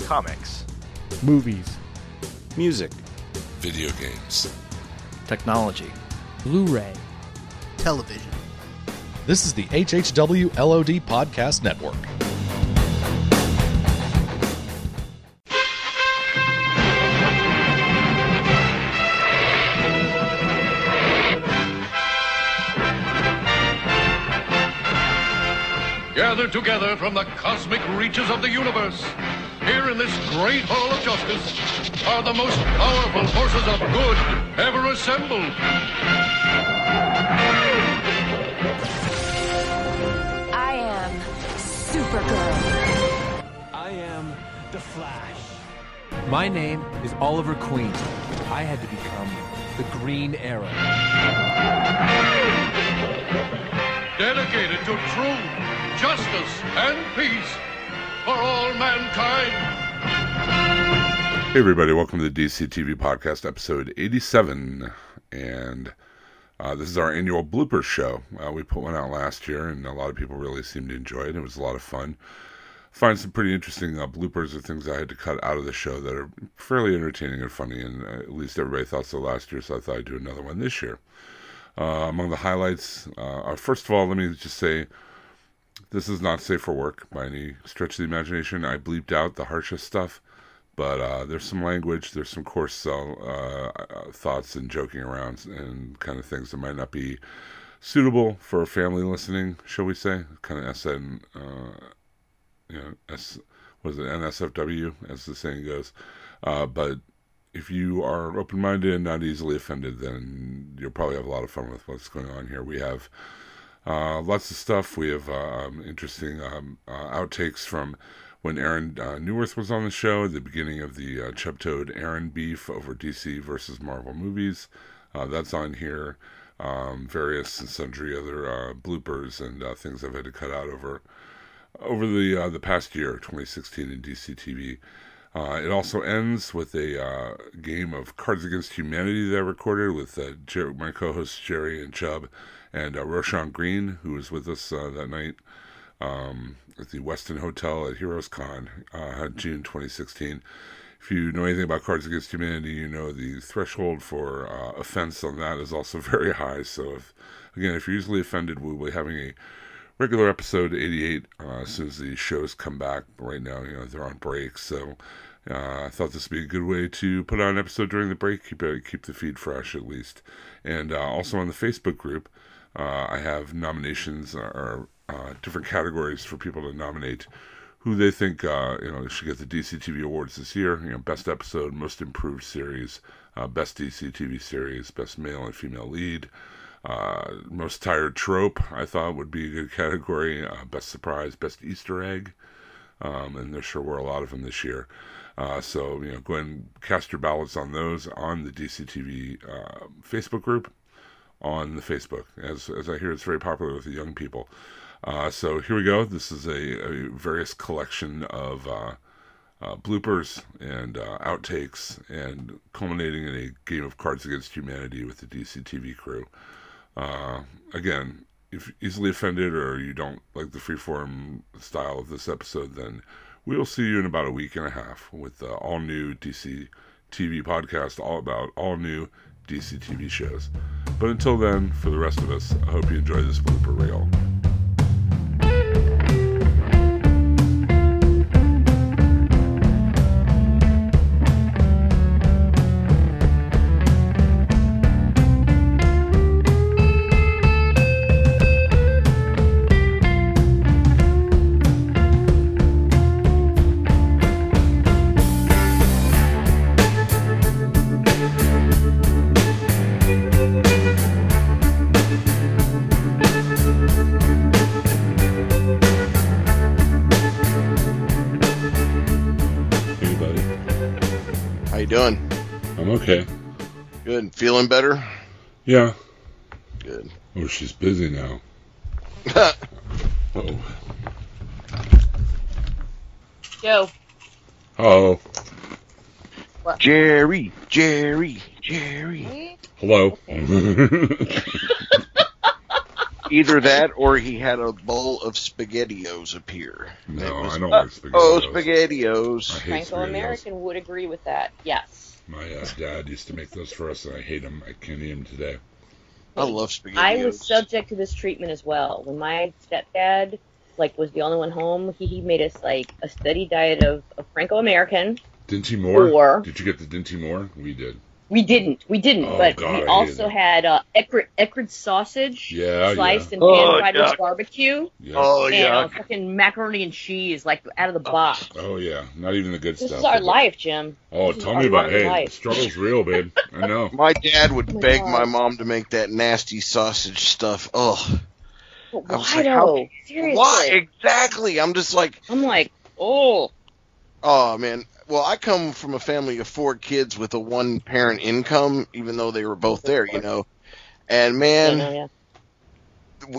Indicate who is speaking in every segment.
Speaker 1: comics,
Speaker 2: movies,
Speaker 1: music,
Speaker 3: video games.
Speaker 4: technology.
Speaker 5: Blu-ray.
Speaker 6: television.
Speaker 7: This is the HHW LOD Podcast Network.
Speaker 8: gathered together from the cosmic reaches of the universe. Here in this great hall of justice are the most powerful forces of good ever assembled.
Speaker 9: I am Supergirl.
Speaker 10: I am the Flash.
Speaker 5: My name is Oliver Queen. I had to become the Green Arrow.
Speaker 8: Dedicated to truth, justice, and peace for all mankind.
Speaker 3: Hey, everybody, welcome to the DC TV Podcast, episode 87. And uh, this is our annual blooper show. Uh, we put one out last year, and a lot of people really seemed to enjoy it. It was a lot of fun. Find some pretty interesting uh, bloopers or things I had to cut out of the show that are fairly entertaining and funny, and uh, at least everybody thought so last year, so I thought I'd do another one this year. Uh, among the highlights, uh, are, first of all, let me just say this is not safe for work by any stretch of the imagination. I bleeped out the harshest stuff, but uh, there's some language, there's some coarse uh, uh, thoughts and joking around and kind of things that might not be suitable for a family listening, shall we say? Kind of SN, uh, you know, S, was it NSFW, as the saying goes. Uh, but if you are open minded and not easily offended, then you'll probably have a lot of fun with what's going on here. We have uh, lots of stuff. We have uh, um, interesting um, uh, outtakes from when Aaron uh, Newirth was on the show, the beginning of the uh, Cheptoad Aaron beef over DC versus Marvel movies. Uh, that's on here. Um, various and sundry other uh, bloopers and uh, things I've had to cut out over over the uh, the past year, 2016 in DC TV. Uh, it also ends with a uh, game of Cards Against Humanity that I recorded with uh, Jer- my co-hosts Jerry and Chubb and uh, Roshan Green, who was with us uh, that night um, at the Weston Hotel at Heroes Con, uh, June 2016. If you know anything about Cards Against Humanity, you know the threshold for uh, offense on that is also very high. So, if again, if you're easily offended, we'll be having a regular episode 88 uh, as soon as the shows come back. But right now, you know, they're on break, so uh, I thought this would be a good way to put out an episode during the break, keep it, keep the feed fresh at least. And uh, also on the Facebook group, uh, I have nominations or uh, different categories for people to nominate who they think uh, you know should get the DCTV awards this year. You know, best episode, most improved series, uh, best DCTV series, best male and female lead, uh, most tired trope. I thought would be a good category. Uh, best surprise, best Easter egg, um, and there sure were a lot of them this year. Uh, so you know, go ahead and cast your ballots on those on the DCTV uh, Facebook group on the Facebook, as as I hear it's very popular with the young people. Uh, so here we go. This is a, a various collection of uh, uh, bloopers and uh, outtakes, and culminating in a game of Cards Against Humanity with the DC TV crew. Uh, again, if you're easily offended or you don't like the freeform style of this episode, then we will see you in about a week and a half with the all new DC TV podcast, all about all new DC TV shows. But until then, for the rest of us, I hope you enjoy this blooper reel. Hey, buddy.
Speaker 11: How you doing?
Speaker 3: I'm okay.
Speaker 11: Good. Feeling better?
Speaker 3: Yeah.
Speaker 11: Good.
Speaker 3: Oh, she's busy now. Oh.
Speaker 9: Yo.
Speaker 3: Oh.
Speaker 11: Jerry, Jerry, Jerry.
Speaker 3: Hello.
Speaker 12: Either that or he had a bowl of SpaghettiOs appear. It
Speaker 3: No,
Speaker 12: was,
Speaker 3: I don't
Speaker 12: uh,
Speaker 3: like spaghetti.
Speaker 12: Oh,
Speaker 3: I
Speaker 12: SpaghettiOs.
Speaker 3: hate
Speaker 13: Franco
Speaker 3: spaghetti.
Speaker 13: American would agree with that. Yes.
Speaker 3: My uh, dad used to make those for us, and I hate them. I can't eat them today.
Speaker 12: I love SpaghettiOs.
Speaker 13: I was subject to this treatment as well. When my stepdad like was the only one home, he, he made us like a steady diet of, of Franco American.
Speaker 3: Dinty Moore?
Speaker 13: Or-
Speaker 3: Did you get the Dinty Moore? We did.
Speaker 13: We didn't, we didn't,
Speaker 3: Oh,
Speaker 13: but
Speaker 3: God, I
Speaker 13: we
Speaker 3: hated
Speaker 13: also
Speaker 3: it.
Speaker 13: had uh, Eckerd, Eckerd sausage
Speaker 3: Yeah,
Speaker 13: sliced
Speaker 3: yeah.
Speaker 13: and pan
Speaker 12: Oh,
Speaker 13: fried
Speaker 12: yuck.
Speaker 13: with barbecue.
Speaker 3: Yeah.
Speaker 12: Oh
Speaker 13: and
Speaker 12: yeah.
Speaker 13: uh, fucking macaroni and cheese, like out of the box.
Speaker 3: Oh, yeah. Not even the good
Speaker 13: This
Speaker 3: stuff.
Speaker 13: is our
Speaker 3: but-
Speaker 13: life, Jim.
Speaker 3: Oh,
Speaker 13: This is
Speaker 3: tell
Speaker 13: our
Speaker 3: me about
Speaker 13: fucking
Speaker 3: Hey,
Speaker 13: life.
Speaker 3: struggle's real, babe. I know.
Speaker 12: My dad would
Speaker 13: Oh my
Speaker 12: beg
Speaker 13: God.
Speaker 12: my mom to make that nasty sausage stuff. Oh,
Speaker 13: But
Speaker 12: I was
Speaker 13: why
Speaker 12: like, how-
Speaker 13: though? Seriously.
Speaker 12: why exactly? I'm just like,
Speaker 13: I'm like, oh,
Speaker 12: oh man. Well, I come from a family of four kids with a one parent income, even though they were both there, you know. And
Speaker 13: yeah,
Speaker 12: man,
Speaker 13: no, yeah.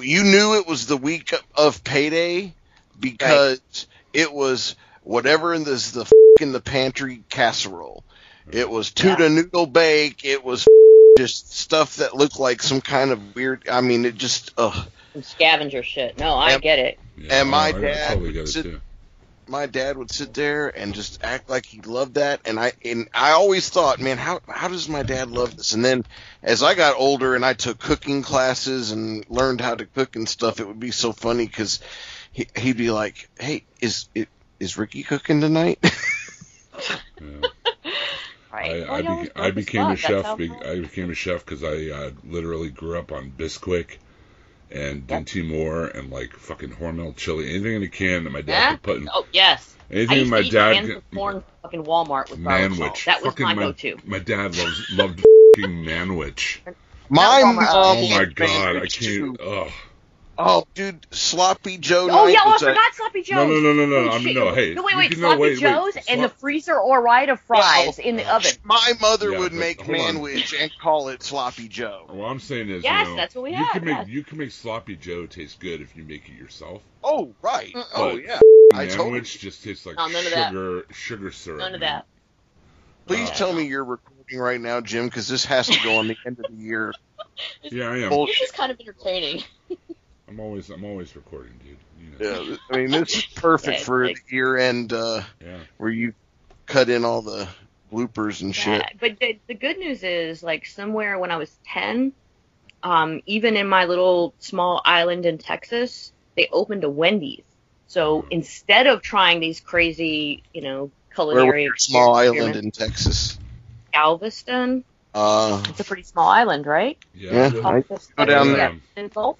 Speaker 12: you knew it was the week of payday because it was whatever in this the f- in the pantry casserole. It was tuna noodle bake. It was f- just stuff that looked like some kind of weird. I mean, it just. Ugh.
Speaker 13: Some scavenger shit. No, I
Speaker 12: Yep.
Speaker 13: get it.
Speaker 3: Yeah,
Speaker 12: And my
Speaker 3: oh, I
Speaker 12: dad
Speaker 3: totally get it,
Speaker 12: sit-
Speaker 3: too.
Speaker 12: My dad would sit there and just act like he loved that, and I and I always thought, man, how how does my dad love this? And then as I got older and I took cooking classes and learned how to cook and stuff, it would be so funny because he, he'd be like, "Hey, is it is Ricky cooking tonight?"
Speaker 3: Yeah.
Speaker 13: Right.
Speaker 3: I, I,
Speaker 13: Well, y'all
Speaker 3: be,
Speaker 13: was
Speaker 3: I
Speaker 13: broke as
Speaker 3: became a
Speaker 13: fuck. That's
Speaker 3: chef.
Speaker 13: how-
Speaker 3: Be, I became a chef because I uh, literally grew up on Bisquick and
Speaker 13: Yep.
Speaker 3: Dinty Moore and like fucking Hormel chili, anything in a can that my dad
Speaker 13: Yeah?
Speaker 3: could put in.
Speaker 13: Oh yes. I
Speaker 3: anything
Speaker 13: used
Speaker 3: my
Speaker 13: to eat
Speaker 3: dad
Speaker 13: cans
Speaker 3: could-
Speaker 13: of corn in fucking Walmart with garlic salt.
Speaker 3: manwich.
Speaker 13: That was
Speaker 3: fucking
Speaker 13: my
Speaker 3: my
Speaker 13: go-to.
Speaker 3: My dad loves loved fucking manwich.
Speaker 12: My
Speaker 13: Not
Speaker 12: mom.
Speaker 13: Walmart.
Speaker 3: Oh my
Speaker 12: had
Speaker 3: god, I
Speaker 12: bandwidth, too.
Speaker 3: can't. Oh
Speaker 12: um, Oh, dude, Sloppy Joe.
Speaker 13: Oh
Speaker 12: night
Speaker 13: yeah, oh, I
Speaker 12: was a-
Speaker 13: forgot Sloppy Joe's.
Speaker 3: no no no no no.
Speaker 13: Holy
Speaker 3: I mean
Speaker 13: shit.
Speaker 3: no. Hey,
Speaker 13: no, wait,
Speaker 3: you
Speaker 13: wait.
Speaker 3: can-
Speaker 13: Sloppy
Speaker 3: wait,
Speaker 13: Joe's
Speaker 3: wait,
Speaker 13: and
Speaker 3: Slop-
Speaker 13: the freezer or Rita fries in the oven.
Speaker 12: My mother
Speaker 3: Yeah,
Speaker 12: would
Speaker 3: but
Speaker 12: make
Speaker 3: hold on.
Speaker 12: manwich and call it Sloppy Joe.
Speaker 3: What I'm saying is,
Speaker 13: Yes,
Speaker 3: you know,
Speaker 13: that's what we
Speaker 3: you
Speaker 13: had,
Speaker 3: Can
Speaker 13: yes.
Speaker 3: make, you can make sloppy Joe taste good if you make it yourself.
Speaker 12: Oh right. Oh
Speaker 3: But
Speaker 12: yeah. I
Speaker 3: manwich
Speaker 12: told you.
Speaker 3: just tastes like
Speaker 13: No, none of that.
Speaker 3: sugar, sugar syrup.
Speaker 13: None of
Speaker 3: man.
Speaker 13: that.
Speaker 12: Please
Speaker 3: Uh,
Speaker 12: tell me you're recording right now, Jim, because this has to go on the end of the year.
Speaker 3: Yeah, I am.
Speaker 12: Bullshit.
Speaker 13: This is kind of entertaining.
Speaker 3: I'm always I'm always recording, dude. You know.
Speaker 12: Yeah, I mean, this is perfect
Speaker 13: Yeah,
Speaker 12: for the
Speaker 13: like-
Speaker 12: year end uh,
Speaker 3: Yeah.
Speaker 12: where you cut in all the bloopers and shit.
Speaker 13: Yeah, but the, the good news is, like, somewhere when I was 10, um, even in my little small island in Texas, they opened a Wendy's.
Speaker 12: Hmm.
Speaker 13: So instead of trying these crazy, you know,
Speaker 12: Where was
Speaker 13: culinary
Speaker 12: your small island
Speaker 13: experiments-
Speaker 12: in Texas?
Speaker 13: Galveston,
Speaker 12: Uh,
Speaker 13: it's a pretty small island, right?
Speaker 3: Yeah.
Speaker 12: Yeah.
Speaker 3: I-
Speaker 12: I- go down
Speaker 13: Yeah,
Speaker 3: there.
Speaker 13: in Gulf.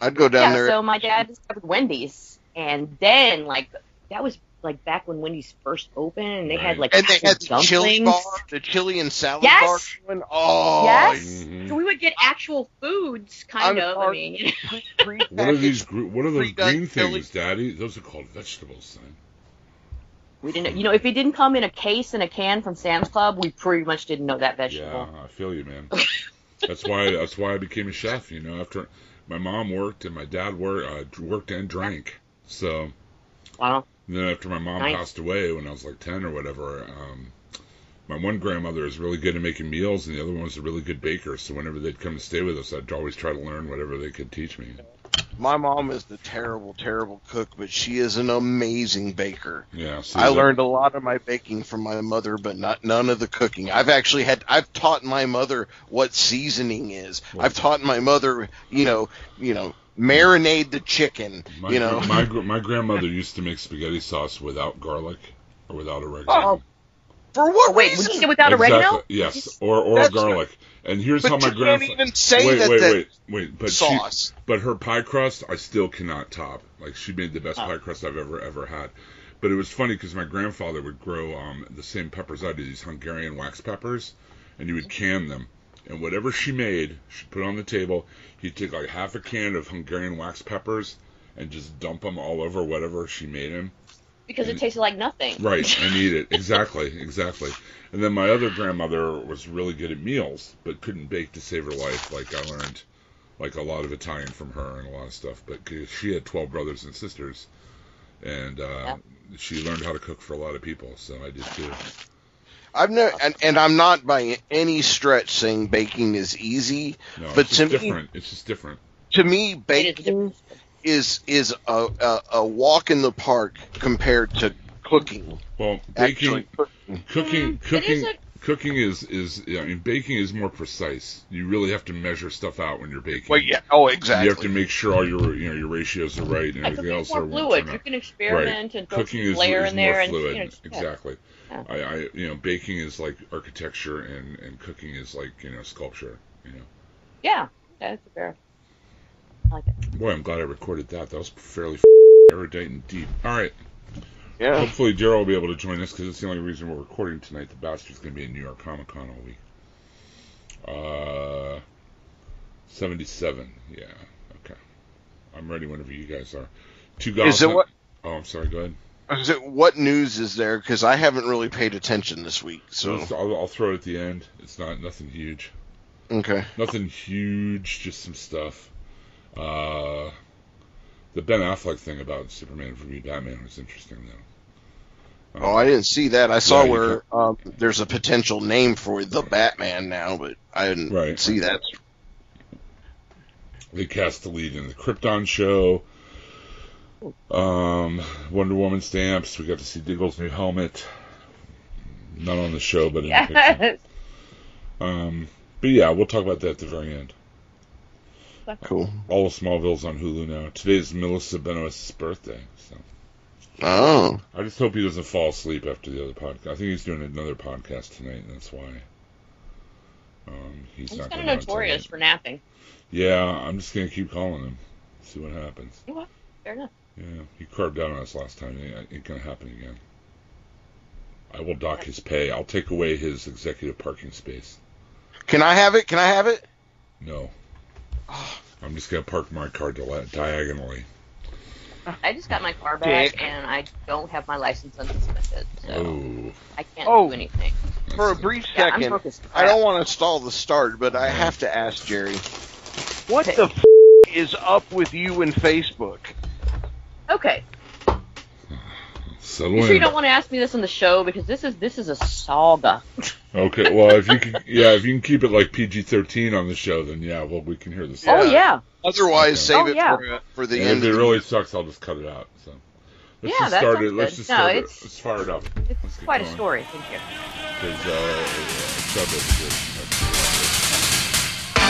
Speaker 12: I'd go down
Speaker 13: yeah,
Speaker 12: there.
Speaker 13: so my dad discovered Wendy's, and then like that was like back when Wendy's first opened, and they
Speaker 3: Right.
Speaker 13: had like
Speaker 12: and they
Speaker 13: actual
Speaker 12: had the
Speaker 13: dumplings.
Speaker 12: chili bar, the chili and salad
Speaker 13: Yes.
Speaker 12: bar. going. Oh,
Speaker 13: Yes.
Speaker 3: Mhm.
Speaker 13: So we would get actual foods, kind
Speaker 12: I'm
Speaker 13: of. I
Speaker 12: sorry.
Speaker 13: mean,
Speaker 3: What are these? gr- What are those
Speaker 12: Pre-done
Speaker 3: green
Speaker 12: chili.
Speaker 3: things, Daddy? Those are called vegetables, son.
Speaker 13: we didn't. You know, if it didn't come in a case and a can from Sam's Club, we pretty much didn't know that vegetable.
Speaker 3: Yeah, I feel you, man. that's why. That's why I became a chef. You know, after my mom worked and my dad worked, uh, worked and drank. So
Speaker 13: Wow.
Speaker 3: and then after my mom
Speaker 13: Nice.
Speaker 3: passed away when I was like ten or whatever, um, my one grandmother was really good at making meals, and the other one was a really good baker. So whenever they'd come to stay with us, I'd always try to learn whatever they could teach me.
Speaker 12: My mom is the terrible, terrible cook, but she is an amazing baker.
Speaker 3: Yeah, so
Speaker 12: I
Speaker 3: that-
Speaker 12: learned a lot of my baking from my mother, but not none of the cooking. I've actually had I've taught my mother what seasoning is. I've taught my mother, you know, you know, marinade the chicken.
Speaker 3: My,
Speaker 12: you know,
Speaker 3: my gr- my grandmother used to make spaghetti sauce without garlic or without oregano.
Speaker 13: Oh,
Speaker 12: for what
Speaker 13: oh, wait, would
Speaker 12: reason?
Speaker 13: you say without
Speaker 3: exactly.
Speaker 13: oregano?
Speaker 3: Yes, or or
Speaker 12: That's-
Speaker 3: garlic. And here's
Speaker 12: But
Speaker 3: how my
Speaker 12: you can't
Speaker 3: grandfather.
Speaker 12: even say
Speaker 3: wait,
Speaker 12: that
Speaker 3: wait,
Speaker 12: that
Speaker 3: wait, wait. But she-
Speaker 12: sauce.
Speaker 3: but her pie crust, I still cannot top. Like she made the best pie crust I've ever ever had. But it was funny because my grandfather would grow um, the same peppers I do, these Hungarian wax peppers, and he would can them. And whatever she made, she put on the table. He'd take like half a can of Hungarian wax peppers and just dump them all over whatever she made him.
Speaker 13: Because it tasted like nothing.
Speaker 3: Right, and eat it. Exactly, exactly. And then my other grandmother was really good at meals, but couldn't bake to save her life. Like I learned, like a lot of Italian from her and a lot of stuff. But 'cause she had twelve brothers and sisters, and uh, she learned how to cook for a lot of people. So I did too.
Speaker 12: I've never, and, and I'm not by any stretch saying baking is easy,
Speaker 3: No,
Speaker 12: But
Speaker 3: it's
Speaker 12: to
Speaker 3: just
Speaker 12: me-
Speaker 3: different. It's just different.
Speaker 12: to me,
Speaker 13: It is
Speaker 12: baking is is a, a a walk in the park compared to cooking.
Speaker 3: Well,
Speaker 12: Actually,
Speaker 3: baking, cooking,
Speaker 13: Mm, it is
Speaker 3: cooking, cooking is is. I mean, baking is more precise. You really have to measure stuff out when you're baking.
Speaker 12: well, yeah. Oh, exactly.
Speaker 3: You have to make sure all your you know your ratios are right and
Speaker 13: It's a
Speaker 3: everything
Speaker 13: bit
Speaker 3: else. or
Speaker 13: more
Speaker 3: it won't
Speaker 13: fluid.
Speaker 3: turn
Speaker 13: You
Speaker 3: out.
Speaker 13: can experiment and throw
Speaker 3: Cooking
Speaker 13: some
Speaker 3: is,
Speaker 13: layer
Speaker 3: is
Speaker 13: in there
Speaker 3: more
Speaker 13: and
Speaker 3: fluid.
Speaker 13: you know, just- yeah.
Speaker 3: exactly.
Speaker 13: Yeah.
Speaker 3: I, I you know baking is like architecture and and cooking is like you know sculpture. You know.
Speaker 13: Yeah, that's fair. I like it.
Speaker 3: Boy, I'm glad I recorded that. That was fairly f- erudite and deep. All right.
Speaker 12: yeah.
Speaker 3: Hopefully, Daryl will be able to join us because it's the only reason we're recording tonight. The bastard's going to be in New York Comic Con all week. Uh, 77. Yeah. Okay. I'm ready whenever you guys are. Two guys.
Speaker 12: Is it what?
Speaker 3: Oh, I'm sorry. Go ahead.
Speaker 12: Is it, what news is there? Because I haven't really paid attention this week. So
Speaker 3: Just- I'll, I'll throw it at the end. It's not nothing huge.
Speaker 12: okay.
Speaker 3: Nothing huge. Just some stuff. Uh, the Ben Affleck thing about Superman v Batman was interesting though. Uh,
Speaker 12: Oh, I didn't see that. I saw
Speaker 3: Yeah, you
Speaker 12: where um, there's a potential name for the Batman now, but I didn't
Speaker 3: Right.
Speaker 12: see that.
Speaker 3: They cast the lead in the Krypton show. Um, Wonder Woman stamps. We got to see Diggle's new helmet. Not on the show, but in the picture.
Speaker 13: Yes.
Speaker 3: Um, but yeah, we'll talk about that at the very end.
Speaker 12: Cool.
Speaker 3: All of Smallville's on Hulu now. Today's Melissa Benoist's birthday, so
Speaker 12: Oh,
Speaker 3: I just hope he doesn't fall asleep after the other podcast. I think he's doing another podcast tonight, and that's why. Um, he's
Speaker 13: He's
Speaker 3: not
Speaker 13: kind of
Speaker 3: going on
Speaker 13: notorious
Speaker 3: tonight.
Speaker 13: for napping.
Speaker 3: Yeah, I'm just gonna keep calling him, see what happens.
Speaker 13: Fair enough.
Speaker 3: Yeah, he carved out on us last time. It ain't gonna happen again. I will dock his pay. I'll take away his executive parking space.
Speaker 12: can I have it? Can I have it?
Speaker 3: No.
Speaker 13: Ah.
Speaker 3: I'm just gonna park my car dila- diagonally.
Speaker 13: I just got my car back
Speaker 12: Dick.
Speaker 13: and I don't have my license unsuspended, so
Speaker 3: Oh.
Speaker 13: I can't
Speaker 12: Oh.
Speaker 13: do anything.
Speaker 3: that's
Speaker 12: For a
Speaker 3: it.
Speaker 12: brief
Speaker 13: Yeah, I'm
Speaker 12: second,
Speaker 13: focused.
Speaker 12: I don't want to stall the start, but I have to ask Jerry, what the f- is up with you and Facebook?
Speaker 13: Okay,
Speaker 3: Settle
Speaker 13: you
Speaker 3: in.
Speaker 13: sure you don't want to ask me this on the show because this is this is a saga.
Speaker 3: Okay. Well, if you can, yeah, if you can keep it like PG-13 on the show, then yeah, well, we can hear this.
Speaker 13: Oh yeah,
Speaker 3: Okay.
Speaker 12: Otherwise, save
Speaker 13: Oh,
Speaker 12: it
Speaker 13: yeah.
Speaker 12: for, uh, for the
Speaker 3: And
Speaker 12: end.
Speaker 3: if it
Speaker 12: of the-
Speaker 3: really sucks, I'll just cut it out. So. Let's
Speaker 13: Yeah,
Speaker 3: just
Speaker 13: that
Speaker 3: start
Speaker 13: sounds
Speaker 3: it. Let's
Speaker 13: good.
Speaker 3: just
Speaker 13: No,
Speaker 3: start it.
Speaker 13: it's-
Speaker 3: Let's fire it up. Let's
Speaker 13: it's
Speaker 3: get
Speaker 13: quite a
Speaker 3: going.
Speaker 13: story. Thank you.
Speaker 3: 'Cause, uh, it's not that good.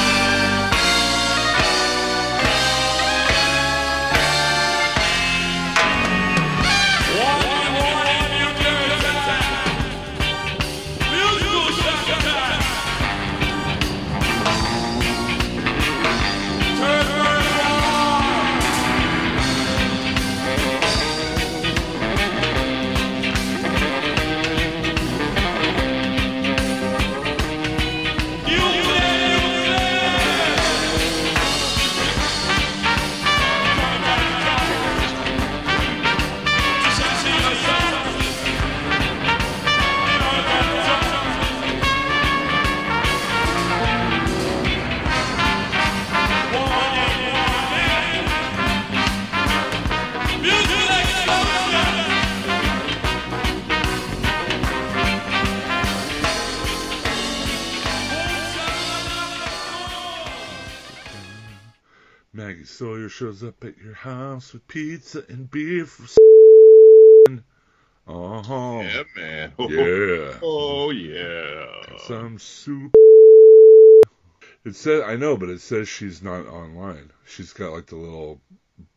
Speaker 3: Maggie Sawyer shows up at your house with pizza and beer for Uh huh.
Speaker 14: Yeah, man.
Speaker 3: Yeah.
Speaker 14: Oh, yeah.
Speaker 3: Some soup. It says I know, but it says she's not online. She's got like the little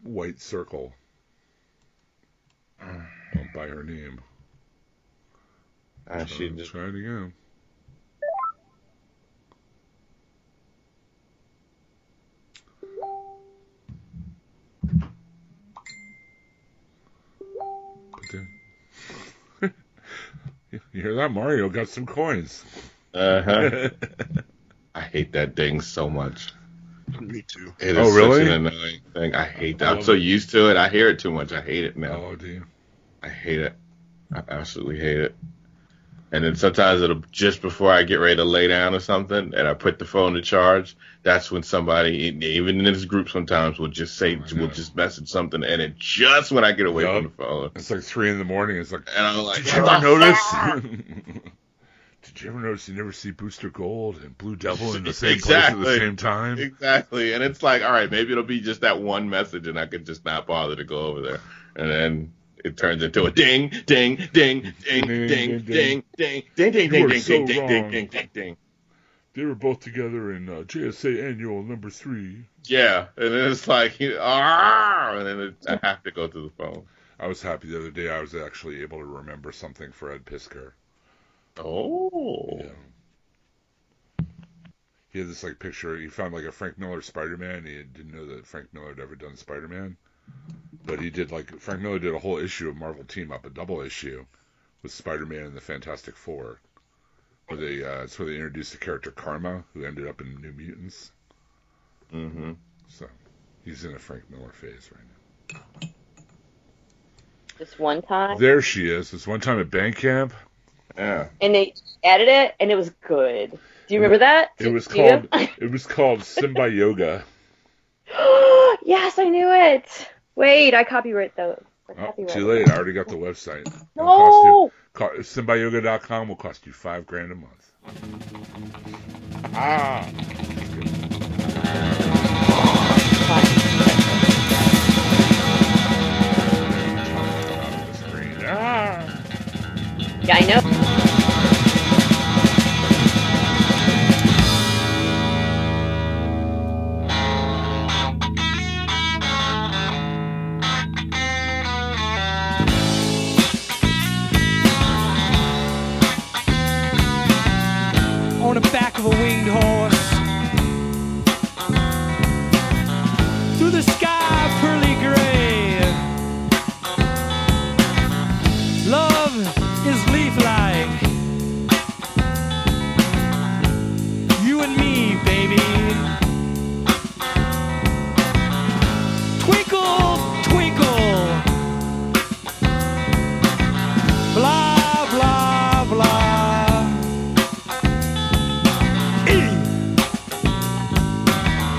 Speaker 3: white circle uh, by her name.
Speaker 2: Uh, she
Speaker 3: Uh,
Speaker 2: just,
Speaker 3: try it again. But then- you hear that? Mario got some coins.
Speaker 2: uh-huh. I hate that ding so much.
Speaker 12: Me too.
Speaker 2: It is
Speaker 3: Oh, really?
Speaker 2: such an annoying thing. I hate that.
Speaker 3: Oh.
Speaker 2: I'm so used to it. I hear it too much. I hate it now.
Speaker 3: oh, dear.
Speaker 2: I hate it. I absolutely hate it. And then sometimes it'll just before I get ready to lay down or something, and I put the phone to charge. That's when somebody, even in this group, sometimes will just say,
Speaker 3: Oh, my
Speaker 2: will
Speaker 3: God.
Speaker 2: just message something, and it just when I get away
Speaker 3: Yup.
Speaker 2: from the phone,
Speaker 3: It's like 3 in the morning. It's like,
Speaker 2: and I'm like,
Speaker 3: did you ever notice? Did you ever notice you never see Booster Gold and Blue Devil in the same place at
Speaker 2: Exactly.
Speaker 3: the same time?
Speaker 2: Exactly. And it's like, all right, maybe it'll be just that one message and I could just not bother to go over there. And then it turns into a ding, ding, ding, ding,
Speaker 3: Ding,
Speaker 2: ding, ding,
Speaker 3: ding,
Speaker 2: ding, ding, ding,
Speaker 3: You
Speaker 2: ding,
Speaker 3: are
Speaker 2: ding,
Speaker 3: so
Speaker 2: ding, ding,
Speaker 3: wrong.
Speaker 2: ding, ding, ding, ding.
Speaker 3: They were both together in uh, JSA Annual Number Three.
Speaker 2: Yeah. And then it's like, you- ah, and then it, I have to go to the phone.
Speaker 3: I was happy the other day. I was actually able to remember something for Ed Pisker.
Speaker 2: Oh.
Speaker 3: Yeah. He had this like picture. He found like a Frank Miller Spider Man. He didn't know that Frank Miller had ever done Spider Man, but he did like Frank Miller did a whole issue of Marvel Team Up, a double issue with Spider Man and the Fantastic Four. Where they uh, it's where they introduced the character Karma, who ended up in New Mutants.
Speaker 2: hmm
Speaker 3: So he's in a Frank Miller phase right now.
Speaker 1: Just one time.
Speaker 3: There she is. This one time at Bank Camp,
Speaker 2: Yeah.
Speaker 1: and they added it, and it was good. Do you remember that?
Speaker 3: it was
Speaker 1: Do you?
Speaker 3: called it was called Simba Yoga.
Speaker 1: yes, I knew it. Wait, I copyright though. I
Speaker 3: Oh,
Speaker 1: copyright.
Speaker 3: too late. I already got the website. It'll cost you-
Speaker 1: No.
Speaker 3: Co- Symbioga.com will cost you five grand a month. Ah, the screen. Ah.
Speaker 1: Yeah, I know.
Speaker 5: on the back of a winged horse. Through the sky, pearly gray. Love is leaf like. You and me, baby. Twinkle, twinkle. Blah, blah, blah. E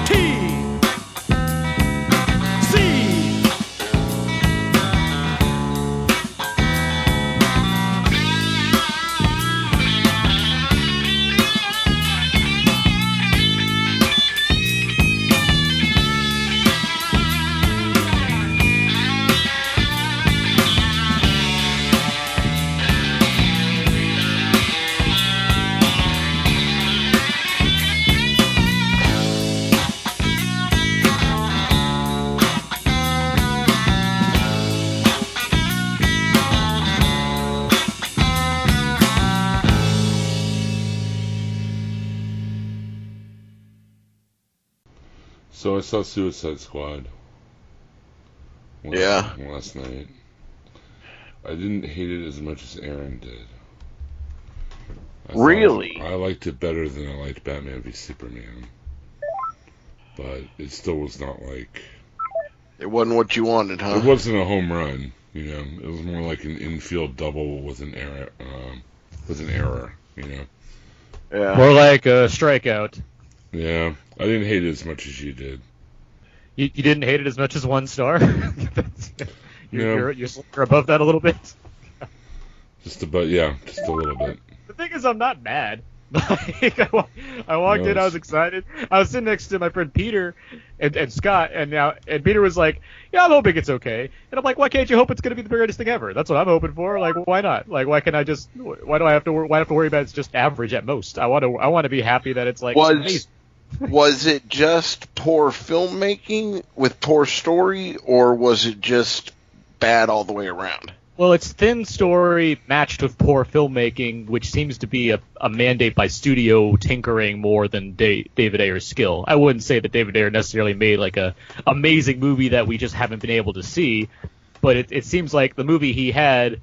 Speaker 5: T C
Speaker 3: So I saw Suicide Squad. last-
Speaker 11: Yeah.
Speaker 3: Last night. I didn't hate it as much as Aaron did. I thought-
Speaker 11: Really?
Speaker 3: I liked it better than I liked Batman v Superman. But it still was not like
Speaker 11: It wasn't what you wanted, huh?
Speaker 3: it wasn't a home run. You know, it was more like an infield double with an error. Um, with an error. You know.
Speaker 11: Yeah.
Speaker 4: More like a strikeout.
Speaker 3: Yeah, I didn't hate it as much as you did.
Speaker 4: You, you didn't hate it as much as one star. you're,
Speaker 3: No.
Speaker 4: you're, you're, you're above that a little bit.
Speaker 3: Just about, yeah, just a little bit.
Speaker 4: The thing is, I'm not mad. Like, I, wa- I walked in, I was
Speaker 3: Nice.
Speaker 4: excited. I was sitting next to my friend Peter and, and Scott, and now and Peter was like, "Yeah, I'm hoping it's okay." And I'm like, "Why can't you hope it's going to be the greatest thing ever? That's what I'm hoping for. Like, why not? Like, why can I just? Why do I have to? wor- Why have to worry about it's just average at most? I want to. I want to be happy that it's like
Speaker 11: was
Speaker 4: amazing.
Speaker 11: was it just poor filmmaking with poor story, or was it just bad all the way around?
Speaker 4: Well, it's thin story matched with poor filmmaking, which seems to be a, a mandate by studio tinkering more than da- David Ayer's skill. I wouldn't say that David Ayer necessarily made like a amazing movie that we just haven't been able to see, but it, it seems like the movie he had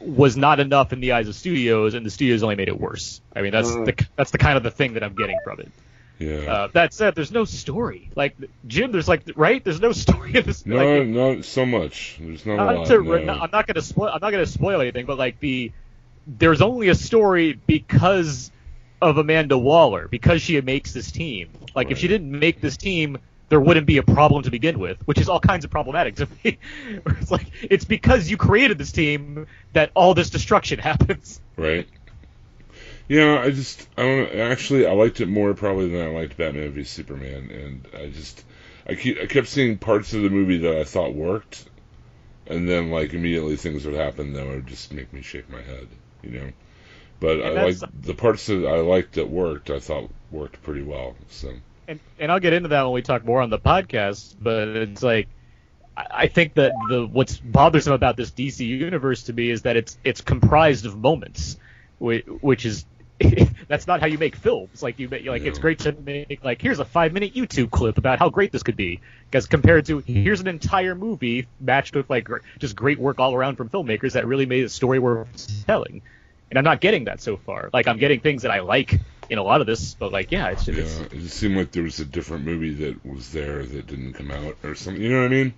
Speaker 4: was not enough in the eyes of studios, and the studios only made it worse. I mean, that's the that's the kind of the thing that I'm getting from it.
Speaker 3: Mm. Yeah.
Speaker 4: Uh, that said, there's no story. Like Jim, there's like right, there's no story in this.
Speaker 3: no,
Speaker 4: like,
Speaker 3: not so much. There's not, a
Speaker 4: not
Speaker 3: lot.
Speaker 4: to,
Speaker 3: no.
Speaker 4: I'm not gonna spoil. I'm not gonna spoil anything, but like the there's only a story because of Amanda Waller because she makes this team. Like if she
Speaker 3: Right.
Speaker 4: didn't make this team, there wouldn't be a problem to begin with, which is all kinds of problematic to me. it's like it's because you created this team that all this destruction happens.
Speaker 3: Right. You know, I just I don't actually I liked it more probably than I liked Batman v Superman, and I just I keep I kept seeing parts of the movie that I thought worked, and then like immediately things would happen that would just make me shake my head, you know. But
Speaker 4: And
Speaker 3: I
Speaker 4: that's-
Speaker 3: liked the parts that I liked that worked. I thought worked pretty well. So
Speaker 4: and, and I'll get into that when we talk more on the podcast, but it's like I I think that the what's bothersome about this DC universe to me is that it's it's comprised of moments, which, which is that's not how you make films. Like you make, like it's great to make like here's a five minute YouTube clip about how great this could be, because compared to here's an entire movie matched with like gr- just great work all around from filmmakers that really made a story worth telling. And I'm not getting that so far. Like I'm getting things that I like in a lot of this, but like yeah, it's, it's
Speaker 3: Yeah, it just seemed like there was a different movie that was there that didn't come out or something. You know what I mean?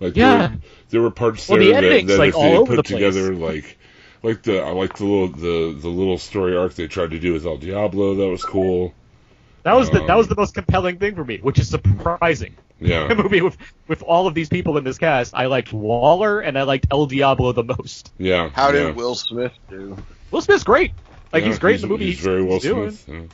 Speaker 3: Like there,
Speaker 4: Yeah.
Speaker 3: were, there were parts
Speaker 4: Well,
Speaker 3: there
Speaker 4: the
Speaker 3: that,
Speaker 4: editing's,
Speaker 3: that
Speaker 4: like,
Speaker 3: if
Speaker 4: all
Speaker 3: they had put
Speaker 4: over the place.
Speaker 3: together like like the I like the little the the little story arc they tried to do with El Diablo that was cool.
Speaker 4: That was the that
Speaker 3: Um,
Speaker 4: was the most compelling thing for me, which is surprising. A
Speaker 3: Yeah,
Speaker 4: movie with with all of these people in this cast, I liked Waller and I liked El Diablo the most.
Speaker 3: yeah.
Speaker 12: How
Speaker 3: yeah.
Speaker 12: did Will Smith do?
Speaker 4: Will Smith's great. Like
Speaker 3: Yeah,
Speaker 4: he's great in the movie.
Speaker 3: He's, very well
Speaker 4: doing.
Speaker 3: Smith.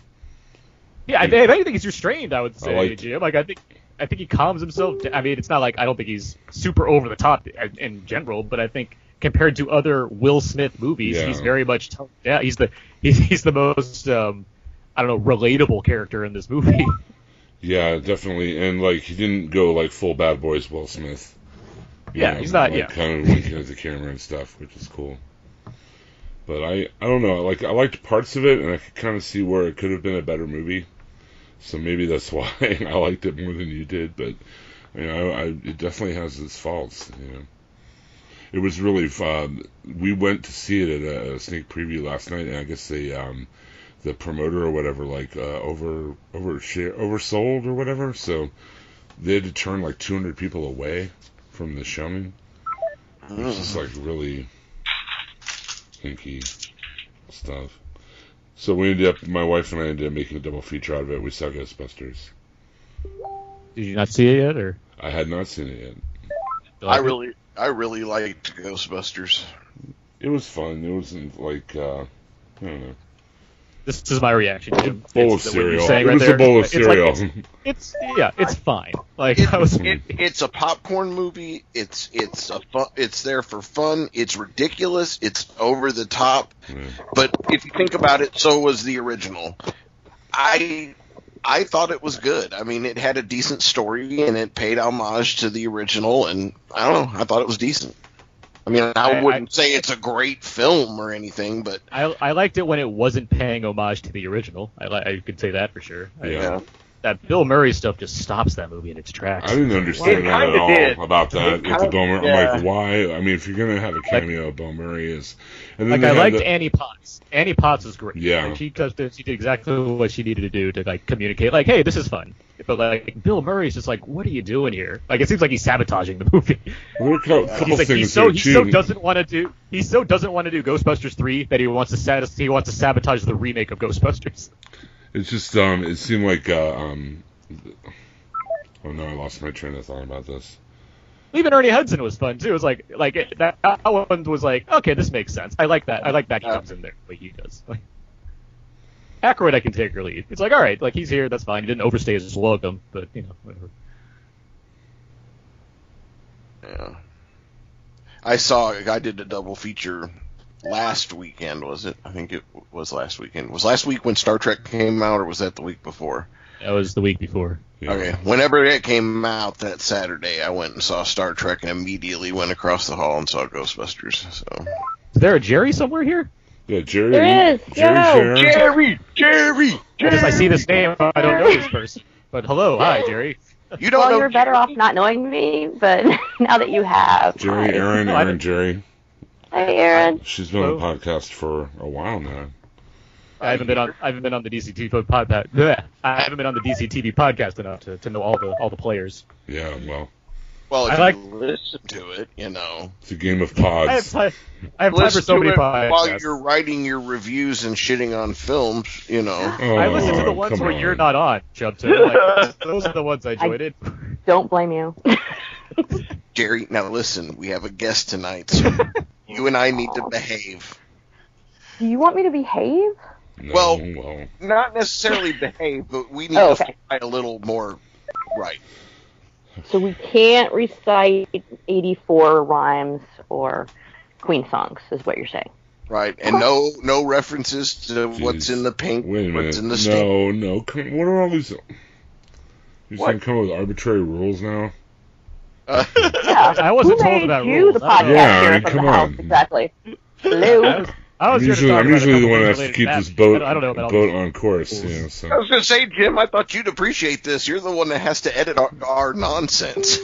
Speaker 3: yeah.
Speaker 4: Yeah, I- if anything, he's restrained. I would say,
Speaker 3: liked-
Speaker 4: Jim. Like I think I think he calms himself. d- I mean, it's not like I don't think he's super over the top in- in general, but I think compared to other Will Smith movies,
Speaker 3: Yeah.
Speaker 4: he's very much toned down. He's the he's, he's the most um, I don't know relatable character in this movie.
Speaker 3: Yeah, definitely. And like he didn't go like full bad boys Will Smith. You
Speaker 4: Yeah,
Speaker 3: know,
Speaker 4: he's not-
Speaker 3: Like,
Speaker 4: yeah.
Speaker 3: Kind of winking at the camera and stuff, which is cool. But I, I don't know. Like I liked parts of it, and I could kind of see where it could have been a better movie. So maybe that's why I liked it more than you did. But you know, I, it definitely has its faults. You know, it was really fun. We went to see it at a, a sneak preview last night, and I guess they um, the promoter or whatever like uh, over over oversold or whatever so they had to turn like 200 people away from the showing it was just like really hinky stuff so we ended up my wife and i ended up making a double feature out of it we saw ghostbusters
Speaker 4: Did you not see it yet, or
Speaker 3: i had not seen it yet
Speaker 12: I really, I really liked Ghostbusters.
Speaker 3: it was fun it wasn't like uh I don't know.
Speaker 4: This is my reaction. Jim.
Speaker 3: Bowl
Speaker 4: It's
Speaker 3: of
Speaker 4: the- what you're
Speaker 3: cereal.
Speaker 4: saying
Speaker 3: It
Speaker 4: right
Speaker 3: was a
Speaker 4: there.
Speaker 3: bowl of
Speaker 4: It's like-
Speaker 3: cereal.
Speaker 4: it's- It's yeah, it's fine. Like
Speaker 12: It-
Speaker 4: I was,
Speaker 12: It, it's a popcorn movie. It's it's a fun, it's there for fun. It's ridiculous. It's over the top. But if you think about it, so was the original. I I thought it was good. I mean, it had a decent story and it paid homage to the original. And I don't know. I thought it was decent. I mean, I,
Speaker 4: I-
Speaker 12: wouldn't say it's a great film or anything, but
Speaker 4: I, I liked it when it wasn't paying homage to the original. I li- I could say that for sure. I-
Speaker 3: yeah.
Speaker 4: that Bill Murray stuff just stops that movie in its tracks.
Speaker 3: I didn't understand
Speaker 15: It
Speaker 3: that at
Speaker 15: kinda
Speaker 3: all
Speaker 15: did.
Speaker 3: about that
Speaker 15: It
Speaker 3: with the
Speaker 15: kinda-
Speaker 3: Bill Murray. I'm
Speaker 15: yeah.
Speaker 3: like, why? I mean, if you're gonna have a cameo, Bill Murray is. And
Speaker 4: Like
Speaker 3: they
Speaker 4: I
Speaker 3: had
Speaker 4: liked
Speaker 3: the-
Speaker 4: Annie Potts. Annie Potts was great.
Speaker 3: Yeah.
Speaker 4: Like, she just did, she did exactly what she needed to do to like communicate. Like, hey, this is fun. But like Bill Murray's just like, what are you doing here? Like it seems like he's sabotaging the movie.
Speaker 3: There were a cou- couple
Speaker 4: He's like
Speaker 3: things
Speaker 4: he so
Speaker 3: there
Speaker 4: he
Speaker 3: too.
Speaker 4: so doesn't want to do he so doesn't want to do Ghostbusters three that he wants to satis- he wants to sabotage the remake of Ghostbusters.
Speaker 3: It's just um, it seemed like uh, um. Oh no, I lost my train of thought about this.
Speaker 4: Even Ernie Hudson was fun too. It was like like it, that, that one was like okay, this makes sense. I like that. I like that he comes in there like he does. Like, Aykroyd, I can take or leave. It's like all right, like he's here, that's fine. He didn't overstay his welcome, but you know whatever.
Speaker 12: yeah. I saw I did a double feature last weekend. Was it? I think it was last weekend. Was last week when Star Trek came out, or was that the week before?
Speaker 4: That was the week before.
Speaker 3: Yeah.
Speaker 12: Okay. Whenever it came out that Saturday, I went and saw Star Trek and immediately went across the hall and saw Ghostbusters. So
Speaker 4: Is there a Jerry somewhere here?
Speaker 3: Yeah, Jerry.
Speaker 15: There is,
Speaker 3: Jerry
Speaker 15: yeah.
Speaker 3: Sharon.
Speaker 12: Jerry, Jerry,
Speaker 4: Because I see this name, I don't know this person. But hello, hi Jerry.
Speaker 12: you
Speaker 13: Well,
Speaker 12: don't know
Speaker 13: you're better off not knowing me, but now that you have.
Speaker 3: Jerry,
Speaker 13: Hi.
Speaker 3: Aaron,
Speaker 4: No, I Oh.
Speaker 3: Aaron, Jerry.
Speaker 13: Hey, Aaron.
Speaker 3: She's been on the
Speaker 4: Hello.
Speaker 3: podcast for a while now.
Speaker 4: I haven't been on I haven't been on the DCT podcast. bleh. I haven't been on the DCTV podcast enough to, to know all the all the players.
Speaker 3: Yeah, well,
Speaker 12: well if
Speaker 4: I like-
Speaker 12: you listen to it, you know.
Speaker 3: it's a game of
Speaker 4: I have
Speaker 3: pods.
Speaker 4: time. I have time for
Speaker 12: Listen
Speaker 4: so
Speaker 12: to
Speaker 4: many
Speaker 12: it while
Speaker 4: podcasts.
Speaker 12: you're writing your reviews and shitting on films, you know.
Speaker 3: Oh,
Speaker 4: I listen to the ones
Speaker 3: come
Speaker 4: where you're
Speaker 3: on.
Speaker 4: not on, Chubton. Like, those are the ones I joined in.
Speaker 13: Don't blame you.
Speaker 12: Jerry, now listen, we have a guest tonight. So you and I need to behave.
Speaker 13: Do you want me to behave?
Speaker 3: No,
Speaker 12: Well-
Speaker 3: well,
Speaker 12: Not necessarily behave, but we need
Speaker 13: Oh,
Speaker 12: to
Speaker 13: okay.
Speaker 12: fly a little more right.
Speaker 13: So we can't recite 84 rhymes or Queen songs, is what you're saying.
Speaker 12: Right, and no no references to what's in the pink,
Speaker 3: wait a minute.
Speaker 12: what's in the stink.
Speaker 3: no, no. Come, what are all these? You
Speaker 12: What?
Speaker 3: think come up with arbitrary rules now?
Speaker 12: Uh,
Speaker 13: Yeah.
Speaker 4: I wasn't
Speaker 13: Who
Speaker 4: told
Speaker 13: made
Speaker 4: about
Speaker 13: you
Speaker 4: rules.
Speaker 13: the
Speaker 4: I
Speaker 13: podcast
Speaker 4: don't know.
Speaker 3: Yeah, I
Speaker 13: here
Speaker 3: mean,
Speaker 13: from
Speaker 3: come
Speaker 13: the
Speaker 3: on.
Speaker 13: house, exactly. Lou,
Speaker 4: I was, I
Speaker 3: I'm
Speaker 4: was here to
Speaker 3: usually,
Speaker 4: talk
Speaker 3: I'm
Speaker 4: about a
Speaker 3: usually the one that has
Speaker 4: couple things
Speaker 3: to
Speaker 4: related
Speaker 3: keep
Speaker 4: that.
Speaker 3: this boat,
Speaker 4: I don't know about all
Speaker 3: boat
Speaker 4: these.
Speaker 3: on course. Yeah,
Speaker 12: I
Speaker 3: so
Speaker 12: was gonna say, Jim, I thought you'd appreciate this. You're the one that has to edit our, our nonsense.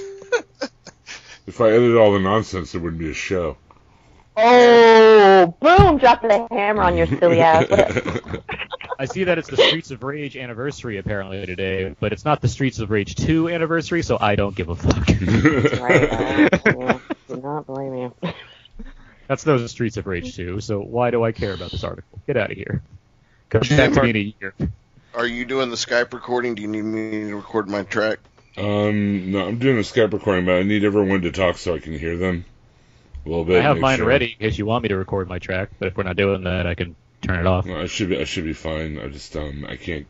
Speaker 3: if I edited all the nonsense, there wouldn't be a show.
Speaker 13: oh, boom, dropped the hammer on your silly ass. What-
Speaker 4: I see that it's the Streets of Rage anniversary apparently today, but it's not the Streets of Rage 2 anniversary, so I don't give a fuck.
Speaker 13: right, uh, yeah, do not blame you.
Speaker 4: That's no Streets of Rage 2, so why do I care about this article? Get out of here. Comes back to me in a year.
Speaker 12: Are you doing the Skype recording? Do you need me to record my track?
Speaker 3: um, no, I'm doing a Skype recording, but I need everyone to talk so I can hear them a little bit.
Speaker 4: I have
Speaker 3: make
Speaker 4: mine
Speaker 3: sure.
Speaker 4: ready in case you want me to record my track, but if we're not doing that, I can turn it off.
Speaker 3: No, I should be. I should be fine. I just um. I can't.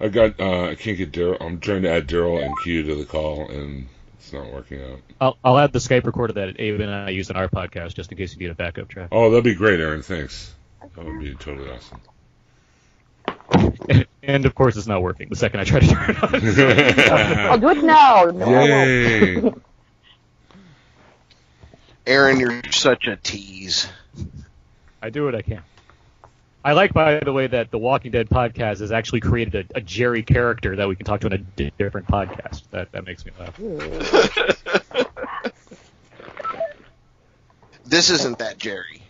Speaker 3: I got. Uh, I can't get Daryl. I'm trying to add Daryl and Q to the call, and it's not working out.
Speaker 4: I'll, I'll add the Skype recorder that Ava and I use in our podcast just in case you need a backup track.
Speaker 3: Oh, that'd be great, Aaron. Thanks. That would be totally awesome.
Speaker 4: And of course, it's not working the second I try to turn it on.
Speaker 13: I'll Oh, do it now. No, I won't.
Speaker 3: Yay!
Speaker 12: Aaron, you're such a tease.
Speaker 4: I do what I can. I like, by the way, that the Walking Dead podcast has actually created a, a Jerry character that we can talk to in a di- different podcast. That that makes me laugh.
Speaker 12: This isn't that Jerry.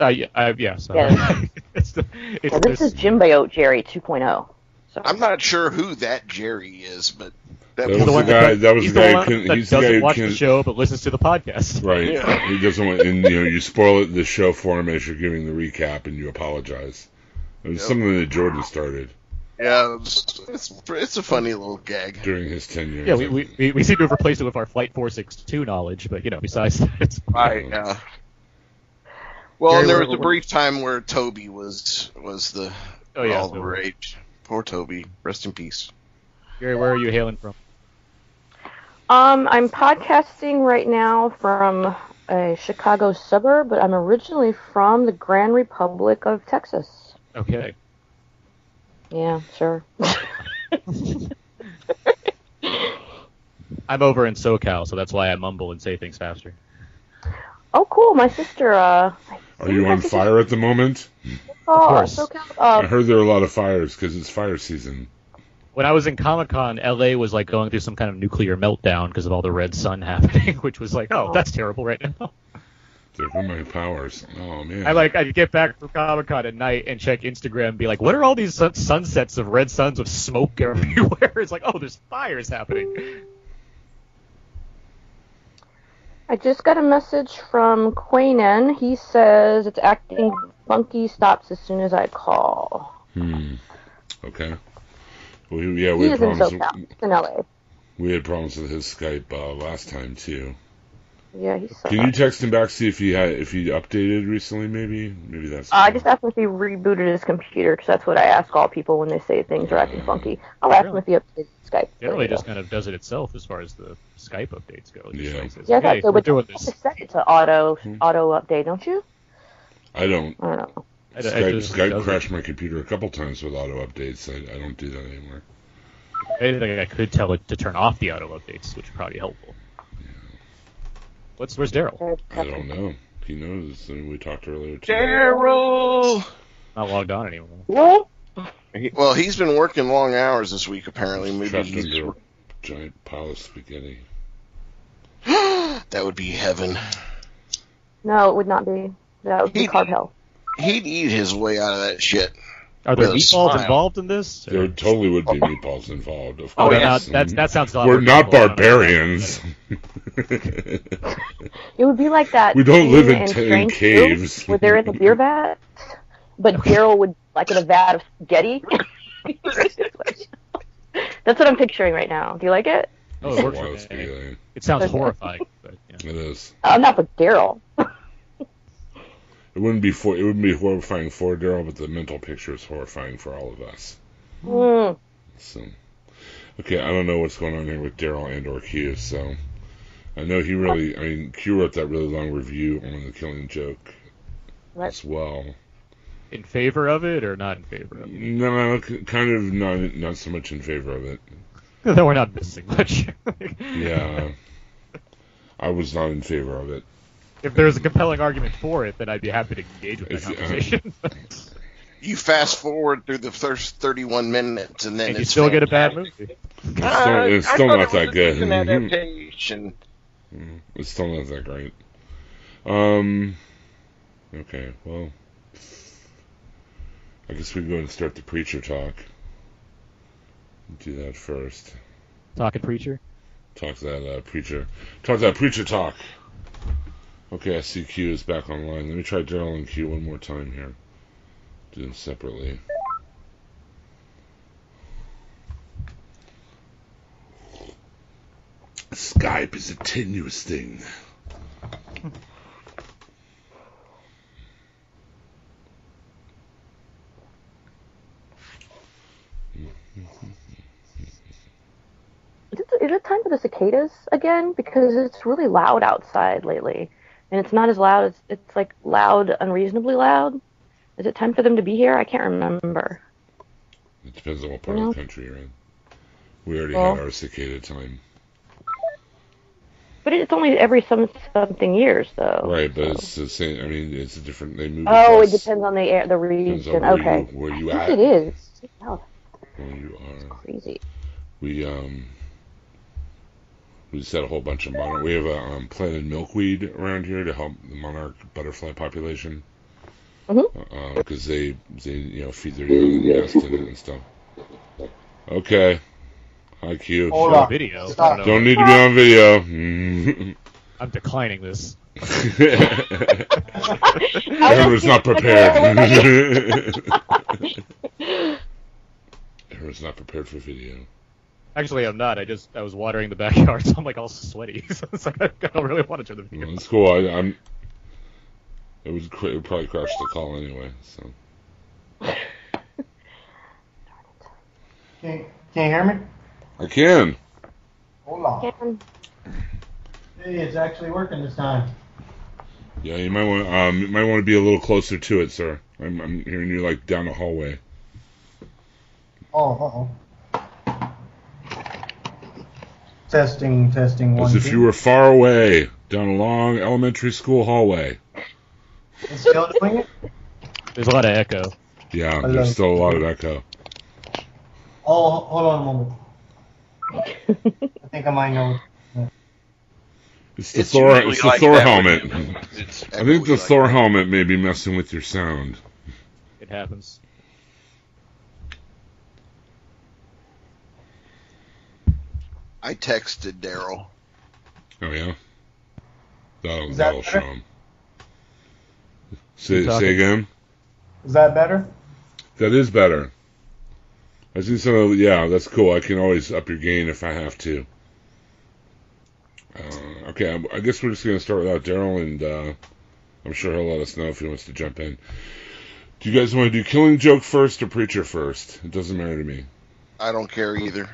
Speaker 4: Uh, yeah, I, yeah, so
Speaker 13: Yeah.
Speaker 4: it's, the- it's
Speaker 13: Yeah, this is
Speaker 4: this-
Speaker 13: Jimbo Oat Jerry 2.0. So
Speaker 12: I'm not sure who that Jerry is, but that
Speaker 3: That
Speaker 12: was
Speaker 3: was
Speaker 4: one
Speaker 3: the
Speaker 4: that
Speaker 3: guy. That was
Speaker 4: he's
Speaker 3: the
Speaker 4: the
Speaker 3: guy. who
Speaker 4: one
Speaker 3: couldn't-
Speaker 4: that
Speaker 3: He's the guy
Speaker 4: doesn't
Speaker 3: who
Speaker 4: watch the
Speaker 3: can't.
Speaker 4: show but listens to the podcast.
Speaker 3: Right.
Speaker 12: Yeah.
Speaker 3: He doesn't want, and you know, you spoil it the show for him as you're giving the recap, and you apologize. It was
Speaker 12: Yep.
Speaker 3: something that Jordan started
Speaker 12: yeah. It's, it's, it's a funny little gag.
Speaker 3: during his tenure.
Speaker 4: Yeah, we, we, we- we seem to have replaced it with our Flight 462 knowledge, but you know, besides that, it's,
Speaker 12: Right. Yeah. Well,
Speaker 4: Jerry
Speaker 12: and there
Speaker 4: was
Speaker 12: was a
Speaker 4: the
Speaker 12: brief time where Toby was was the
Speaker 4: oh yeah.
Speaker 12: all
Speaker 4: so-
Speaker 12: the rage. Poor Toby. Rest in peace.
Speaker 4: Gary, where are you hailing from?
Speaker 13: Um, I'm podcasting right now from a Chicago suburb, but I'm originally from the Grand Republic of Texas.
Speaker 4: Okay.
Speaker 13: Yeah, sure.
Speaker 4: I'm over in SoCal, so that's why I mumble and say things faster.
Speaker 13: Oh, cool. My sister, uh,
Speaker 3: Are you on fire at the moment?
Speaker 13: oh,
Speaker 4: course.
Speaker 13: SoCal,
Speaker 3: I
Speaker 13: uh,
Speaker 3: heard there are a lot of fires because it's fire season.
Speaker 4: When I was in Comic Con, LA was like going through some kind of nuclear meltdown because of all the red sun happening, which was like, oh, that's terrible right now.
Speaker 3: There go my powers. Oh man.
Speaker 4: I like I'd get back from Comic Con at night and check Instagram and be like, what are all these sun- sunsets of red suns with smoke everywhere? It's like, oh, there's fires happening.
Speaker 13: I just got a message from Quainen. He says it's acting funky stops as soon as I call.
Speaker 3: Hmm. Okay. We, yeah, we
Speaker 13: He
Speaker 3: had
Speaker 13: is in
Speaker 3: problems.
Speaker 13: SoCal. He's in LA.
Speaker 3: We had problems with his Skype uh, last time too.
Speaker 13: Yeah, he's so
Speaker 3: Can you text him back see if he had if he updated recently? Maybe maybe that's.
Speaker 13: Uh, I just asked him if he rebooted his computer because that's what I ask all people when they say things are acting funky. I'll ask him if he updated Skype.
Speaker 4: Generally, just kind of does it itself as far as the Skype updates go. It just,
Speaker 3: Yeah.
Speaker 4: like, says,
Speaker 13: yeah, I thought
Speaker 4: hey,
Speaker 13: so,
Speaker 4: we're
Speaker 13: but
Speaker 4: doing
Speaker 13: you have
Speaker 4: this.
Speaker 13: to set it to auto auto update, don't you?
Speaker 3: I don't.
Speaker 13: I don't know.
Speaker 4: I- I
Speaker 3: Skype,
Speaker 4: just-
Speaker 3: Skype
Speaker 4: does it.
Speaker 3: crashed my computer a couple times with auto updates. I, I don't do that anymore.
Speaker 4: Anything I could tell it to turn off the auto updates, which would probably be helpful. What's where's Daryl?
Speaker 3: I don't know. He knows. I mean, we talked earlier. Today.
Speaker 12: Daryl.
Speaker 4: Not logged on anymore.
Speaker 12: Well, he's been working long hours this week. Apparently, maybe
Speaker 3: Trapped
Speaker 12: he's,
Speaker 3: under a giant pile of spaghetti.
Speaker 12: that would be heaven.
Speaker 13: No, it would not be. That would be
Speaker 12: He-
Speaker 13: carb hell.
Speaker 12: He'd eat his way out of that shit.
Speaker 4: Are there
Speaker 12: With a
Speaker 4: meatballs
Speaker 12: smile.
Speaker 4: involved in this?
Speaker 3: There totally would be meatballs involved. Of course. Mm-hmm.
Speaker 4: Oh,
Speaker 12: Oh,
Speaker 4: they're
Speaker 12: yes.
Speaker 4: not- that's- that sounds a lot uh,
Speaker 3: We're
Speaker 4: like
Speaker 3: not
Speaker 4: meatballs. I don't know.
Speaker 3: barbarians.
Speaker 13: It would be like that.
Speaker 3: We don't
Speaker 13: scene
Speaker 3: live in ta- in
Speaker 13: Strange Brew
Speaker 3: caves.
Speaker 13: Where they're in the beer vat, but Daryl would like in a vat of spaghetti. That's what I'm picturing right now. Do you like it?
Speaker 4: Oh,
Speaker 3: It's
Speaker 4: it
Speaker 3: a
Speaker 4: works.
Speaker 3: lot of
Speaker 4: for me.
Speaker 3: spaghetti.
Speaker 4: It sounds
Speaker 13: Okay.
Speaker 4: horrifying. But, yeah.
Speaker 3: It is.
Speaker 13: Uh, not for Daryl.
Speaker 3: It It wouldn't be for it wouldn't be horrifying for Daryl, but the mental picture is horrifying for all of us.
Speaker 13: Mm.
Speaker 3: So, okay, I don't know what's going on here with Daryl and or Q. So, I know he really. I mean, Q wrote that really long review on the Killing Joke
Speaker 13: Right.
Speaker 3: as well.
Speaker 4: in favor of it or not in favor of it.
Speaker 3: No, no, c- kind of not not so much in favor of it.
Speaker 4: Though we're not missing much.
Speaker 3: Yeah, I was not in favor of it.
Speaker 4: if there's a compelling argument for it, then I'd be happy to engage with that
Speaker 3: If you-
Speaker 4: conversation.
Speaker 12: You fast forward through the first 31 minutes, and then
Speaker 4: and you
Speaker 12: it's
Speaker 4: still get a bad movie.
Speaker 3: It's
Speaker 12: Uh,
Speaker 3: still, it's
Speaker 12: I
Speaker 3: still
Speaker 12: thought
Speaker 3: not
Speaker 12: it was
Speaker 3: that
Speaker 12: a
Speaker 3: good. Mm-hmm.
Speaker 12: decent adaptation.
Speaker 3: Mm, It's still not that great. Um. Okay. Well, I guess we go and start the preacher talk. Do that first.
Speaker 4: Talking preacher.
Speaker 3: Talk that uh, preacher. Talk that preacher talk. Okay, I see Q is back online. Let me try Daryl and Q one more time here. Do them separately. Skype is a tenuous thing.
Speaker 13: Is it, is it time for the cicadas again? Because it's really loud outside lately, and it's not as loud as it's like loud, unreasonably loud. Is it time for them to be here? I can't remember.
Speaker 3: It depends on what part
Speaker 13: No.
Speaker 3: of the country you're in. We already
Speaker 13: Well-
Speaker 3: had our cicada time.
Speaker 13: But it's only every some something years though.
Speaker 3: right, but it's the same. I mean, it's a different. They move.
Speaker 13: Oh, it
Speaker 3: across
Speaker 13: depends on the air, the
Speaker 3: Depends
Speaker 13: region.
Speaker 3: on where
Speaker 13: Okay.
Speaker 3: You, where you
Speaker 13: I
Speaker 3: at?
Speaker 13: think it is. Wow,
Speaker 3: Where you are.
Speaker 13: crazy.
Speaker 3: We um. We just had a whole bunch of monarch. We have a um, planted milkweed around here to help the monarch butterfly population.
Speaker 13: Mhm.
Speaker 3: Because they they you know feed their young and nest in it and stuff. Okay. Hi Q.
Speaker 4: Show
Speaker 16: Hold
Speaker 4: a
Speaker 16: on.
Speaker 4: video. I
Speaker 16: Stop.
Speaker 4: don't know.
Speaker 3: Don't need to be on video. Mm.
Speaker 4: I'm declining this.
Speaker 3: Everyone's not prepared. Everyone's not prepared for video.
Speaker 4: Actually, I'm not. I just I was watering the backyard, so I'm like all sweaty. So it's like I don't really want to turn the video.
Speaker 3: Well, that's cool. I, I'm. It would, cr- it would probably crash the call anyway. So
Speaker 16: Can, can you hear me?
Speaker 3: I can.
Speaker 16: Hold on.
Speaker 13: Can-
Speaker 16: Hey, it's actually working this time.
Speaker 3: Yeah, you might want um, you might want to be a little closer to it, sir. I'm, I'm hearing you like down the hallway.
Speaker 16: Oh, uh-oh. Testing, testing. One,
Speaker 3: As if
Speaker 16: two.
Speaker 3: you were far away down a long elementary school hallway.
Speaker 16: It's still doing it?
Speaker 4: There's a lot of echo.
Speaker 3: Yeah,
Speaker 16: Hello.
Speaker 3: there's still a lot of echo.
Speaker 16: Oh, ho- hold on a moment. I think I might know.
Speaker 3: It's the
Speaker 12: It's
Speaker 3: Thor.
Speaker 12: usually
Speaker 3: It's the
Speaker 12: like
Speaker 3: Thor
Speaker 12: that
Speaker 3: helmet.
Speaker 12: with him. It's
Speaker 3: I think
Speaker 12: echoey
Speaker 3: the
Speaker 12: like
Speaker 3: Thor
Speaker 12: that.
Speaker 3: helmet may be messing with your sound.
Speaker 4: It happens.
Speaker 12: I texted Daryl.
Speaker 3: Oh yeah. That'll,
Speaker 16: Is that
Speaker 3: that'll show
Speaker 16: better?
Speaker 3: him. Say,
Speaker 4: Keep talking.
Speaker 3: say again.
Speaker 16: Is that better?
Speaker 3: That is better. I see some of yeah, that's cool. I can always up your gain if I have to. Uh, okay, I, I guess we're just gonna start without Daryl, and uh, I'm sure he'll let us know if he wants to jump in. Do you guys want to do Killing Joke first or Preacher first? It doesn't matter to me.
Speaker 12: I don't care either.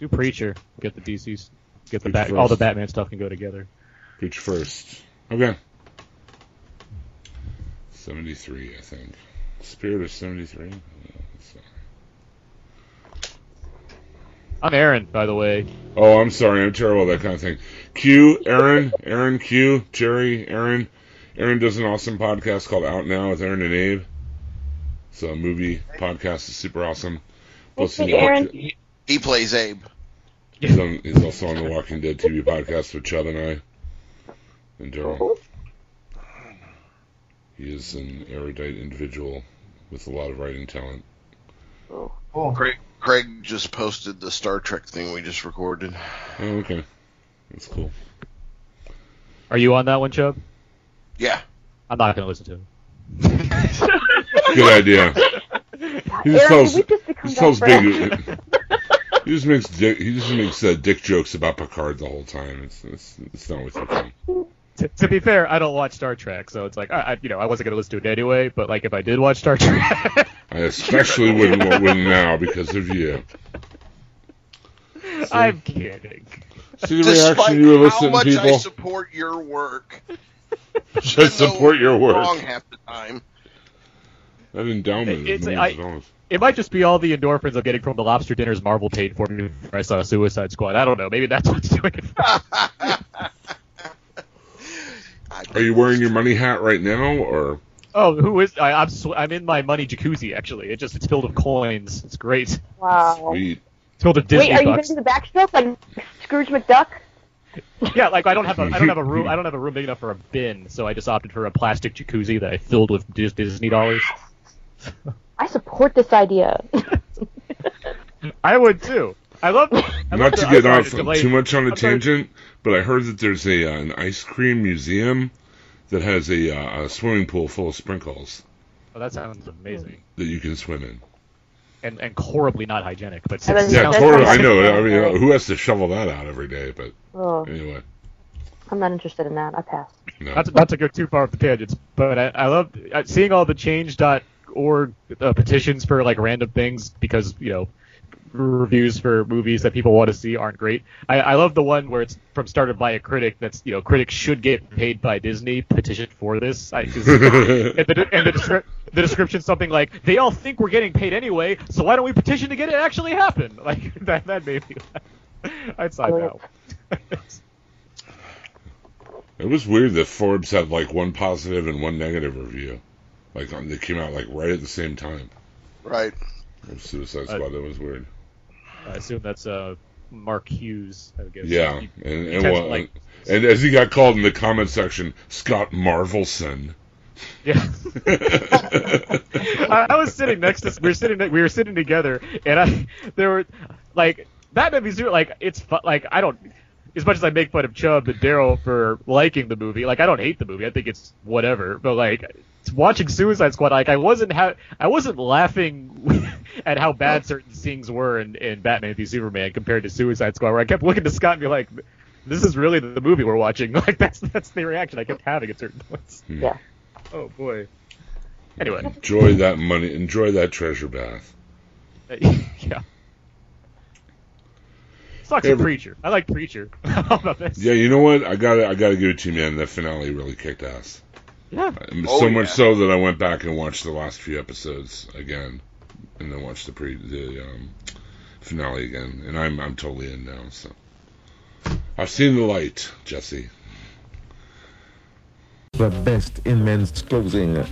Speaker 4: Do preacher. Get the DCs. Get the
Speaker 3: Preacher
Speaker 4: bat. All the
Speaker 3: first.
Speaker 4: Batman stuff can go together.
Speaker 3: Preacher first. Okay. Seventy-three, I think. Spirit of seventy-three.
Speaker 4: I'm Aaron, by the way.
Speaker 3: Oh, I'm sorry. I'm terrible at that kind of thing. Q, Aaron, Aaron, Q, Jerry, Aaron. Aaron does an awesome podcast called Out Now with Aaron and Abe. It's a movie podcast. is super awesome. Plus, he's,
Speaker 13: Hey, Aaron.
Speaker 12: He plays Abe.
Speaker 3: he's, on, he's also on the Walking Dead TV podcast with Chubb and I and Daryl. He is an erudite individual with a lot of writing talent.
Speaker 16: Cool.
Speaker 12: Craig, Craig just posted the Star Trek thing we just recorded.
Speaker 3: Oh, okay. That's cool.
Speaker 4: Are you on that one, Chubb?
Speaker 12: Yeah.
Speaker 4: I'm not gonna listen to him.
Speaker 3: Good idea. He just
Speaker 13: Aaron,
Speaker 3: tells,
Speaker 13: did we just become
Speaker 3: he tells
Speaker 13: best friends?
Speaker 3: big. He just makes dick, he just makes uh, dick jokes about Picard the whole time. It's it's, it's not with you.
Speaker 4: to, to be fair, I don't watch Star Trek, so it's like I, I you know I wasn't gonna listen to it anyway. But like if I did watch Star Trek,
Speaker 3: I especially wouldn't want one now because of you.
Speaker 4: I'm kidding.
Speaker 3: See the reaction you
Speaker 11: How
Speaker 3: elicit in
Speaker 11: much I
Speaker 3: people.
Speaker 11: support your work.
Speaker 3: Just support your
Speaker 11: Wrong
Speaker 3: work.
Speaker 11: half the time.
Speaker 3: That endowment is
Speaker 4: It's-
Speaker 3: millions
Speaker 4: I-
Speaker 3: of dollars.
Speaker 4: It might just be all the endorphins I'm getting from the lobster dinners Marvel paid for me when I saw Suicide Squad. I don't know. Maybe that's what's doing it.
Speaker 3: Are you wearing your money hat right now, or
Speaker 4: Oh, who is? I, I'm sw- I'm in my money jacuzzi actually. It just it's filled with coins. It's great.
Speaker 9: Wow.
Speaker 3: Sweet.
Speaker 4: It's filled with Disney
Speaker 9: Wait, are you going
Speaker 4: bucks.
Speaker 9: to do the backstroke like Scrooge McDuck?
Speaker 4: Yeah, like I don't have a I don't have a room I don't have a room big enough for a bin, so I just opted for a plastic jacuzzi that I filled with Dis- Disney dollars.
Speaker 9: I support this idea.
Speaker 4: I would too. I love. I love
Speaker 3: not
Speaker 4: the-
Speaker 3: to
Speaker 4: I'm
Speaker 3: get
Speaker 4: sorry,
Speaker 3: off
Speaker 4: it's delayed.
Speaker 3: too much on a
Speaker 4: I'm sorry.
Speaker 3: tangent, but I heard that there's a uh, an ice cream museum that has a, uh, a swimming pool full of sprinkles
Speaker 4: Oh, that sounds amazing
Speaker 3: that you can swim in.
Speaker 4: and and horribly not hygienic, but
Speaker 9: I was-
Speaker 4: since-
Speaker 3: Yeah,
Speaker 9: that's
Speaker 3: totally. I
Speaker 9: awesome.
Speaker 3: know. I mean, uh, who has to shovel that out every day? But
Speaker 9: oh,
Speaker 3: anyway,
Speaker 9: I'm not interested in that. I pass.
Speaker 3: no.
Speaker 4: not to, not to go too far off the tangents, but I, I love uh, seeing all the change.org uh, petitions for like random things because you know reviews for movies that people want to see aren't great. I, I love the one where it's from started by a critic that's you know critics should get paid by Disney petition for this. I, 'cause- and the, and the, descri- the description something like they all think we're getting paid anyway, so why don't we petition to get it actually happen? Like that that made me. laugh. I'd sign that. one.
Speaker 3: It was weird that Forbes had like one positive and one negative review, like on, they came out like right at the same time.
Speaker 11: Right.
Speaker 3: Of Suicide
Speaker 4: Uh,
Speaker 3: Squad, that was weird.
Speaker 4: I assume that's uh, Mark Hughes. I would guess.
Speaker 3: Yeah,
Speaker 4: You-
Speaker 3: and
Speaker 4: you
Speaker 3: and,
Speaker 4: tend to
Speaker 3: what-
Speaker 4: like-
Speaker 3: and as he got called in the comment section, Scott Marvelson.
Speaker 4: yeah. I, I was sitting next to. We were sitting. We were sitting together, and I there were like that made me super, like it's fu- like I don't. As much as I make fun of Chubb and Daryl for liking the movie, like I don't hate the movie. I think it's whatever. But like watching Suicide Squad, like I wasn't ha- I wasn't laughing at how bad certain scenes were in, in Batman v Superman compared to Suicide Squad, where I kept looking to Scott and be like, "This is really the movie we're watching." Like that's that's the reaction I kept having at certain points.
Speaker 1: Hmm.
Speaker 9: Yeah.
Speaker 4: Oh boy. Anyway.
Speaker 3: Enjoy that money. Enjoy that treasure bath.
Speaker 4: yeah. Sucks
Speaker 3: Yeah,
Speaker 4: a
Speaker 3: but-
Speaker 4: preacher. I like preacher. How about this?
Speaker 3: Yeah, you know what? I got to I got to give it to you, man. That finale really kicked ass.
Speaker 4: Yeah.
Speaker 3: Um,
Speaker 11: Oh,
Speaker 3: so
Speaker 11: yeah.
Speaker 3: much so that I went back and watched the last few episodes again, and then watched the pre the um, finale again. And I'm I'm totally in now. So I've seen the light, Jesse.
Speaker 17: The best in men's clothing.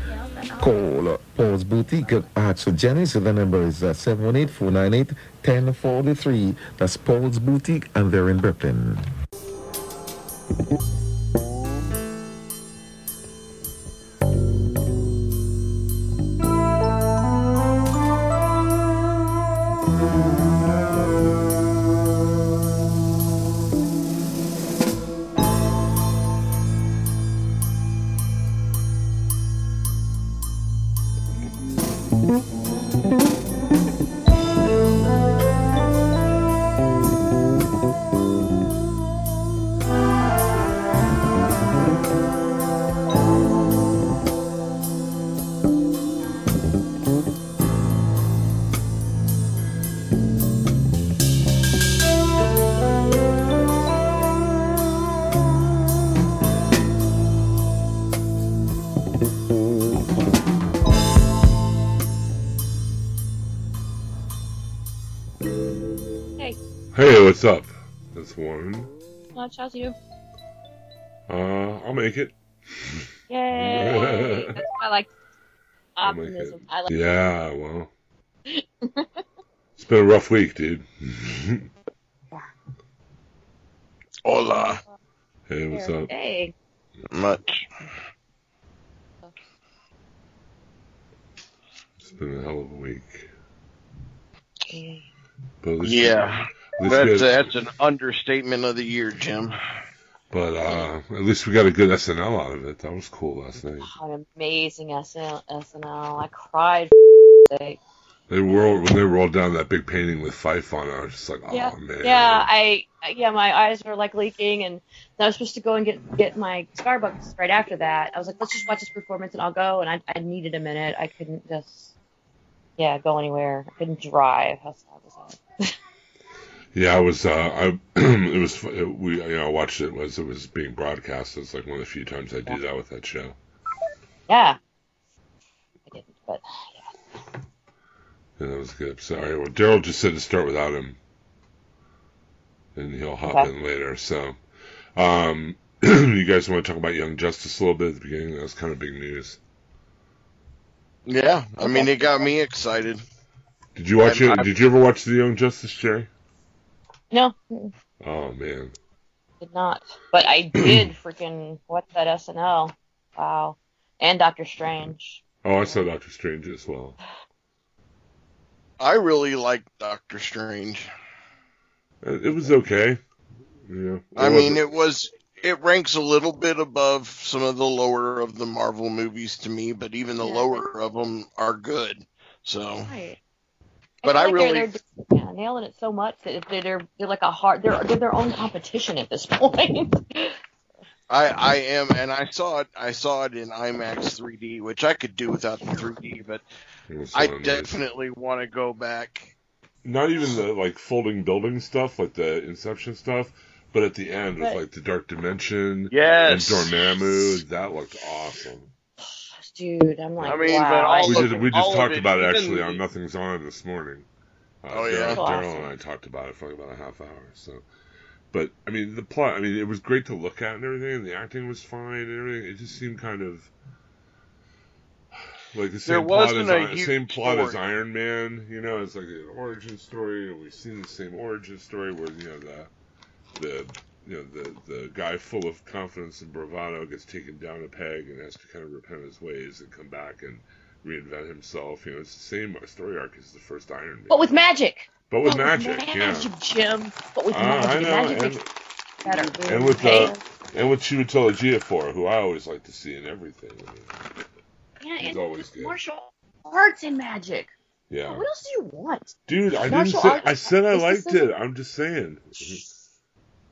Speaker 17: Call Paul's Boutique at Archer Janice. The number is 718 498 1043. That's Paul's Boutique, and they're in Brooklyn.
Speaker 1: Hey,
Speaker 3: Hey, what's up? That's one.
Speaker 1: much. How's you?
Speaker 3: Uh, I'll make it.
Speaker 1: Yay! That's what I like
Speaker 3: I'll make it.
Speaker 1: optimism. I like
Speaker 3: Yeah, well, it's been a rough week, dude.
Speaker 11: Hola.
Speaker 3: hey, what's up?
Speaker 1: Hey,
Speaker 11: Much.
Speaker 3: It's been a hell of a week. But this-
Speaker 11: Yeah.
Speaker 3: this
Speaker 11: That's,
Speaker 3: good-
Speaker 12: uh,
Speaker 11: that's an understatement of the year, Jim.
Speaker 3: But uh, at least we got a good SNL out of it. That was cool last night.
Speaker 1: an amazing SNL. SNL. I cried. For sake.
Speaker 3: They rolled when they rolled down that big painting with Fife on. it, I was just like, oh
Speaker 1: Yeah.
Speaker 3: man.
Speaker 1: Yeah, I
Speaker 13: yeah, my eyes were like leaking, and I was supposed to go and get get my Starbucks right after that. I was like, let's just watch this performance, and I'll go. And I, I needed a minute. I couldn't just yeah go anywhere. I couldn't drive. How sad was that?
Speaker 3: Yeah, I was. Uh, I it was. We you know I watched it as it was being broadcast. It's like one of the few times I do that with that show.
Speaker 13: Yeah. I didn't, but
Speaker 3: Yeah, that was good. Sorry. Well, Daryl just said to start without him, and he'll hop
Speaker 13: Okay.
Speaker 3: in later. So, um, you guys want to talk about Young Justice a little bit at the beginning? That was kind of big news.
Speaker 12: Yeah, I mean, it got me excited.
Speaker 3: Did you watch
Speaker 12: I'm-
Speaker 3: it?
Speaker 12: I'm-
Speaker 3: Did you ever watch the Young Justice, Jerry?
Speaker 13: no, mm,
Speaker 3: Oh man,
Speaker 13: did not. But I did freaking watch that SNL. Wow. And Doctor Strange.
Speaker 3: Oh, I saw Doctor Strange as well.
Speaker 12: I really like Doctor Strange.
Speaker 3: It it was okay. Yeah. It
Speaker 12: I
Speaker 3: wasn't-
Speaker 12: mean, it was it ranks a little bit above some of the lower of the Marvel movies to me, but even the lower of them are good. So,
Speaker 13: Right.
Speaker 12: but I,
Speaker 13: feel like
Speaker 12: really
Speaker 13: they're, they're yeah, nailing it so much that they're they're, they're like a hard they're they're their own competition at this point.
Speaker 12: I I am, and I saw it. I saw it in IMAX 3D, which I could do without the 3D, but I
Speaker 3: nice.
Speaker 12: definitely want to go back.
Speaker 3: not even the like folding building stuff, like the Inception stuff, but at the end with
Speaker 12: Right.
Speaker 3: like the Dark Dimension,
Speaker 12: Yes.
Speaker 3: and Dormammu, that looked awesome.
Speaker 13: Dude, I'm like
Speaker 12: I mean,
Speaker 13: wow.
Speaker 12: but all
Speaker 3: we
Speaker 12: of
Speaker 3: did,
Speaker 12: it-
Speaker 3: we just
Speaker 12: all of
Speaker 3: talked
Speaker 12: it,
Speaker 3: about it
Speaker 12: even-
Speaker 3: actually on Nothing's On this morning. Uh,
Speaker 12: Oh,
Speaker 3: Daryl-
Speaker 12: yeah.
Speaker 3: Daryl
Speaker 12: Awesome.
Speaker 3: and I talked about it for like about a half hour. So, but I mean the plot. I mean it was great to look at and everything, and the acting was fine and everything. It just seemed kind of like the
Speaker 12: There
Speaker 3: same plot
Speaker 12: wasn't
Speaker 3: as
Speaker 12: a
Speaker 3: I-
Speaker 12: huge
Speaker 3: same plot as
Speaker 12: story.
Speaker 3: Iron Man. You know, it's like an origin story. and We've seen the same origin story where you know the the you know the the guy full of confidence and bravado gets taken down a peg and has to kind of repent his ways and come back and reinvent himself. You know, it's the same story arc as the first Iron Man,
Speaker 13: But with magic.
Speaker 3: but with
Speaker 13: But
Speaker 3: magic, yeah.
Speaker 13: Magic, Jim. But with
Speaker 3: Uh,
Speaker 13: magic,
Speaker 3: I know,
Speaker 13: magic
Speaker 3: and-
Speaker 13: makes it better.
Speaker 3: And with
Speaker 13: Hey,
Speaker 3: uh, and with Chiwetel Ejiofor, who I always like to see in everything. I mean,
Speaker 13: yeah,
Speaker 3: he's
Speaker 13: and
Speaker 3: always good.
Speaker 13: martial arts and magic.
Speaker 3: Yeah,
Speaker 13: What else do you want?
Speaker 3: dude, I didn't
Speaker 13: Oh, Martial
Speaker 3: say
Speaker 13: arts-
Speaker 3: I said I
Speaker 13: it's the
Speaker 3: liked
Speaker 13: same-
Speaker 3: it. I'm just saying.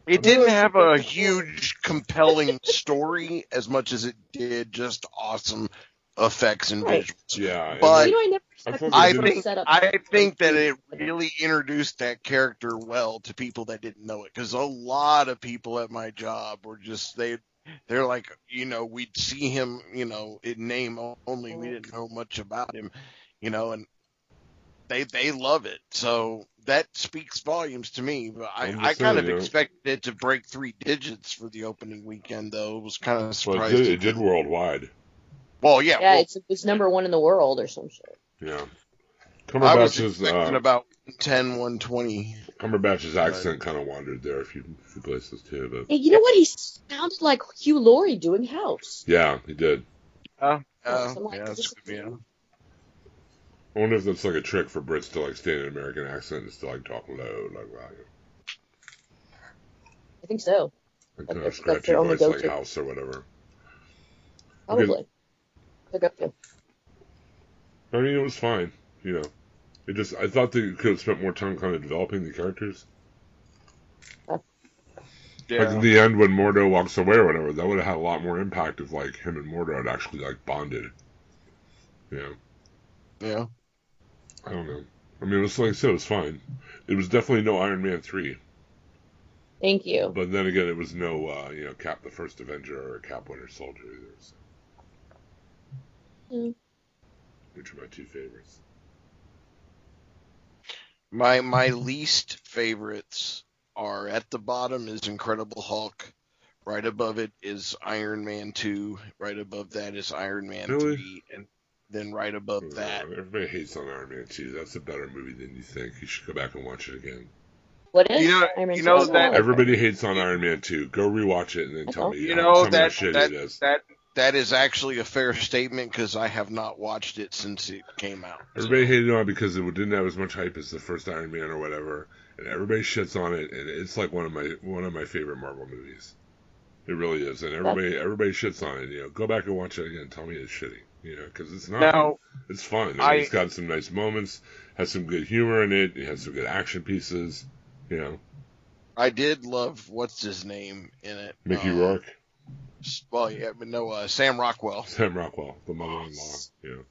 Speaker 12: It didn't have a huge, compelling story as much as it did just awesome effects and
Speaker 13: Right.
Speaker 12: visuals.
Speaker 3: Yeah, and
Speaker 12: but
Speaker 13: you know, I never
Speaker 3: thought
Speaker 13: expected
Speaker 12: I
Speaker 13: this
Speaker 12: think
Speaker 13: setup.
Speaker 12: I think that it really introduced that character well to people that didn't know it because a lot of people at my job were just they they're like you know we'd see him you know in name only we didn't know much about him you know and they they love it so that speaks volumes to me but I,
Speaker 3: I'm
Speaker 12: I
Speaker 3: just
Speaker 12: kind
Speaker 3: saying,
Speaker 12: of
Speaker 3: you know.
Speaker 12: expected it to break three digits for the opening weekend though it was kind of
Speaker 3: Well, it
Speaker 12: surprising
Speaker 3: did, it did worldwide.
Speaker 12: well yeah,
Speaker 13: yeah,
Speaker 12: well,
Speaker 13: it's, it's number one in the world or some shit.
Speaker 3: Yeah,
Speaker 12: I was
Speaker 3: Cumberbatch's
Speaker 12: expecting
Speaker 3: uh,
Speaker 12: about 10 120
Speaker 3: Cumberbatch's accent kind of wandered there a few, few places too, but
Speaker 13: Hey, you know what? He sounded like Hugh Laurie doing House.
Speaker 3: yeah, he did.
Speaker 12: Oh,
Speaker 13: So I'm like,
Speaker 12: yeah,
Speaker 13: this
Speaker 12: that's
Speaker 13: is-
Speaker 12: yeah.
Speaker 3: I wonder if that's like a trick for Brits to like stay in an American accent and still like talk low, like wow,
Speaker 13: I think so.
Speaker 3: like kind
Speaker 13: Like,
Speaker 3: of
Speaker 13: that's- that's
Speaker 3: scratchy
Speaker 13: their only
Speaker 3: voice like
Speaker 13: go-to.
Speaker 3: House or whatever.
Speaker 13: Probably. Look up to.
Speaker 3: I mean, it was fine, you know. It just I thought they could have spent more time kind of developing the characters. Like in the end, when Mordo walks away or whatever, that would have had a lot more impact if like him and Mordo had actually like bonded. You know,
Speaker 12: Yeah.
Speaker 3: I don't know. I mean, it was like I said, it was fine. It was definitely no Iron Man three,
Speaker 13: Thank you.
Speaker 3: but then again, it was no uh, you know Cap the First Avenger or Cap Winter Soldier either. So.
Speaker 13: Mm.
Speaker 3: Which are my two favorites.
Speaker 12: My my least favorites are at the bottom is Incredible Hulk. Right above it is Iron Man 2. Right above that is Iron Man
Speaker 3: Really?
Speaker 12: 3. And then right above that.
Speaker 3: Mm, Everybody hates on Iron Man two. That's a better movie than you think. You should go back and watch it again.
Speaker 13: What is?
Speaker 12: You know-
Speaker 13: Iron Man
Speaker 12: you know
Speaker 13: 2?
Speaker 12: that-
Speaker 3: Everybody hates on Iron Man 2. Go rewatch it and then tell me,
Speaker 12: You
Speaker 3: how-
Speaker 12: know,
Speaker 3: tell me
Speaker 12: that-
Speaker 3: how shitty
Speaker 12: that-
Speaker 3: it is.
Speaker 12: That that is actually a fair statement because I have not watched it since it came out.
Speaker 3: Everybody hated on it because it didn't have as much hype as the first Iron Man or whatever, and everybody shits on it, and it's like one of my one of my favorite Marvel movies. It really is, and everybody everybody shits on it. You know, go back and watch it again. and Tell me it's shitty. You know, because it's not.
Speaker 12: Now-
Speaker 3: it's fun. I
Speaker 12: I-
Speaker 3: mean, it's got some nice moments, has some good humor in it, it has some good action pieces. You know,
Speaker 12: I did love what's his name in it.
Speaker 3: Mickey
Speaker 12: Um,
Speaker 3: Rourke,
Speaker 12: Well, yeah, but no, uh, Sam Rockwell.
Speaker 3: Sam Rockwell, the mother-in-law. Yeah.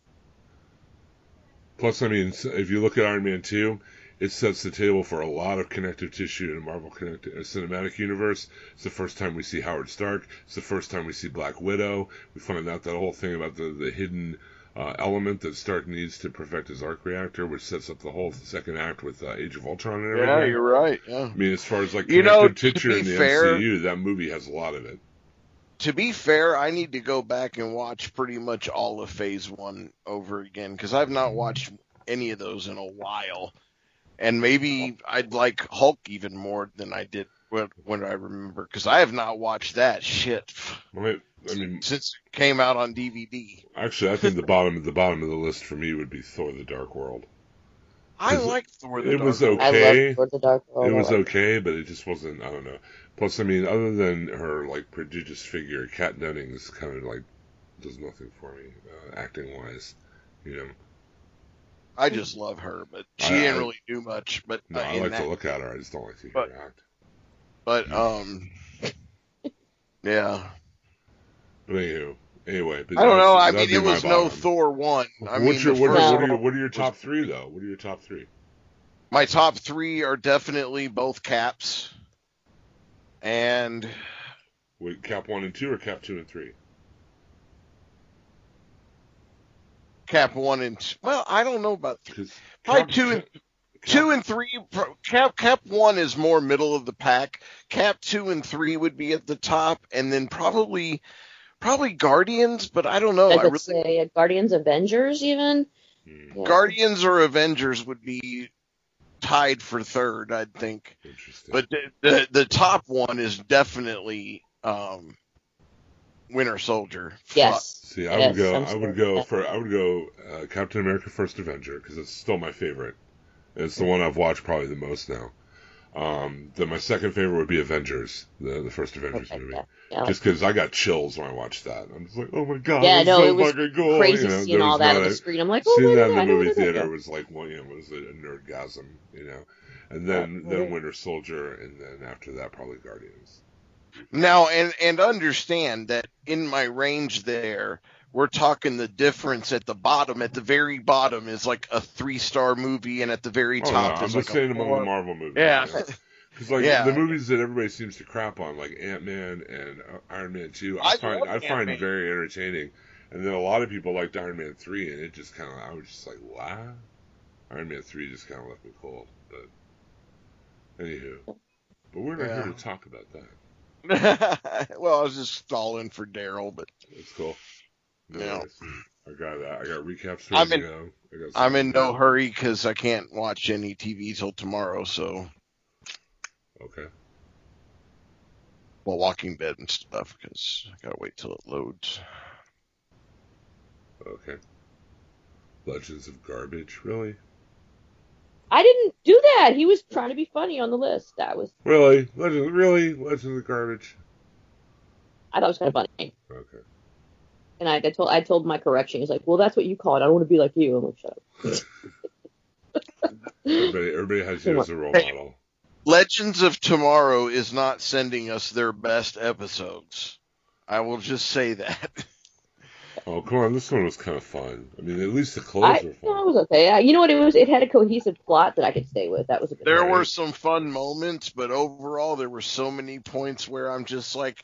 Speaker 3: Plus, I mean, s- if you look at Iron Man two, it sets the table for a lot of connective tissue in the Marvel connect- uh, Cinematic Universe. It's the first time we see Howard Stark. It's the first time we see Black Widow. We find out that whole thing about the the hidden. Uh, element that Stark needs to perfect his arc reactor, which sets up the whole second act with uh, Age of Ultron and everything.
Speaker 12: Yeah, you're right. Yeah.
Speaker 3: I mean, as far as like
Speaker 12: You know,
Speaker 3: connective
Speaker 12: to
Speaker 3: tissue
Speaker 12: be
Speaker 3: in the
Speaker 12: fair-
Speaker 3: MCU, that movie has a lot of it.
Speaker 12: To be fair, I need to go back and watch pretty much all of Phase One over again because I've not
Speaker 3: Mm-hmm.
Speaker 12: watched any of those in a while, and maybe I'd like Hulk even more than I did when, when I remember because I have not watched that shit
Speaker 3: I mean,
Speaker 12: since it came out on DVD.
Speaker 3: Actually, I think the bottom the bottom of the list for me would be Thor: The Dark World.
Speaker 12: I
Speaker 3: 'Cause
Speaker 12: like Thor. The
Speaker 3: it
Speaker 12: Dark
Speaker 3: was
Speaker 12: World.
Speaker 3: okay.
Speaker 13: the Dark World.
Speaker 3: It was okay, but it just wasn't. I don't know. Plus, I mean, other than her like prodigious figure, Kat Dennings kind of like does nothing for me uh, acting wise. You know,
Speaker 12: I just love her, but she
Speaker 3: I-
Speaker 12: didn't
Speaker 3: I-
Speaker 12: really do much. But
Speaker 3: no,
Speaker 12: uh,
Speaker 3: I
Speaker 12: in
Speaker 3: like
Speaker 12: that,
Speaker 3: to look at her. I just don't like to hear
Speaker 12: But-
Speaker 3: her act.
Speaker 12: but um, yeah.
Speaker 3: But anywho, anyway, but
Speaker 12: I don't know. I
Speaker 3: that's-
Speaker 12: mean,
Speaker 3: that'd
Speaker 12: it
Speaker 3: be my
Speaker 12: was no
Speaker 3: bottom.
Speaker 12: Thor one. I mean,
Speaker 3: What's your
Speaker 12: the
Speaker 3: what,
Speaker 12: first
Speaker 3: are, what, are your,
Speaker 12: one-
Speaker 3: what are your top three though? What are your top three?
Speaker 12: my top three are definitely both caps, and
Speaker 3: Wait, cap one and two, or cap two and three?
Speaker 12: cap one and t- well, I don't know about three.
Speaker 3: 'Cause
Speaker 12: Probably two and two and three. pro- Cap cap one is more middle of the pack. Cap two and three would be at the top, and then probably probably Guardians. But I don't know.
Speaker 16: I
Speaker 12: Oh, I
Speaker 16: could
Speaker 12: really
Speaker 16: say uh, Guardians Avengers even.
Speaker 3: Hmm,
Speaker 16: Yeah.
Speaker 12: Guardians or Avengers would be tied for third, I'd think. But the, the the top one is definitely um, Winter Soldier.
Speaker 16: Yes.
Speaker 3: See, I would go. i would go for. I would go uh, Captain America: First Avenger because it's still my favorite. It's
Speaker 16: Mm-hmm.
Speaker 3: the one I've watched probably the most now. Um, then my second favorite would be Avengers, the the first Avengers movie, Just 'cause just because I got chills when I watched that. I'm just like, oh my god,
Speaker 16: yeah,
Speaker 3: it's
Speaker 16: no,
Speaker 3: so
Speaker 16: it was
Speaker 3: fucking cool.
Speaker 16: crazy
Speaker 3: oh, you know,
Speaker 16: seeing
Speaker 3: there
Speaker 16: all
Speaker 3: was
Speaker 16: that
Speaker 3: not
Speaker 16: on the
Speaker 3: a-
Speaker 16: screen. I'm like, oh
Speaker 3: seeing
Speaker 16: my
Speaker 3: that
Speaker 16: god,
Speaker 3: in the movie
Speaker 16: I know
Speaker 3: theater
Speaker 16: that.
Speaker 3: was like, well, you know, was a nerdgasm, you know. And then then Winter Soldier, and then after that probably Guardians.
Speaker 12: Now and and understand that in my range there, we're talking the difference at the bottom. At the very bottom is like a three star movie, and at the very
Speaker 3: Oh, no,
Speaker 12: top
Speaker 3: I'm
Speaker 12: is
Speaker 3: just
Speaker 12: like
Speaker 3: saying
Speaker 12: a
Speaker 3: among
Speaker 12: four.
Speaker 3: the Marvel movies.
Speaker 12: Yeah.
Speaker 3: Because like
Speaker 12: Yeah.
Speaker 3: the movies that everybody seems to crap on, like Ant Man and uh, Iron Man Two, I,
Speaker 12: I
Speaker 3: find
Speaker 12: love
Speaker 3: I find
Speaker 12: Ant-Man.
Speaker 3: very entertaining. And then a lot of people liked Iron Man Three, and it just kind of I was just like, wow. Iron Man Three just kind of left me cold. But anywho, but we're not
Speaker 12: Yeah.
Speaker 3: here to talk about that.
Speaker 12: well, I was just stalling for Daryl, but
Speaker 3: It's cool. No
Speaker 12: Yeah.
Speaker 3: worries. I got that. I got recaps.
Speaker 12: I'm
Speaker 3: ready
Speaker 12: in-
Speaker 3: to go. I got
Speaker 12: I'm in
Speaker 3: stuff.
Speaker 12: no hurry because I can't watch any TV till tomorrow. So,
Speaker 3: Okay.
Speaker 12: well, Walking Dead and stuff because I gotta wait till it loads.
Speaker 3: Okay. Legends of Garbage, really?
Speaker 13: I didn't do that. He was trying to be funny on the list. That was
Speaker 3: Really? Legends, really? Legends of Garbage?
Speaker 13: I thought it was kind of funny.
Speaker 3: Okay.
Speaker 13: And I, I told I told my correction. He's like, well, that's what you call it. I don't want to be like you. I'm like, shut up.
Speaker 3: Everybody, everybody has you as a role
Speaker 12: Hey.
Speaker 3: model.
Speaker 12: Legends of Tomorrow is not sending us their best episodes. I will just say that.
Speaker 3: Oh, come on. This one was kind of fun. I mean, at least the
Speaker 13: I
Speaker 3: clothes were
Speaker 13: no,
Speaker 3: fun.
Speaker 13: it was okay. I, you know what it was? It had a cohesive plot that I could stay with. That was a good.
Speaker 12: There were some fun moments, but overall, there were so many points where I'm just like,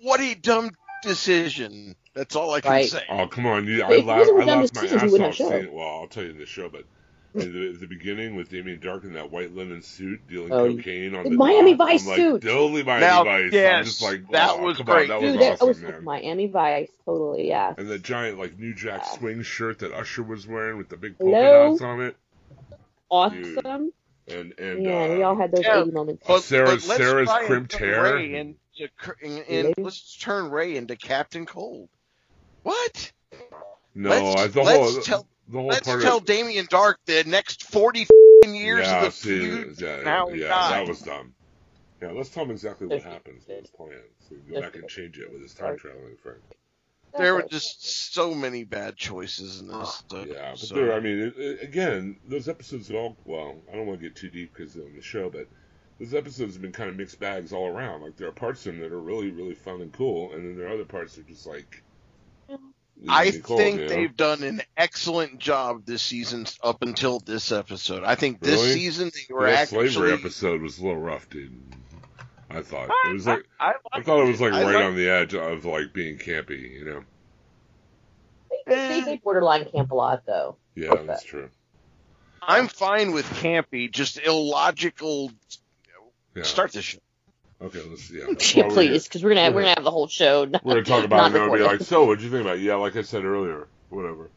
Speaker 12: what a dumb decision. That's all I can
Speaker 13: Right.
Speaker 12: say.
Speaker 3: Oh, come on. You,
Speaker 13: But
Speaker 3: I,
Speaker 13: if it
Speaker 3: laugh,
Speaker 13: wasn't
Speaker 3: I
Speaker 13: for them
Speaker 3: laughed my
Speaker 13: decisions, you
Speaker 3: ass
Speaker 13: wouldn't
Speaker 3: off
Speaker 13: have
Speaker 3: seeing
Speaker 13: showed.
Speaker 3: Well, I'll tell you in the show, but in the, the beginning with Damien Dark in that white linen suit dealing
Speaker 13: Oh,
Speaker 3: cocaine on
Speaker 13: the
Speaker 3: the
Speaker 13: Miami
Speaker 3: dock,
Speaker 13: Vice
Speaker 3: I'm like,
Speaker 13: suit.
Speaker 3: Totally Miami
Speaker 12: Um, Now,
Speaker 3: Vice. I'm
Speaker 12: yes,
Speaker 3: just like,
Speaker 12: that
Speaker 3: wow,
Speaker 12: was
Speaker 3: come
Speaker 12: great.
Speaker 3: On, that was
Speaker 13: Dude,
Speaker 3: awesome,
Speaker 13: that was
Speaker 3: man.
Speaker 13: Miami Vice, totally. Yeah.
Speaker 3: And the giant like New Jack Swing shirt that Usher was wearing with the big polka
Speaker 13: Hello?
Speaker 3: dots on it,
Speaker 13: Awesome.
Speaker 3: and and
Speaker 13: yeah, we
Speaker 3: uh,
Speaker 13: all had those
Speaker 12: Yeah,
Speaker 13: 80 moments.
Speaker 12: But,
Speaker 3: Sarah-
Speaker 12: but let's
Speaker 3: Sarah's
Speaker 12: try and
Speaker 3: crimped
Speaker 12: turn
Speaker 3: hair.
Speaker 12: Ray into cr- and- and let's turn Ray into Captain Cold. What?
Speaker 3: no,
Speaker 12: let's-
Speaker 3: I, the
Speaker 12: let's
Speaker 3: whole
Speaker 12: tell-
Speaker 3: the whole
Speaker 12: Let's
Speaker 3: part
Speaker 12: tell
Speaker 3: of
Speaker 12: Damien Dark the next 40 f***ing years
Speaker 3: yeah,
Speaker 12: of the
Speaker 3: see,
Speaker 12: feud.
Speaker 3: yeah,
Speaker 12: now
Speaker 3: yeah,
Speaker 12: died.
Speaker 3: that was dumb. Yeah, let's tell him exactly what happens in his plan, so we can go back and change it with his time traveling friend.
Speaker 12: There were just so many bad choices in this. stuff,
Speaker 3: Yeah, but
Speaker 12: so-
Speaker 3: there, I mean, it, it- again, those episodes all well. I don't want to get too deep because on the show, but this episode's been kind of mixed bags all around. Like there are parts of them that are really, really fun and cool, and then there are other parts that are just like.
Speaker 18: I
Speaker 3: leaving me cold,
Speaker 18: think
Speaker 3: you know?
Speaker 18: they've done an excellent job this season up until this episode. I think this
Speaker 3: Really?
Speaker 18: season they were
Speaker 3: The whole slavery
Speaker 18: actually
Speaker 3: episode was a little rough, dude. I thought it was
Speaker 18: I-
Speaker 3: like
Speaker 18: I,
Speaker 3: thought it was like
Speaker 18: I
Speaker 3: right
Speaker 18: liked
Speaker 3: on the edge of like being campy, you know?
Speaker 13: They
Speaker 12: eh.
Speaker 13: did borderline camp a lot, though.
Speaker 3: Yeah, that's true.
Speaker 18: I'm fine with campy, just illogical.
Speaker 3: Yeah.
Speaker 18: Start this show.
Speaker 3: Okay, let's Oh, yeah.
Speaker 13: Yeah,
Speaker 3: Well, we're
Speaker 13: please, because we're gonna we're gonna have the whole show.
Speaker 3: gonna- we're gonna talk about it and it'll be like, so what'd you think about? It? Yeah, like I said earlier, whatever.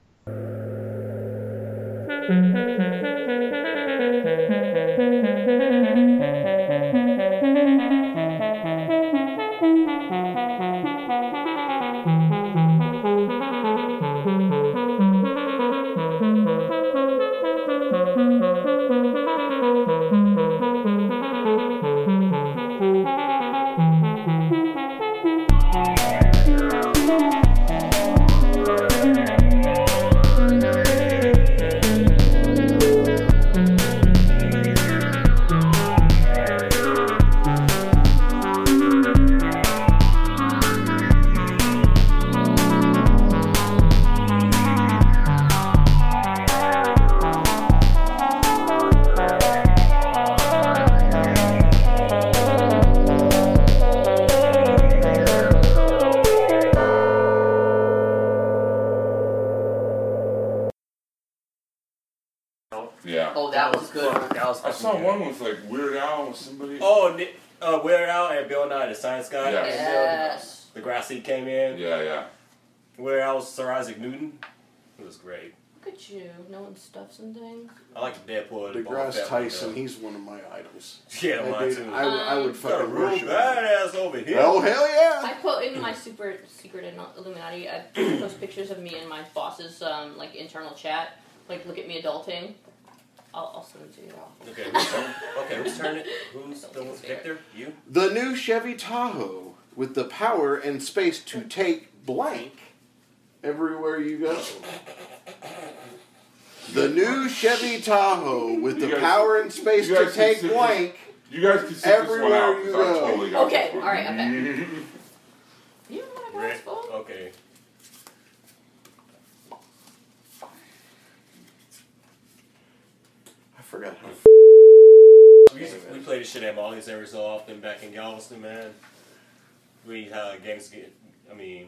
Speaker 3: Yeah.
Speaker 19: Oh, that was good. That was
Speaker 3: I
Speaker 19: fucking
Speaker 3: saw
Speaker 19: good.
Speaker 3: one with like Weird Al with somebody.
Speaker 19: Oh, Ni- uh, Weird Al and Bill Nye, the science guy.
Speaker 3: Yes.
Speaker 19: Yes. The Degrassi came in.
Speaker 3: Yeah, yeah.
Speaker 19: Weird Al was Sir Isaac Newton. It was great.
Speaker 13: Look at you, knowing stuff and things.
Speaker 19: I like the Deadpool. and Boba Fett
Speaker 12: DeGrasse
Speaker 19: one,
Speaker 12: Tyson,
Speaker 19: though.
Speaker 12: he's one of my idols.
Speaker 19: Yeah,
Speaker 12: I,
Speaker 19: mine
Speaker 12: dude,
Speaker 19: too.
Speaker 12: I, would- I would
Speaker 19: Got a
Speaker 12: fucking
Speaker 19: real
Speaker 12: worship
Speaker 19: badass over here.
Speaker 12: Oh hell yeah!
Speaker 13: I put in my super secret and Illuminati. I post pictures of me and my boss's um, like internal chat. Like, look at me adulting. I'll, I'll send it to you. all.
Speaker 19: Okay, who's turn- okay, who's turn it? Who's the one? Victor? You?
Speaker 12: The new Chevy Tahoe with the power and space to take blank everywhere you go. The new Chevy Tahoe with the
Speaker 3: You guys-
Speaker 12: power and space
Speaker 3: you
Speaker 12: to
Speaker 3: guys
Speaker 12: take
Speaker 3: can sit-
Speaker 12: blank.
Speaker 3: You guys can sit
Speaker 12: Everywhere
Speaker 3: this
Speaker 12: you
Speaker 3: one out 'cause
Speaker 12: go.
Speaker 3: I totally got
Speaker 13: Okay,
Speaker 3: this one.
Speaker 13: all right, okay.
Speaker 19: Re- Okay.
Speaker 12: I forgot how.
Speaker 19: We, used to, we played this shit at Molly's every so often back in Galveston, man. We had games get, I mean,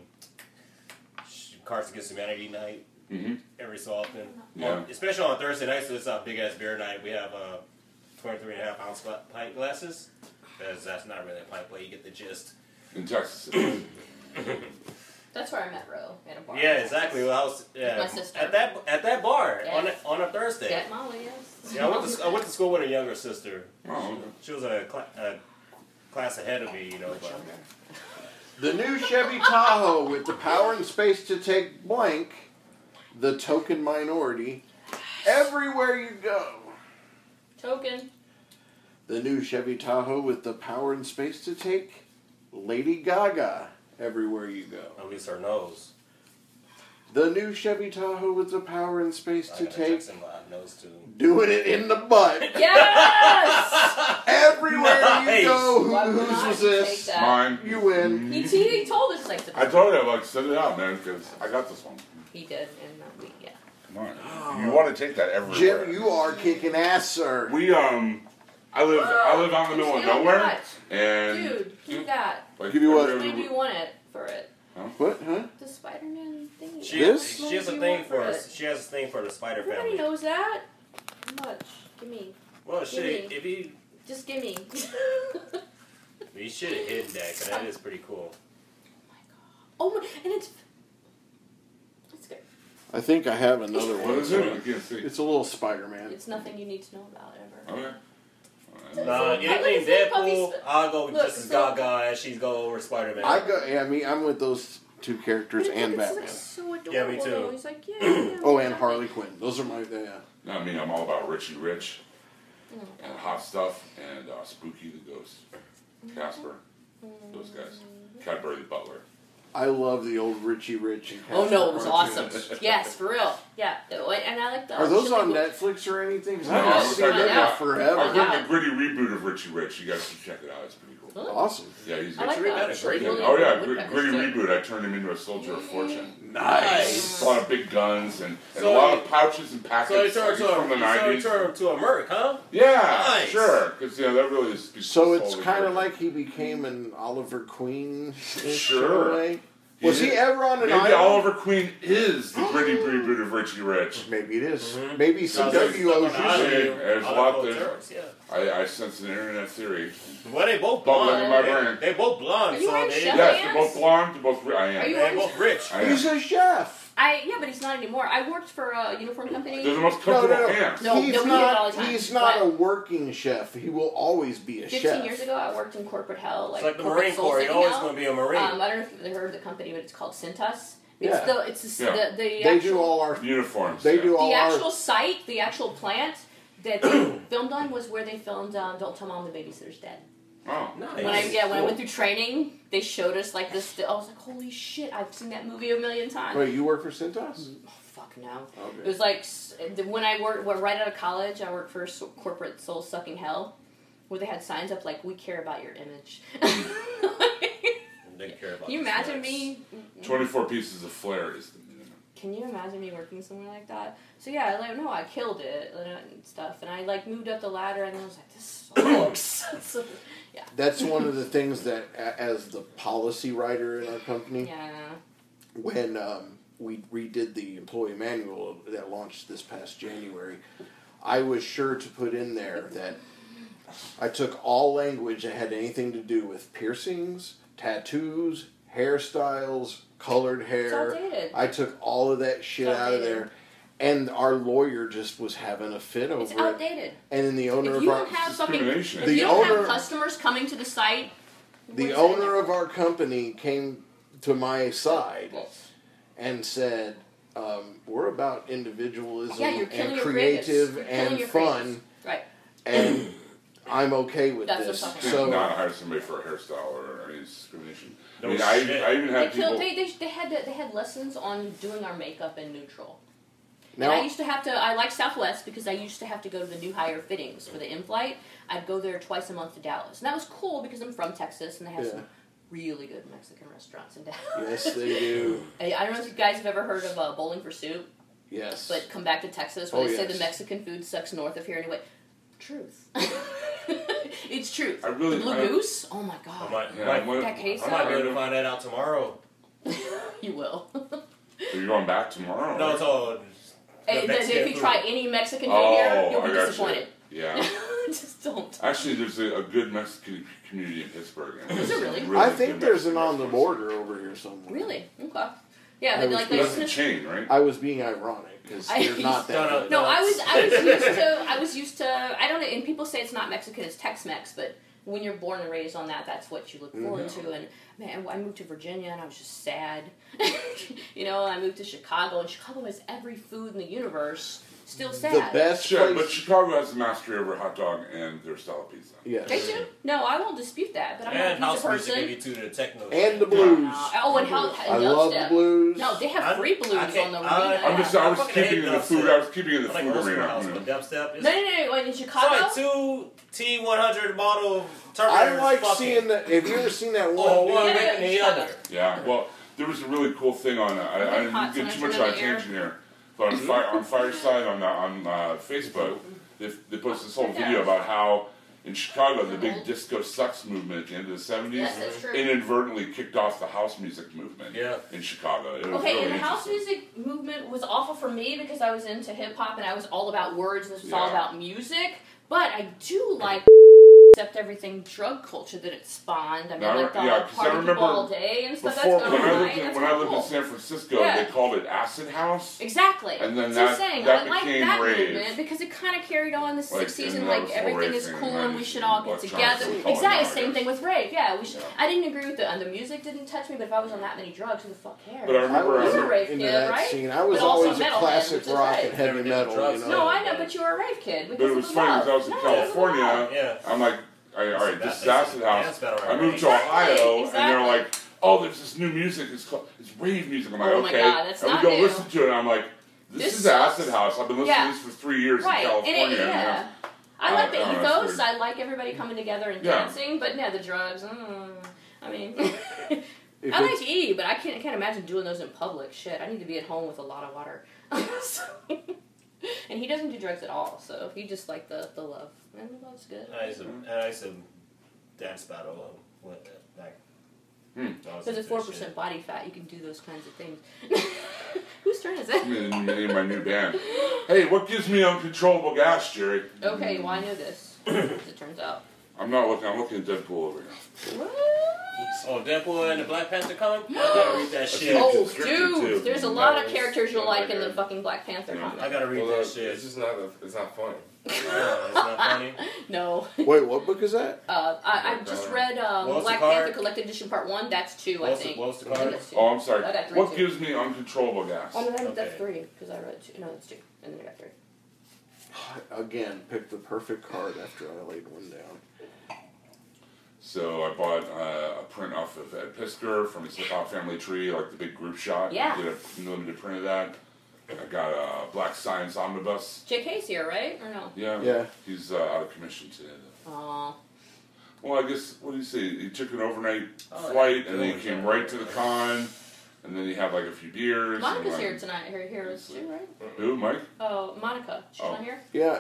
Speaker 19: sh- Cards Against Humanity night
Speaker 12: Mm-hmm.
Speaker 3: Mhm.
Speaker 19: every so often.
Speaker 3: Yeah.
Speaker 19: On- especially on Thursday nights, so it's our big ass beer night. We have uh, 23 and a half ounce gla- pint glasses. Because that's not really a pint, but you get the gist.
Speaker 3: In Texas.
Speaker 13: That's where I met Ro at a bar.
Speaker 19: yeah, exactly. Well, I was yeah,
Speaker 13: With my sister.
Speaker 19: at that at that bar on a, on a Thursday.
Speaker 13: That Molly is.
Speaker 19: Yeah, I went, to, I went to school with a younger sister.
Speaker 3: Oh, okay.
Speaker 19: She was a, cla a class ahead of me, you know. But
Speaker 12: The new Chevy Tahoe with the power and space to take blank, the token minority, everywhere you go.
Speaker 13: Token.
Speaker 12: The new Chevy Tahoe with the power and space to take Lady Gaga everywhere you go.
Speaker 19: at least her nose.
Speaker 12: The new Chevy Tahoe with the power and space
Speaker 19: I
Speaker 12: to
Speaker 19: gotta check
Speaker 12: take
Speaker 19: some of my nose too.
Speaker 12: doing it in the butt.
Speaker 13: Yes!
Speaker 12: everywhere
Speaker 3: Nice.
Speaker 12: you go,
Speaker 13: Why
Speaker 12: who,
Speaker 13: would
Speaker 12: whose
Speaker 13: I
Speaker 12: was
Speaker 13: take
Speaker 12: this?
Speaker 18: Uh,
Speaker 13: that?
Speaker 3: Mine.
Speaker 12: You win.
Speaker 13: He, he told us like
Speaker 3: I told you, like, set it out, man, because I got this one.
Speaker 13: He did in that week. Yeah.
Speaker 3: Come on. You want to take that everywhere.
Speaker 12: Oh. Jim, you are kicking ass, sir.
Speaker 3: We um, I live I live out in the middle of nowhere,
Speaker 13: Watch.
Speaker 3: and
Speaker 13: Dude, keep that.
Speaker 3: like
Speaker 12: Give you what?
Speaker 13: What do you want it for it?
Speaker 12: What? Huh?
Speaker 13: The Spider-Man thingy.
Speaker 19: She,
Speaker 12: This?
Speaker 19: she has a thing for us. She has a thing for the spider
Speaker 13: Everybody
Speaker 19: family.
Speaker 13: knows that. How much? Give me.
Speaker 19: Well,
Speaker 13: Give
Speaker 19: shit,
Speaker 13: me.
Speaker 19: if you
Speaker 13: Just give me.
Speaker 19: you should have hidden that, 'cause that is pretty cool.
Speaker 13: oh my! And it's. It's good.
Speaker 12: I think I have another one.
Speaker 3: What is it? I can't see.
Speaker 12: It's a little Spider Man.
Speaker 13: It's nothing you need to know about
Speaker 12: Oh.
Speaker 13: ever.
Speaker 3: Okay.
Speaker 19: Nah,
Speaker 13: Look,
Speaker 19: Uh, anything
Speaker 13: look, it's like
Speaker 19: Uh, Deadpool, uh,
Speaker 13: puppy-
Speaker 19: I'll go with
Speaker 13: look,
Speaker 19: just as
Speaker 13: so-
Speaker 19: Gaga as she's go over Spider Man.
Speaker 12: I go. Yeah, I mean, I'm with those two characters and
Speaker 13: It's
Speaker 12: Batman.
Speaker 13: like so adorable.
Speaker 19: Yeah, me too.
Speaker 13: though. He's like, yeah. yeah
Speaker 12: Oh, and Harley Quinn. Those are my. Yeah.
Speaker 3: I mean, I'm all about Richie Rich
Speaker 13: Mm.
Speaker 3: and hot stuff and uh, Spooky the Ghost,
Speaker 13: Mm-hmm.
Speaker 3: Casper, those guys, Cadbury the Butler.
Speaker 12: I love the old Richie Rich. And
Speaker 13: Oh no, it was
Speaker 12: Casper
Speaker 13: awesome.
Speaker 12: cartoons.
Speaker 13: yes, for real. Yeah, oh, and I like the
Speaker 12: Are those
Speaker 13: should
Speaker 12: on
Speaker 13: we-
Speaker 12: Netflix or anything? 'Cause
Speaker 3: No,
Speaker 12: I haven't
Speaker 3: was
Speaker 12: seen
Speaker 3: like,
Speaker 12: that
Speaker 3: yeah,
Speaker 12: in forever.
Speaker 3: I was doing a gritty reboot of Richie Rich. You guys should check it out. It's pretty cool.
Speaker 13: Really?
Speaker 12: Awesome.
Speaker 3: Yeah, he's
Speaker 13: I like
Speaker 3: Richie
Speaker 13: that.
Speaker 3: Rich.
Speaker 13: Great.
Speaker 3: Yeah. Oh yeah, gr- gritty reboot. I turned him into a soldier of fortune.
Speaker 13: Nice.
Speaker 3: A lot of big guns and, and
Speaker 19: So-
Speaker 3: a lot of pouches and packets.
Speaker 19: So he turned
Speaker 3: He's
Speaker 19: to
Speaker 3: from the
Speaker 19: a, he
Speaker 3: nineties.
Speaker 19: turned to a merc, huh?
Speaker 3: Yeah,
Speaker 19: Nice.
Speaker 3: sure. Because you know that really is.
Speaker 12: So it's kind of like he became an Oliver Queen.
Speaker 3: Sure.
Speaker 12: Way. Was he
Speaker 3: is-
Speaker 12: ever on an
Speaker 3: Maybe
Speaker 12: island? Oh.
Speaker 3: Oliver Queen is the gritty reboot of Richie Rich.
Speaker 12: Maybe it is.
Speaker 3: Mm-hmm.
Speaker 12: Maybe
Speaker 3: some
Speaker 12: CW owes you something.
Speaker 3: There's a lot there.
Speaker 19: yeah.
Speaker 3: I, I sense an internet theory.
Speaker 19: Well, they both
Speaker 3: Bubbling in my brain.
Speaker 19: blonde. They both blonde.
Speaker 13: Are you
Speaker 19: so
Speaker 13: wearing
Speaker 19: they,
Speaker 13: shell
Speaker 3: Yes, they're
Speaker 13: hands?
Speaker 3: both blonde. They're both. ri- I am.
Speaker 13: Are you
Speaker 19: They're
Speaker 13: wearing?
Speaker 19: both rich.
Speaker 3: I am.
Speaker 12: He's a chef.
Speaker 13: I yeah, but he's not anymore. I worked for a uniform company.
Speaker 3: They're the most
Speaker 12: No, no,
Speaker 3: comfortable
Speaker 12: no.
Speaker 3: hands.
Speaker 13: No,
Speaker 12: he's
Speaker 13: no, we do it all
Speaker 12: not.
Speaker 13: the time,
Speaker 12: He's not
Speaker 13: but-
Speaker 12: a working chef. He will always be a
Speaker 13: 15
Speaker 12: chef.
Speaker 13: years ago, I worked in corporate hell. Like,
Speaker 19: It's like the
Speaker 13: corporate
Speaker 19: Marine
Speaker 13: soul
Speaker 19: Corps. You're
Speaker 13: sucking
Speaker 19: always
Speaker 13: hell.
Speaker 19: gonna be a Marine.
Speaker 13: Um, I don't know if you've heard of the company, but it's called Cintas. It's
Speaker 12: Yeah.
Speaker 13: the it's the,
Speaker 3: Yeah.
Speaker 13: the, the
Speaker 12: They
Speaker 13: actual,
Speaker 12: do all our.
Speaker 3: Uniforms.
Speaker 12: They
Speaker 3: yeah.
Speaker 12: do all
Speaker 13: the
Speaker 12: our.
Speaker 13: actual site, the actual plant that they filmed on was where they filmed um, "Don't Tell Mom the Babysitter's Dead."
Speaker 3: Oh,
Speaker 19: Nice.
Speaker 13: When I yeah, when I went
Speaker 19: Cool.
Speaker 13: through training, they showed us like this. I was like, "Holy shit! I've seen that movie a million times."
Speaker 12: Wait, you work for Cintas?
Speaker 13: Oh, fuck no.
Speaker 12: Okay.
Speaker 13: It was like s- the- when I worked well, right out of college. I worked for s corporate soul sucking hell, where they had signs up like "We care about your image."
Speaker 19: They care about
Speaker 13: Can you
Speaker 19: the
Speaker 13: imagine
Speaker 19: snacks.
Speaker 13: me?
Speaker 3: Twenty-four pieces of flair is the minimum.
Speaker 13: Can you imagine me working somewhere like that? So yeah, I like no, I killed it and stuff, and I like moved up the ladder, and I was like, this sucks. so, yeah,
Speaker 12: That's one of the things that, a- as the policy writer in our company,
Speaker 13: yeah.
Speaker 12: when um, we redid the employee manual that launched this past January, I was sure to put in there that I took all language that had anything to do with piercings, tattoos, hairstyles, colored hair.
Speaker 13: outdated.
Speaker 12: I took all of that shit
Speaker 13: It's
Speaker 12: out of
Speaker 13: outdated.
Speaker 12: there. And our lawyer just was having a fit over
Speaker 13: It's
Speaker 12: it.
Speaker 13: outdated.
Speaker 12: And then the owner
Speaker 13: If
Speaker 12: of
Speaker 13: you
Speaker 12: our
Speaker 13: don't have fucking, if
Speaker 3: discrimination.
Speaker 13: you
Speaker 12: The
Speaker 13: don't
Speaker 12: owner-
Speaker 13: have customers coming to the site,
Speaker 12: the
Speaker 13: what's
Speaker 12: owner of our company came to my side and said, um, "We're about individualism
Speaker 13: Yeah, you're killing
Speaker 12: and
Speaker 13: your creatives.
Speaker 12: creative
Speaker 13: You're killing
Speaker 12: and
Speaker 13: your
Speaker 12: fun,
Speaker 13: creatives. right?
Speaker 12: and I'm okay with
Speaker 13: That's
Speaker 12: this."
Speaker 13: what's up.
Speaker 12: So
Speaker 3: not hire somebody for a hairstyle or I mean, it's discrimination.
Speaker 19: No
Speaker 3: I mean, I,
Speaker 19: shit.
Speaker 3: I even
Speaker 13: They
Speaker 3: had people.
Speaker 13: killed. They, they, they had they had lessons on doing our makeup in neutral.
Speaker 12: now,
Speaker 13: and I used to have to. I like Southwest because I used to have to go to the new hire fittings for the in-flight. I'd go there twice a month to Dallas, and that was cool because I'm from Texas and they have
Speaker 12: Yeah.
Speaker 13: some really good Mexican restaurants in Dallas.
Speaker 12: yes, they do.
Speaker 13: I, I don't know if you guys have ever heard of uh, Bowling for Soup,
Speaker 12: Yes,
Speaker 13: but come back to Texas where
Speaker 12: Oh,
Speaker 13: they say
Speaker 12: yes.
Speaker 13: the Mexican food sucks north of here anyway. Truth. it's truth.
Speaker 3: I really-
Speaker 13: the Blue
Speaker 3: I-
Speaker 13: Goose. Oh my god.
Speaker 19: I might,
Speaker 3: Yeah,
Speaker 19: I
Speaker 3: I
Speaker 19: might,
Speaker 3: went-
Speaker 13: that queso.
Speaker 19: I might be able to find that out tomorrow.
Speaker 13: you will.
Speaker 3: You're going back tomorrow.
Speaker 19: No, it's all.
Speaker 13: Hey,
Speaker 19: the
Speaker 13: if
Speaker 19: Mexican
Speaker 13: you try
Speaker 19: food.
Speaker 13: any Mexican food here,
Speaker 3: oh,
Speaker 13: you'll
Speaker 3: I
Speaker 13: be
Speaker 3: got
Speaker 13: disappointed.
Speaker 3: you. Yeah.
Speaker 13: Just don't.
Speaker 3: Actually, there's a, a good Mexican community in Pittsburgh. And
Speaker 13: Is there
Speaker 3: there's some
Speaker 13: really?
Speaker 12: I think
Speaker 3: good
Speaker 12: there's an
Speaker 3: Mexican
Speaker 12: on the
Speaker 3: restaurants.
Speaker 12: border over here somewhere.
Speaker 13: Really? Okay. Yeah,
Speaker 12: I
Speaker 13: but
Speaker 12: was-
Speaker 13: like
Speaker 3: That's
Speaker 13: there's
Speaker 3: the
Speaker 13: no-
Speaker 3: chain, right?
Speaker 12: I was being ironic because
Speaker 13: I-
Speaker 12: you're not that.
Speaker 19: No,
Speaker 12: good.
Speaker 13: no, I was I was used to I was used to I don't know and people say it's not Mexican, it's Tex Mex, but when you're born and raised on that, that's what you look forward to. And man, I moved to Virginia and I was just sad. you know, I moved to Chicago and Chicago has every food in the universe. Still sad.
Speaker 12: The best
Speaker 3: Sure, but
Speaker 12: place.
Speaker 3: Chicago has the mastery over hot dog and their style of pizza.
Speaker 12: Yes.
Speaker 13: They do. No, I won't dispute that, but I'm
Speaker 19: And
Speaker 13: not a pizza
Speaker 19: house music,
Speaker 13: person.
Speaker 19: maybe too, the techno.
Speaker 12: And the blues.
Speaker 13: Uh, oh, and how
Speaker 12: I love the blues.
Speaker 13: No, they have
Speaker 19: I'm-
Speaker 13: free blues
Speaker 19: I
Speaker 13: on the
Speaker 19: can't-
Speaker 13: arena.
Speaker 19: I-
Speaker 3: I'm just, I was
Speaker 19: fucking
Speaker 3: keeping
Speaker 19: hate
Speaker 3: it in the
Speaker 19: dubstep.
Speaker 3: food. I was keeping it in the
Speaker 19: I like
Speaker 3: food
Speaker 19: old school
Speaker 3: arena.
Speaker 19: house,
Speaker 3: you know.
Speaker 19: but dubstep is.
Speaker 13: No, no, no, no. In Chicago,
Speaker 19: It's like two T100 model Terminators.
Speaker 12: I like
Speaker 19: fucking.
Speaker 12: seeing that. Have you ever seen that one?
Speaker 19: Oh, one
Speaker 13: Yeah,
Speaker 19: making the
Speaker 13: Chicago.
Speaker 19: other.
Speaker 3: Yeah, well, there was a really cool thing on. Uh, I, I
Speaker 13: Hot
Speaker 3: didn't get
Speaker 13: sauce
Speaker 3: too much
Speaker 13: in the
Speaker 3: on a
Speaker 13: air. Mm-hmm.
Speaker 3: tangent here, but on, fire, on Fireside on uh, on uh, Facebook, they, they posted this whole video about how in Chicago the big disco sucks movement at the end of the seventies
Speaker 13: Mm-hmm. Yes, that's true.
Speaker 3: inadvertently kicked off the house music movement.
Speaker 19: Yeah.
Speaker 3: in Chicago, it was
Speaker 13: Okay,
Speaker 3: really
Speaker 13: and the house
Speaker 3: interesting.
Speaker 13: music movement was awful for me because I was into hip hop and I was all about words. This was all
Speaker 3: Yeah.
Speaker 13: about music, but I do like accept everything drug culture that it spawned. I mean,
Speaker 3: No, I
Speaker 13: like the
Speaker 3: re- yeah,
Speaker 13: whole
Speaker 3: 'cause I
Speaker 13: party
Speaker 3: remember
Speaker 13: people all day and stuff.
Speaker 3: Before
Speaker 13: that's
Speaker 3: when I
Speaker 13: going
Speaker 3: lived in,
Speaker 13: That's
Speaker 3: when I
Speaker 13: kinda
Speaker 3: lived
Speaker 13: cool.
Speaker 3: in San Francisco,
Speaker 13: Yeah.
Speaker 3: they called it acid house.
Speaker 13: Exactly.
Speaker 3: And then
Speaker 13: That's
Speaker 3: that-
Speaker 13: what I'm saying.
Speaker 3: that
Speaker 13: I like
Speaker 3: became
Speaker 13: that
Speaker 3: rave.
Speaker 13: movement because it kind of carried on the
Speaker 3: Like,
Speaker 13: 60s
Speaker 3: and
Speaker 13: and
Speaker 3: that
Speaker 13: like
Speaker 3: was the
Speaker 13: everything
Speaker 3: rave
Speaker 13: is
Speaker 3: thing in
Speaker 13: cool
Speaker 3: the
Speaker 13: and we
Speaker 3: 90s,
Speaker 13: should all get
Speaker 3: electronics
Speaker 13: together.
Speaker 3: and all
Speaker 13: Exactly.
Speaker 3: that,
Speaker 13: Same
Speaker 3: yeah.
Speaker 13: thing with rave. Yeah, we should.
Speaker 3: Yeah.
Speaker 13: I didn't agree with the and the music didn't touch me, but if I was on that many drugs, who the fuck cares?
Speaker 3: But I remember, I
Speaker 13: was a
Speaker 3: remember
Speaker 13: rave
Speaker 12: into
Speaker 13: kid,
Speaker 12: that
Speaker 13: right?
Speaker 12: scene. I was
Speaker 13: But also
Speaker 12: always a
Speaker 13: metalhead,
Speaker 12: classic
Speaker 13: which is
Speaker 12: rock
Speaker 13: right.
Speaker 12: and heavy
Speaker 19: Never did
Speaker 12: metal.
Speaker 19: drugs.
Speaker 12: You know?
Speaker 13: no, I know, but you were a rave kid. Because
Speaker 3: But it was funny because I was in
Speaker 13: no,
Speaker 3: California.
Speaker 19: Yeah.
Speaker 3: I'm like, I, all right,
Speaker 19: That's
Speaker 3: this is acid
Speaker 19: basically
Speaker 3: house.
Speaker 19: dance battle
Speaker 3: I moved to
Speaker 13: Exactly,
Speaker 3: Ohio, and they're
Speaker 13: exactly.
Speaker 3: like, oh, there's this new music. It's called, it's rave music. I'm like,
Speaker 13: Oh my
Speaker 3: okay.
Speaker 13: God, that's
Speaker 3: and
Speaker 13: not
Speaker 3: we go
Speaker 13: new.
Speaker 3: listen to it, and I'm like, This,
Speaker 13: This
Speaker 3: is Acid House. I've been listening
Speaker 13: Yeah.
Speaker 3: to this for three years
Speaker 13: Right,
Speaker 3: in
Speaker 13: and it-
Speaker 3: California. and
Speaker 13: yeah.
Speaker 3: I'm-
Speaker 13: I like the
Speaker 3: I don't know, it's
Speaker 13: ethos.
Speaker 3: weird.
Speaker 13: I like everybody coming together and
Speaker 3: Yeah.
Speaker 13: dancing, but yeah, the drugs. Mm, I mean,
Speaker 12: If
Speaker 13: I
Speaker 12: it's-
Speaker 13: like to eat, but I can't, I can't imagine doing those in public. Shit, I need to be at home with a lot of water. So- and he doesn't do drugs at all, so he just like the the love. And the love's good.
Speaker 19: I used to, and I used to dance battle with it back.
Speaker 13: Because at four percent body fat, you can do those kinds of things. Whose turn is it?
Speaker 3: I'm in the name of my new band. Hey, what gives me uncontrollable gas, Jerry?
Speaker 13: Okay, well I know this. as it turns out.
Speaker 3: I'm not looking. I'm looking at Deadpool over here.
Speaker 19: Oh, Deadpool and the Black Panther comic? I gotta read that shit.
Speaker 13: Oh, dude, there's a lot of characters you'll like in the fucking Black Panther comic.
Speaker 19: I gotta read that shit. It's just not. It's not funny. it's not funny.
Speaker 13: No.
Speaker 12: Wait, what book is that?
Speaker 13: Uh, I, I just read um,
Speaker 3: What's the
Speaker 13: Black
Speaker 3: card?
Speaker 13: Panther Collected Edition Part 1. That's 2, I think. I think that's two.
Speaker 3: Oh, I'm sorry.
Speaker 13: I got three,
Speaker 3: What
Speaker 13: too.
Speaker 3: gives me uncontrollable gas?
Speaker 13: Oh, no, that, that's 3, because I read 2. No, that's 2. And then I got 3.
Speaker 12: Again, picked the perfect card after I laid one down.
Speaker 3: So I bought uh, a print off of Ed Pisker from his Hip Hop Family Tree, like the big group shot.
Speaker 13: Yeah.
Speaker 3: I did a limited print of that. I got a Black Science Omnibus.
Speaker 13: JK's here, right? Or no?
Speaker 3: Yeah. Yeah. He's uh, out of commission today. though.
Speaker 13: Aw.
Speaker 3: Well, I guess what do you say? He took an overnight
Speaker 13: Oh,
Speaker 3: flight
Speaker 13: yeah.
Speaker 3: and then he came right to the con, and then he had like a few beers. and,
Speaker 13: Monica's
Speaker 3: like-
Speaker 13: here tonight. Her here is too, right?
Speaker 3: Who, Mike?
Speaker 13: Oh, Monica. She's
Speaker 12: Oh.
Speaker 13: not here?
Speaker 12: Yeah.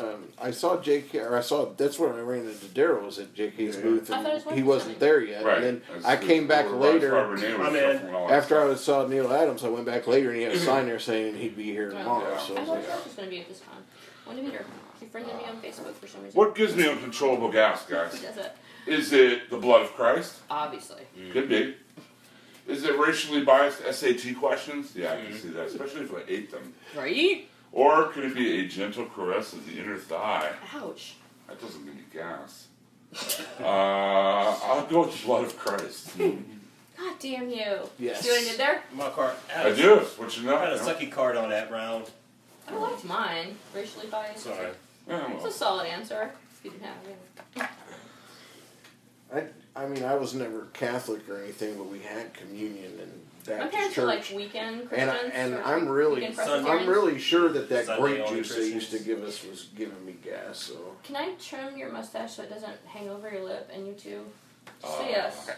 Speaker 12: Um, I saw J.K. or I saw that's when I ran into Daryl was at J.K.'s booth
Speaker 13: I thought it was
Speaker 12: and
Speaker 13: one
Speaker 12: he wasn't there yet.
Speaker 3: Right.
Speaker 12: And then
Speaker 3: That's
Speaker 12: I
Speaker 3: the-
Speaker 12: came back
Speaker 3: where
Speaker 12: later.
Speaker 3: Ross Barber Name was shuffling all that
Speaker 12: After I saw Neil Adams, I went back later and he had a sign there saying he'd be here tomorrow.
Speaker 3: Yeah.
Speaker 12: So
Speaker 13: Mm-hmm.
Speaker 12: I
Speaker 13: I
Speaker 12: was
Speaker 13: thought
Speaker 12: like,
Speaker 13: Josh was going to be at this con. When did we meet her? She friended me on Facebook for some reason.
Speaker 3: What gives me uncontrollable gas,
Speaker 13: She
Speaker 3: guys?
Speaker 13: does it.
Speaker 3: Is it the blood of Christ?
Speaker 13: Obviously.
Speaker 3: Could be. Is it racially biased SAT questions? Yeah, I can see that, especially if I ate them.
Speaker 13: Right?
Speaker 3: Or could it be a gentle caress of the inner thigh?
Speaker 13: Ouch.
Speaker 3: That doesn't give me gas. uh, I'll go with the blood of Christ.
Speaker 13: God damn you.
Speaker 3: Yes.
Speaker 13: See what I did there?
Speaker 19: My card.
Speaker 3: I do. What you know?
Speaker 19: I had a sucky card on that round.
Speaker 13: I liked mine. Racially biased.
Speaker 19: Sorry.
Speaker 13: It's a solid answer. If you didn't have it.
Speaker 12: I, I mean, I was never Catholic or anything, but we had communion and
Speaker 13: My
Speaker 12: Baptist
Speaker 13: parents
Speaker 12: church.
Speaker 13: were like weekend
Speaker 12: and I,
Speaker 13: Christians.
Speaker 12: and
Speaker 13: or
Speaker 12: I'm really,
Speaker 13: weekend
Speaker 12: I'm
Speaker 13: Presbyterians.
Speaker 12: really sure that that
Speaker 19: Sunday
Speaker 12: grape
Speaker 19: only
Speaker 12: juice they used to give us was giving me gas. So
Speaker 13: Can I trim your mustache so it doesn't hang over your lip and you too?
Speaker 3: uh,
Speaker 13: Just say yes.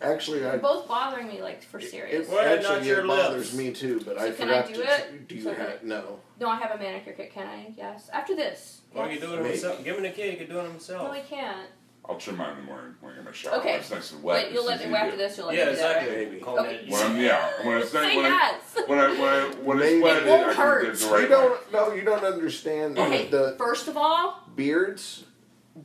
Speaker 12: actually, I
Speaker 13: You're both bothering me like for serious.
Speaker 12: it, actually it bothers me too. But
Speaker 13: So
Speaker 12: I
Speaker 13: can
Speaker 12: forgot
Speaker 13: I do
Speaker 12: to.
Speaker 13: it?
Speaker 12: Do you
Speaker 13: So can
Speaker 12: have no?
Speaker 13: No, I have a manicure kit. Can I? Yes. After this.
Speaker 19: Why don't you do it
Speaker 3: Maybe.
Speaker 19: himself? Give him the kid. He can do it himself.
Speaker 13: No, I can't.
Speaker 3: I'll trim mine in the morning when I get my shower.
Speaker 13: Okay.
Speaker 3: When it's nice and wet.
Speaker 13: But you'll
Speaker 3: it's
Speaker 13: let-
Speaker 3: easy
Speaker 13: after
Speaker 3: to-
Speaker 13: this, you'll let Yeah, me do that, exactly. right? Maybe. Call Okay. it-
Speaker 3: When I'm, yeah. When it's nice.
Speaker 13: Say
Speaker 3: When,
Speaker 13: yes.
Speaker 3: I, when I when I when it's
Speaker 12: Maybe.
Speaker 3: wet,
Speaker 12: It won't
Speaker 3: I
Speaker 12: hurt.
Speaker 3: can get the right
Speaker 12: You don't no, you don't understand
Speaker 13: Okay.
Speaker 12: the
Speaker 13: First of all,
Speaker 12: beards.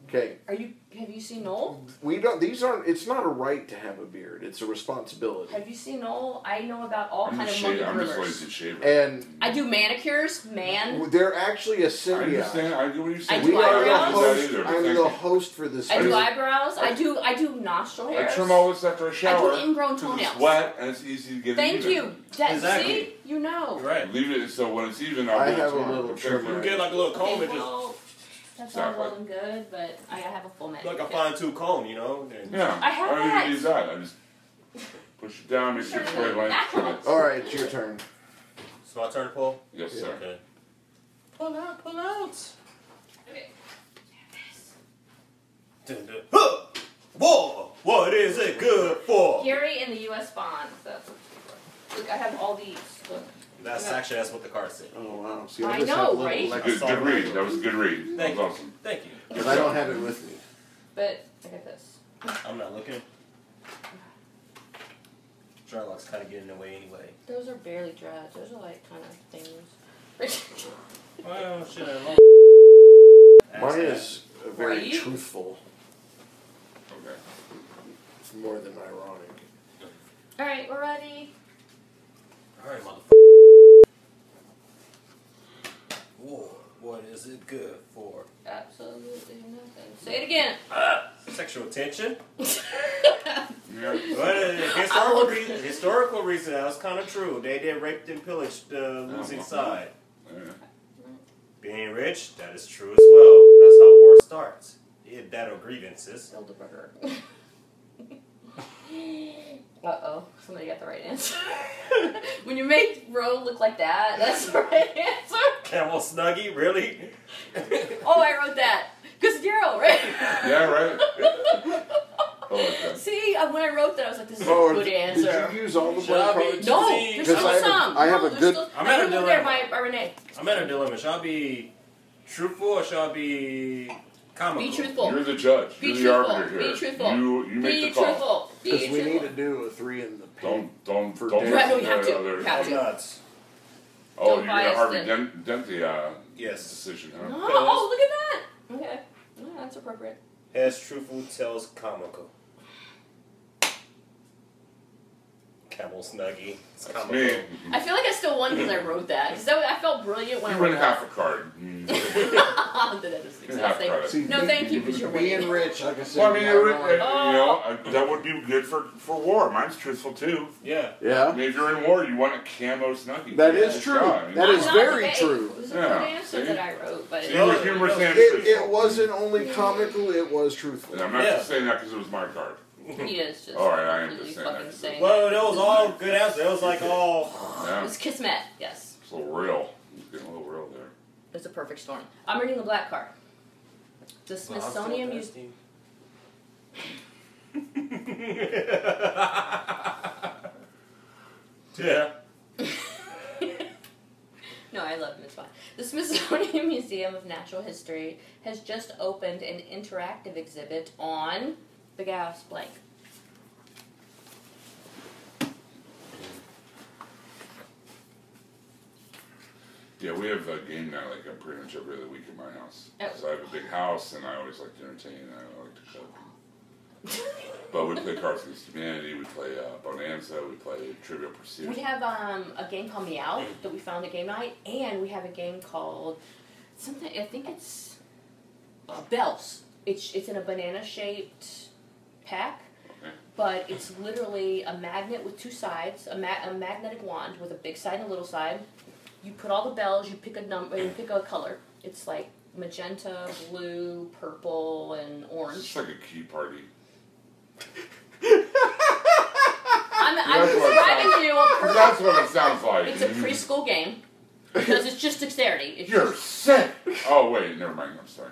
Speaker 12: Okay,
Speaker 13: are you? Have you seen Noel?
Speaker 12: we don't. These aren't. It's not a right to have a beard. It's a responsibility.
Speaker 13: Have you seen Noel? I know about all kind of monkey
Speaker 12: I'm just
Speaker 13: groomers.
Speaker 3: shaver.
Speaker 12: And
Speaker 13: I do manicures, man.
Speaker 12: They're actually a symbiote.
Speaker 3: I understand. I get what you're
Speaker 13: I
Speaker 3: saying.
Speaker 13: do
Speaker 12: We are the
Speaker 13: eyebrows.
Speaker 12: host. I'm the host for this.
Speaker 13: I do
Speaker 12: meeting.
Speaker 13: eyebrows. I do. I do nostril
Speaker 3: I
Speaker 13: hairs.
Speaker 3: trim all this after I shower.
Speaker 13: ingrown
Speaker 3: 'cause It's
Speaker 13: toenails.
Speaker 3: wet and it's easy to get. it
Speaker 13: Thank
Speaker 3: even.
Speaker 13: you. That,
Speaker 3: Exactly.
Speaker 13: See, you know.
Speaker 19: Right.
Speaker 3: Leave it so when it's even. I'll
Speaker 12: I
Speaker 3: get
Speaker 12: have a
Speaker 3: torn.
Speaker 12: little
Speaker 3: Okay.
Speaker 12: trimmer.
Speaker 19: You get like a little comb and just
Speaker 13: Well, that's all well and good, but I gotta have a full manicure.
Speaker 19: like a
Speaker 13: kit.
Speaker 19: fine tooth comb, you know.
Speaker 3: Yeah.
Speaker 13: I have
Speaker 3: I don't
Speaker 13: that.
Speaker 3: even use that. I just push it down, make sure it's right length. trim it.
Speaker 12: All right, it's your turn.
Speaker 19: It's my turn to pull.
Speaker 3: Yes, sir.
Speaker 19: Okay.
Speaker 13: Pull out, pull out.
Speaker 19: Dun, dun. Huh! War. What is it good for?
Speaker 13: Gary and the U.S. bonds. That's what you look. I have all these. Look.
Speaker 19: That's
Speaker 13: Yeah.
Speaker 19: actually that's what the card said.
Speaker 12: Oh wow. See,
Speaker 13: I
Speaker 12: just have
Speaker 13: know,
Speaker 12: a little
Speaker 13: right?
Speaker 12: left.
Speaker 3: Good, good read. That was a good read.
Speaker 19: Thank
Speaker 3: that
Speaker 19: you.
Speaker 3: was awesome.
Speaker 19: Thank you.
Speaker 12: Because I don't have it with me.
Speaker 13: But I got this.
Speaker 19: I'm not looking. Drylock's kind of getting in the way anyway.
Speaker 13: Those are barely dreads. Those are like kind of things.
Speaker 19: Well, shit, I love
Speaker 12: Mine is uh, very
Speaker 13: Right?
Speaker 12: truthful.
Speaker 3: Okay.
Speaker 12: It's more than ironic.
Speaker 13: all right, we're ready.
Speaker 19: Alright, motherfucker. War. What is it good for?
Speaker 13: Absolutely nothing. Say it again.
Speaker 19: Ah, sexual tension.
Speaker 3: Yeah.
Speaker 19: Well, historical, reason, historical reason, that was kind of true. They did rape and pillage the losing side. Being rich, that is true as well. That's how war starts. It, that or grievances.
Speaker 13: Bilderberger. Uh oh, somebody got the right answer. when you make Roe look like that, that's the right answer.
Speaker 19: Camel Snuggie, really?
Speaker 13: Oh, I wrote that. Because Daryl, right?
Speaker 3: Yeah, right.
Speaker 13: See, uh, when I wrote that, I was like, this is
Speaker 12: Oh,
Speaker 13: a good
Speaker 12: did
Speaker 13: answer.
Speaker 12: you use all the
Speaker 19: Shall I
Speaker 12: black
Speaker 19: be
Speaker 12: cards?
Speaker 13: No, there's still
Speaker 12: 'Cause I have a-
Speaker 13: some.
Speaker 12: I have
Speaker 13: no,
Speaker 12: a
Speaker 13: there's
Speaker 12: good.
Speaker 13: Still,
Speaker 19: I'm
Speaker 13: I
Speaker 19: at
Speaker 13: put
Speaker 19: a
Speaker 13: them there
Speaker 19: dilemma.
Speaker 13: by, by Renee.
Speaker 19: I'm at a dilemma. Shall I be truthful or shall I be comical?
Speaker 13: Be truthful.
Speaker 3: You're the judge.
Speaker 13: Be
Speaker 3: You're the
Speaker 13: truthful.
Speaker 3: arbiter here.
Speaker 13: Be truthful.
Speaker 3: You you make
Speaker 13: Be
Speaker 3: the call.
Speaker 13: truthful. Be
Speaker 12: Because we need
Speaker 13: truthful.
Speaker 12: to do a three in the pin.
Speaker 3: Don't don't
Speaker 12: For
Speaker 3: don't.
Speaker 12: Dan.
Speaker 13: Right, no, you have to.
Speaker 3: Oh, there-
Speaker 13: You have
Speaker 19: I'm
Speaker 13: to.
Speaker 19: nuts.
Speaker 3: Oh,
Speaker 13: Don't
Speaker 3: you're gonna
Speaker 13: bias
Speaker 3: Harvey
Speaker 13: it.
Speaker 3: Dent, Dent the uh,
Speaker 19: Yes.
Speaker 3: decision,
Speaker 13: Oh,
Speaker 3: huh?
Speaker 13: oh, look at that. Okay. Yeah, that's appropriate.
Speaker 19: As truthful tells comical. Camel Snuggie. It's
Speaker 3: That's
Speaker 19: comical.
Speaker 3: me.
Speaker 13: I feel like I still won because I wrote that. Because I felt brilliant when I
Speaker 3: You
Speaker 13: wrote Oh,
Speaker 3: win half a card.
Speaker 12: Mm.
Speaker 13: that. That is
Speaker 3: You have
Speaker 13: disgusting.
Speaker 3: credit.
Speaker 13: No, thank you, but you're
Speaker 12: Me
Speaker 13: winning.
Speaker 12: and Rich, like I said,
Speaker 3: Well, I mean, it would,
Speaker 12: are
Speaker 3: uh, you
Speaker 13: Oh.
Speaker 3: know, uh, that would be good for, for war. Mine's truthful too.
Speaker 19: Yeah.
Speaker 3: I
Speaker 12: yeah,
Speaker 3: mean, if you're in war, you want a camo snuggie.
Speaker 12: That is
Speaker 3: Yeah,
Speaker 12: true.
Speaker 3: I mean,
Speaker 12: That is
Speaker 13: Not
Speaker 12: very
Speaker 13: debate.
Speaker 12: true.
Speaker 13: It was a
Speaker 3: Yeah,
Speaker 13: good answer
Speaker 3: see?
Speaker 13: that I wrote, but
Speaker 3: See, you were humorous and
Speaker 12: it,
Speaker 3: truthful.
Speaker 12: it wasn't only comical; it was truthful.
Speaker 3: And I'm not
Speaker 19: Yeah.
Speaker 3: just saying that because it was my card.
Speaker 13: he is just
Speaker 3: All right, I
Speaker 13: completely
Speaker 3: understand that.
Speaker 13: fucking insane.
Speaker 19: Well, that was all good answers. That was like all.
Speaker 13: It
Speaker 3: Yeah,
Speaker 13: was Kismet, yes.
Speaker 3: it's a little real. It's getting a little real there.
Speaker 13: It's a perfect storm. I'm reading the black card. The Smithsonian Museum.
Speaker 19: yeah.
Speaker 13: No, I love him. It's fine. The Smithsonian Museum of Natural History has just opened an interactive exhibit on the Gauss blank.
Speaker 3: Yeah, we have a game night like uh, pretty much every other week in my house.
Speaker 13: Oh.
Speaker 3: So I have a big house, and I always like to entertain, and I like to cook. but we play Cards Against Humanity, we play uh, Bonanza, we play Trivial Pursuit.
Speaker 13: We have um, a game called Meow that we found at game night, and we have a game called something. I think it's uh, Bells. It's it's in a banana shaped pack, but it's literally a magnet with two sides, a, ma- a magnetic wand with a big side and a little side. You put all the bells. You pick a number. You pick a color. It's like magenta, blue, purple, and
Speaker 3: It's
Speaker 13: orange.
Speaker 3: just like a key party.
Speaker 13: I'm, I'm
Speaker 3: That's what it sounds-
Speaker 13: describing you a
Speaker 3: 'Cause
Speaker 13: perfect
Speaker 3: That's what it sounds like.
Speaker 13: It's a preschool game because it's just dexterity. It's
Speaker 3: You're
Speaker 13: just-
Speaker 3: sick. Oh wait, never mind. I'm sorry.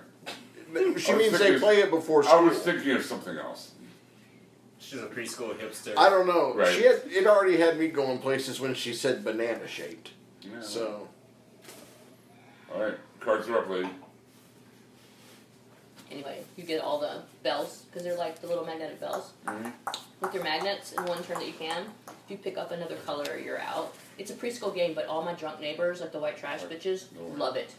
Speaker 12: She
Speaker 3: I was
Speaker 12: means they
Speaker 3: thinking-
Speaker 12: play it before school.
Speaker 3: I was thinking of something else.
Speaker 19: She's a preschool hipster.
Speaker 12: I don't know.
Speaker 3: Right.
Speaker 12: She had it already had me going places when she said banana shaped.
Speaker 3: Yeah.
Speaker 12: So
Speaker 3: all right, cards are up, lady.
Speaker 13: anyway, you get all the bells because they're like the little magnetic bells with your magnets in one turn that you can. If you pick up another color, you're out. It's a preschool game, but all my drunk neighbors, like the white trash bitches, love it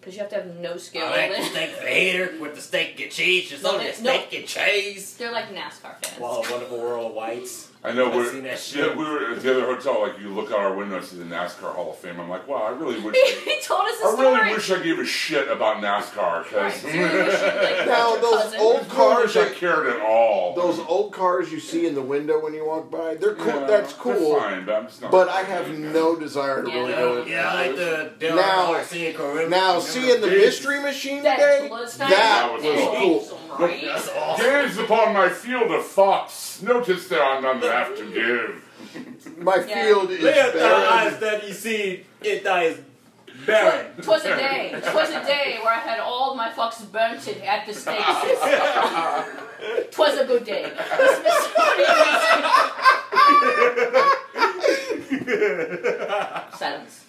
Speaker 13: because you have to have no skill.
Speaker 19: I like the steak fajitas with the steak and cheese. Just
Speaker 13: No,
Speaker 19: only the
Speaker 13: no.
Speaker 19: steak and cheese.
Speaker 13: They're like NASCAR fans.
Speaker 19: Wow, wonderful world of whites.
Speaker 3: I know
Speaker 19: I've
Speaker 3: we're
Speaker 19: seen that
Speaker 3: yeah,
Speaker 19: shit.
Speaker 3: we were at the other hotel. Like you look out our window, and see the NASCAR Hall of Fame. I'm like, wow, I really wish.
Speaker 13: he told us a
Speaker 3: I
Speaker 13: story.
Speaker 3: really wish I gave a shit about NASCAR
Speaker 13: Right,
Speaker 3: because
Speaker 13: so we wish you'd, like,
Speaker 12: Now,
Speaker 13: your
Speaker 12: those
Speaker 13: cousin.
Speaker 12: old-
Speaker 3: cars I cared at all.
Speaker 12: those old cars you see in the window when you walk by, they're cool.
Speaker 3: Yeah,
Speaker 12: that's
Speaker 3: they're
Speaker 12: cool.
Speaker 3: fine, but I'm just not.
Speaker 12: But I have
Speaker 3: Yeah.
Speaker 12: no desire to
Speaker 13: Yeah,
Speaker 12: really
Speaker 13: no,
Speaker 12: go into
Speaker 19: Uh, Yeah, I like the Del
Speaker 12: Now-
Speaker 19: Garcia Caribbean.
Speaker 12: Now, seeing the
Speaker 3: Dude.
Speaker 12: mystery machine
Speaker 13: That
Speaker 12: today,
Speaker 13: Bloodstein-
Speaker 12: that
Speaker 3: was
Speaker 12: was
Speaker 3: cool.
Speaker 12: cool.
Speaker 13: Right?
Speaker 19: That's awesome.
Speaker 3: Gaze upon my field of thoughts. Notice that I'm none left to give.
Speaker 12: My
Speaker 13: Yeah.
Speaker 12: field is
Speaker 19: Live the
Speaker 3: uh,
Speaker 19: eyes
Speaker 12: better.
Speaker 19: that you see, it dies barren.
Speaker 13: Twas a day, twas a day where I had all my fucks burnt it at the stakes. twas a good day. The Smithsonian Museum- Silence.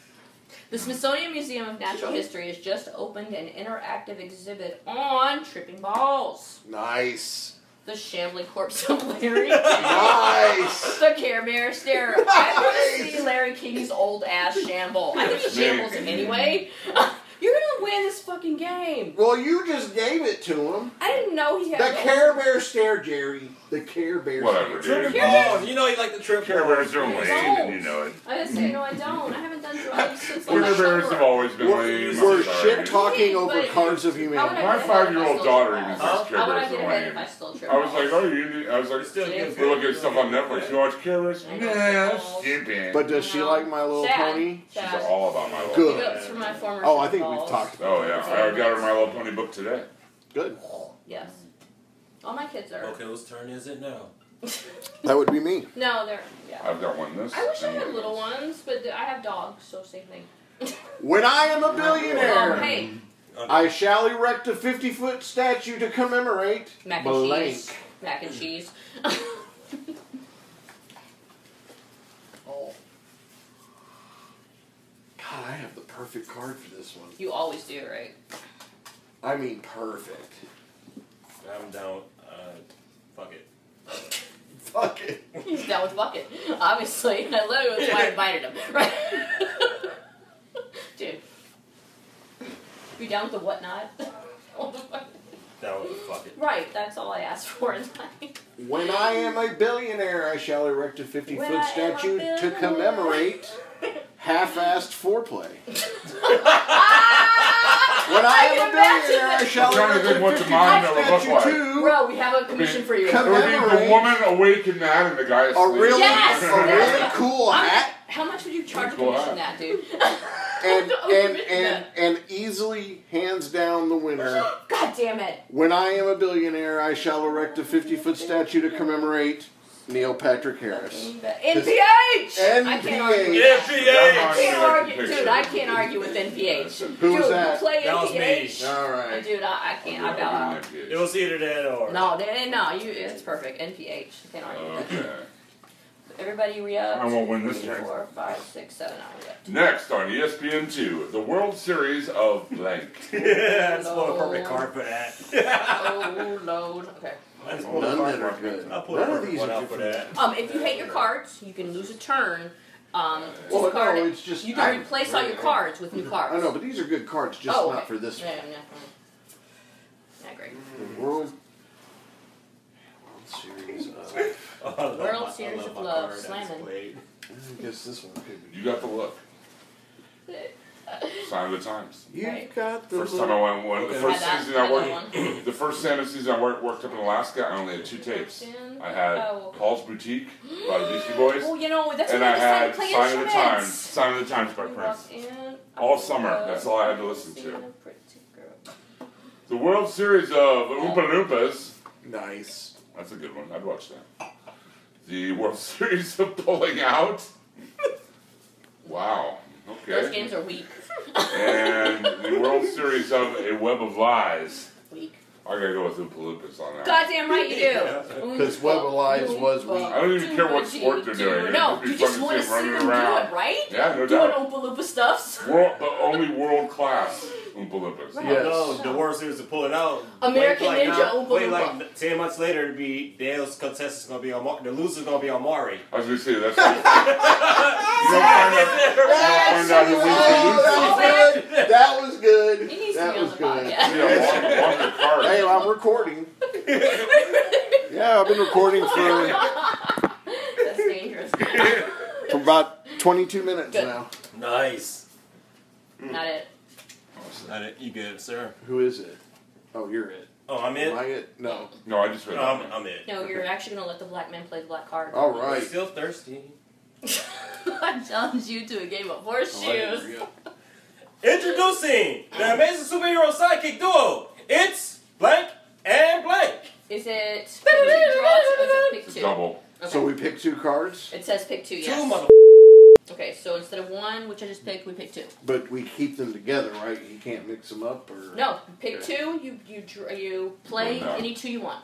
Speaker 13: The Smithsonian Museum of Natural History has just opened an interactive exhibit on tripping balls,
Speaker 12: Nice.
Speaker 13: the shambling corpse of Larry,
Speaker 12: Nice.
Speaker 13: the Care Bear stare. I want to see Larry King's old ass shamble. I think he shambles anyway. You're gonna win this fucking game.
Speaker 12: Well, you just gave it to him.
Speaker 13: I didn't know he had
Speaker 12: The Care Bear stare, Jerry. The Care Bear
Speaker 3: Whatever,
Speaker 12: stare.
Speaker 3: dude.
Speaker 19: Tripping balls. You know you like the trip
Speaker 3: Care
Speaker 19: balls.
Speaker 3: Bears are lame, and you know it.
Speaker 13: I just say no, I don't. I haven't done drugs since like
Speaker 3: Care Bears have always been
Speaker 12: We're,
Speaker 3: lame.
Speaker 12: we're
Speaker 3: I'm sorry.
Speaker 12: shit talking
Speaker 13: But-
Speaker 12: over cards of humanity.
Speaker 13: How
Speaker 3: My five-year-old daughter even
Speaker 13: Huh?
Speaker 3: says Care
Speaker 13: How would I
Speaker 3: Bears
Speaker 13: get
Speaker 3: are
Speaker 13: ahead if
Speaker 3: lame.
Speaker 13: I still trip?
Speaker 3: I was like,
Speaker 13: balls?
Speaker 3: oh, you need, I was like,
Speaker 19: Still good.
Speaker 3: we're looking at stuff on Netflix. You watch Care Bears? Nah, stupid.
Speaker 12: But does she
Speaker 13: No.
Speaker 12: like My Little
Speaker 13: Sad.
Speaker 12: Pony?
Speaker 3: she's
Speaker 13: Sad.
Speaker 3: all about My Little
Speaker 12: Good.
Speaker 3: Pony.
Speaker 13: Notes from my former
Speaker 12: Oh, I
Speaker 13: trip
Speaker 12: think we've
Speaker 13: balls.
Speaker 12: talked about
Speaker 3: Oh, yeah. I got her My Little Pony book today.
Speaker 12: Good.
Speaker 13: Yes. All my kids are.
Speaker 19: Okay, whose turn is it now?
Speaker 12: That would be me.
Speaker 13: No, they're. Yeah.
Speaker 3: I've got one this.
Speaker 13: I wish I
Speaker 3: and
Speaker 13: had
Speaker 3: one
Speaker 13: little
Speaker 3: this.
Speaker 13: ones, but th- I have dogs, so same thing.
Speaker 12: When I am a billionaire,
Speaker 13: Well, hey,
Speaker 12: I shall erect a 50 foot statue to commemorate
Speaker 13: mac and
Speaker 12: blank.
Speaker 13: cheese. Mac and cheese.
Speaker 12: Oh. God, I have the perfect card for this one.
Speaker 13: You always do, right?
Speaker 12: I mean, perfect.
Speaker 19: I'm down. Uh, fuck it.
Speaker 12: Fuck it.
Speaker 13: He's down with bucket. Obviously, I literally was why I invited him, right? Dude, you down with the whatnot?
Speaker 19: Down with the fuck it.
Speaker 13: right, that's all I asked for in life.
Speaker 12: When I am a billionaire, I shall erect a 50
Speaker 13: When I
Speaker 12: foot
Speaker 13: am a
Speaker 12: statue to
Speaker 13: billionaire.
Speaker 12: commemorate half assed foreplay. when I am a billionaire, I shall
Speaker 3: I'm trying
Speaker 12: erect
Speaker 3: to think what
Speaker 12: a
Speaker 3: the
Speaker 12: 50
Speaker 3: mom
Speaker 12: foot
Speaker 3: that would look
Speaker 12: statue
Speaker 3: like.
Speaker 12: to
Speaker 13: Bro, we have a commission for you.
Speaker 3: It would be the woman awake in that and the guy asleep.
Speaker 12: really-
Speaker 13: Yes!
Speaker 12: a really cool
Speaker 13: How much-
Speaker 12: hat.
Speaker 13: How much would you charge to
Speaker 12: Cool
Speaker 13: commission that,
Speaker 12: hat.
Speaker 13: dude?
Speaker 12: and,
Speaker 13: Don't
Speaker 12: and,
Speaker 13: admit
Speaker 12: and, and easily hands down the winner.
Speaker 13: God damn it.
Speaker 12: When I am a billionaire, I shall erect a 50 foot statue to commemorate Neil Patrick Harris.
Speaker 13: NPH! I can't argue with that.
Speaker 12: NPH!
Speaker 13: I can't argue, dude, I can't argue with NPH.
Speaker 12: Who
Speaker 13: dude,
Speaker 12: was that?
Speaker 13: Play
Speaker 19: That was
Speaker 13: NPH.
Speaker 19: me. All right.
Speaker 13: Dude, I, I can't. I bow out.
Speaker 19: It was either that or.
Speaker 13: No, they- no, you. It's perfect. NPH. I can't argue.
Speaker 19: Uh,
Speaker 13: with that.
Speaker 3: Okay.
Speaker 13: Everybody re up.
Speaker 3: I won't win this
Speaker 13: Three,
Speaker 3: game.
Speaker 13: four, five, six, seven, nine, yeah.
Speaker 3: Next on E ESPN2, the World Series of blank.
Speaker 19: Yeah, that's what a perfect card for that.
Speaker 13: oh Lord. Okay.
Speaker 19: That's
Speaker 3: None
Speaker 19: what a
Speaker 3: that
Speaker 19: perfect
Speaker 3: are
Speaker 19: card for
Speaker 3: good.
Speaker 19: that. I'll put
Speaker 3: None
Speaker 19: a
Speaker 3: of
Speaker 19: perfect
Speaker 3: these
Speaker 19: one
Speaker 3: are
Speaker 19: out for that.
Speaker 13: Um, if you hate your cards, you can lose a turn. Um,
Speaker 12: Well, no,
Speaker 13: discard it.
Speaker 12: it's just-
Speaker 13: you can
Speaker 12: I-
Speaker 13: replace all your cards with new cards.
Speaker 12: I know, but these are good cards, just
Speaker 13: oh,
Speaker 12: not
Speaker 13: okay.
Speaker 12: for this
Speaker 13: Yeah,
Speaker 12: one.
Speaker 13: yeah, yeah. Yeah, great.
Speaker 12: The World, World Series of.
Speaker 19: World
Speaker 13: World Series of Love, slamming.
Speaker 12: I guess this one could be.
Speaker 3: You got the look. Sign of the times.
Speaker 12: You got the.
Speaker 3: First time I went one. The
Speaker 12: Okay.
Speaker 3: first
Speaker 13: Had that-
Speaker 3: season I
Speaker 13: had
Speaker 3: worked. The first Santa season I worked, worked up in Alaska. I only had two tapes. I had
Speaker 13: Oh.
Speaker 3: Paul's Boutique by the Beastie Boys,
Speaker 13: Oh, you know that's
Speaker 3: and
Speaker 13: what
Speaker 3: I
Speaker 13: we decided
Speaker 3: had
Speaker 13: to play
Speaker 3: Sign of the Times.
Speaker 13: instruments.
Speaker 3: Sign of the Times by Prince.
Speaker 13: And uh,
Speaker 3: All summer. That's all I had to listen
Speaker 13: being
Speaker 3: to.
Speaker 13: a pretty girl.
Speaker 3: The World Series of Oompa Loompas.
Speaker 12: Nice.
Speaker 3: That's a good one. I'd watch that. The World Series of Pulling Out. Wow.
Speaker 13: Those
Speaker 3: Okay.
Speaker 13: games are weak.
Speaker 3: And the World Series of A Web of Lies.
Speaker 13: Weak.
Speaker 3: I gotta go with Oompa Loompas on that.
Speaker 13: Goddamn right you do.
Speaker 12: Because Web of Lies was weak.
Speaker 3: I don't even care what sport they're doing.
Speaker 13: No,
Speaker 3: It'd be
Speaker 13: you just
Speaker 3: fun
Speaker 13: want to
Speaker 3: see
Speaker 13: see
Speaker 3: them
Speaker 13: them
Speaker 3: running
Speaker 13: do it,
Speaker 3: around.
Speaker 13: right?
Speaker 3: Yeah, no
Speaker 13: Doing
Speaker 3: doubt.
Speaker 13: Oompa Loompa stuffs.
Speaker 3: World, but only world class Oompa Loompas.
Speaker 13: Right.
Speaker 19: No, the World Series to pull it out.
Speaker 13: American
Speaker 19: Wait, like,
Speaker 13: Ninja
Speaker 19: now-
Speaker 13: Oompa
Speaker 19: Wait,
Speaker 13: Loompa.
Speaker 19: like ten months later, it'd be Dale's contestant's gonna be on. Mar- the loser's gonna be on Mari.
Speaker 3: I was gonna say that's. you don't find out. You don't find out who wins the loser.
Speaker 12: that was good. That was good.
Speaker 13: He needs to
Speaker 12: that
Speaker 13: be on
Speaker 12: was
Speaker 13: the
Speaker 3: Yeah,
Speaker 12: good.
Speaker 3: walk, walk the card.
Speaker 12: Hey, I'm recording. yeah, I've been recording for,
Speaker 13: That's dangerous.
Speaker 12: for about 22 minutes now.
Speaker 19: Nice.
Speaker 13: Not it.
Speaker 19: Not it. You good, sir?
Speaker 12: Who is it? Oh, you're it.
Speaker 19: Oh,
Speaker 12: Am
Speaker 19: I'm in.
Speaker 12: I it? No.
Speaker 3: No, I just read.
Speaker 19: No, I'm, I'm in.
Speaker 13: No, you're actually gonna let the black man play the black card.
Speaker 12: All right.
Speaker 19: Still thirsty.
Speaker 13: I challenge you to a game of horseshoes.
Speaker 19: Introducing the amazing superhero sidekick duo. It's blank and blank.
Speaker 13: Is it pick two draws or is it pick two?
Speaker 3: Double.
Speaker 12: So we picked two cards,
Speaker 13: It says pick two, yes.
Speaker 19: Two mother.
Speaker 13: okay, so instead of one, which I just picked, we pick two.
Speaker 12: but we keep them together, right? You can't mix them up, or
Speaker 13: No, pick two. You you dr- you play
Speaker 3: Well, no.
Speaker 13: any two you want.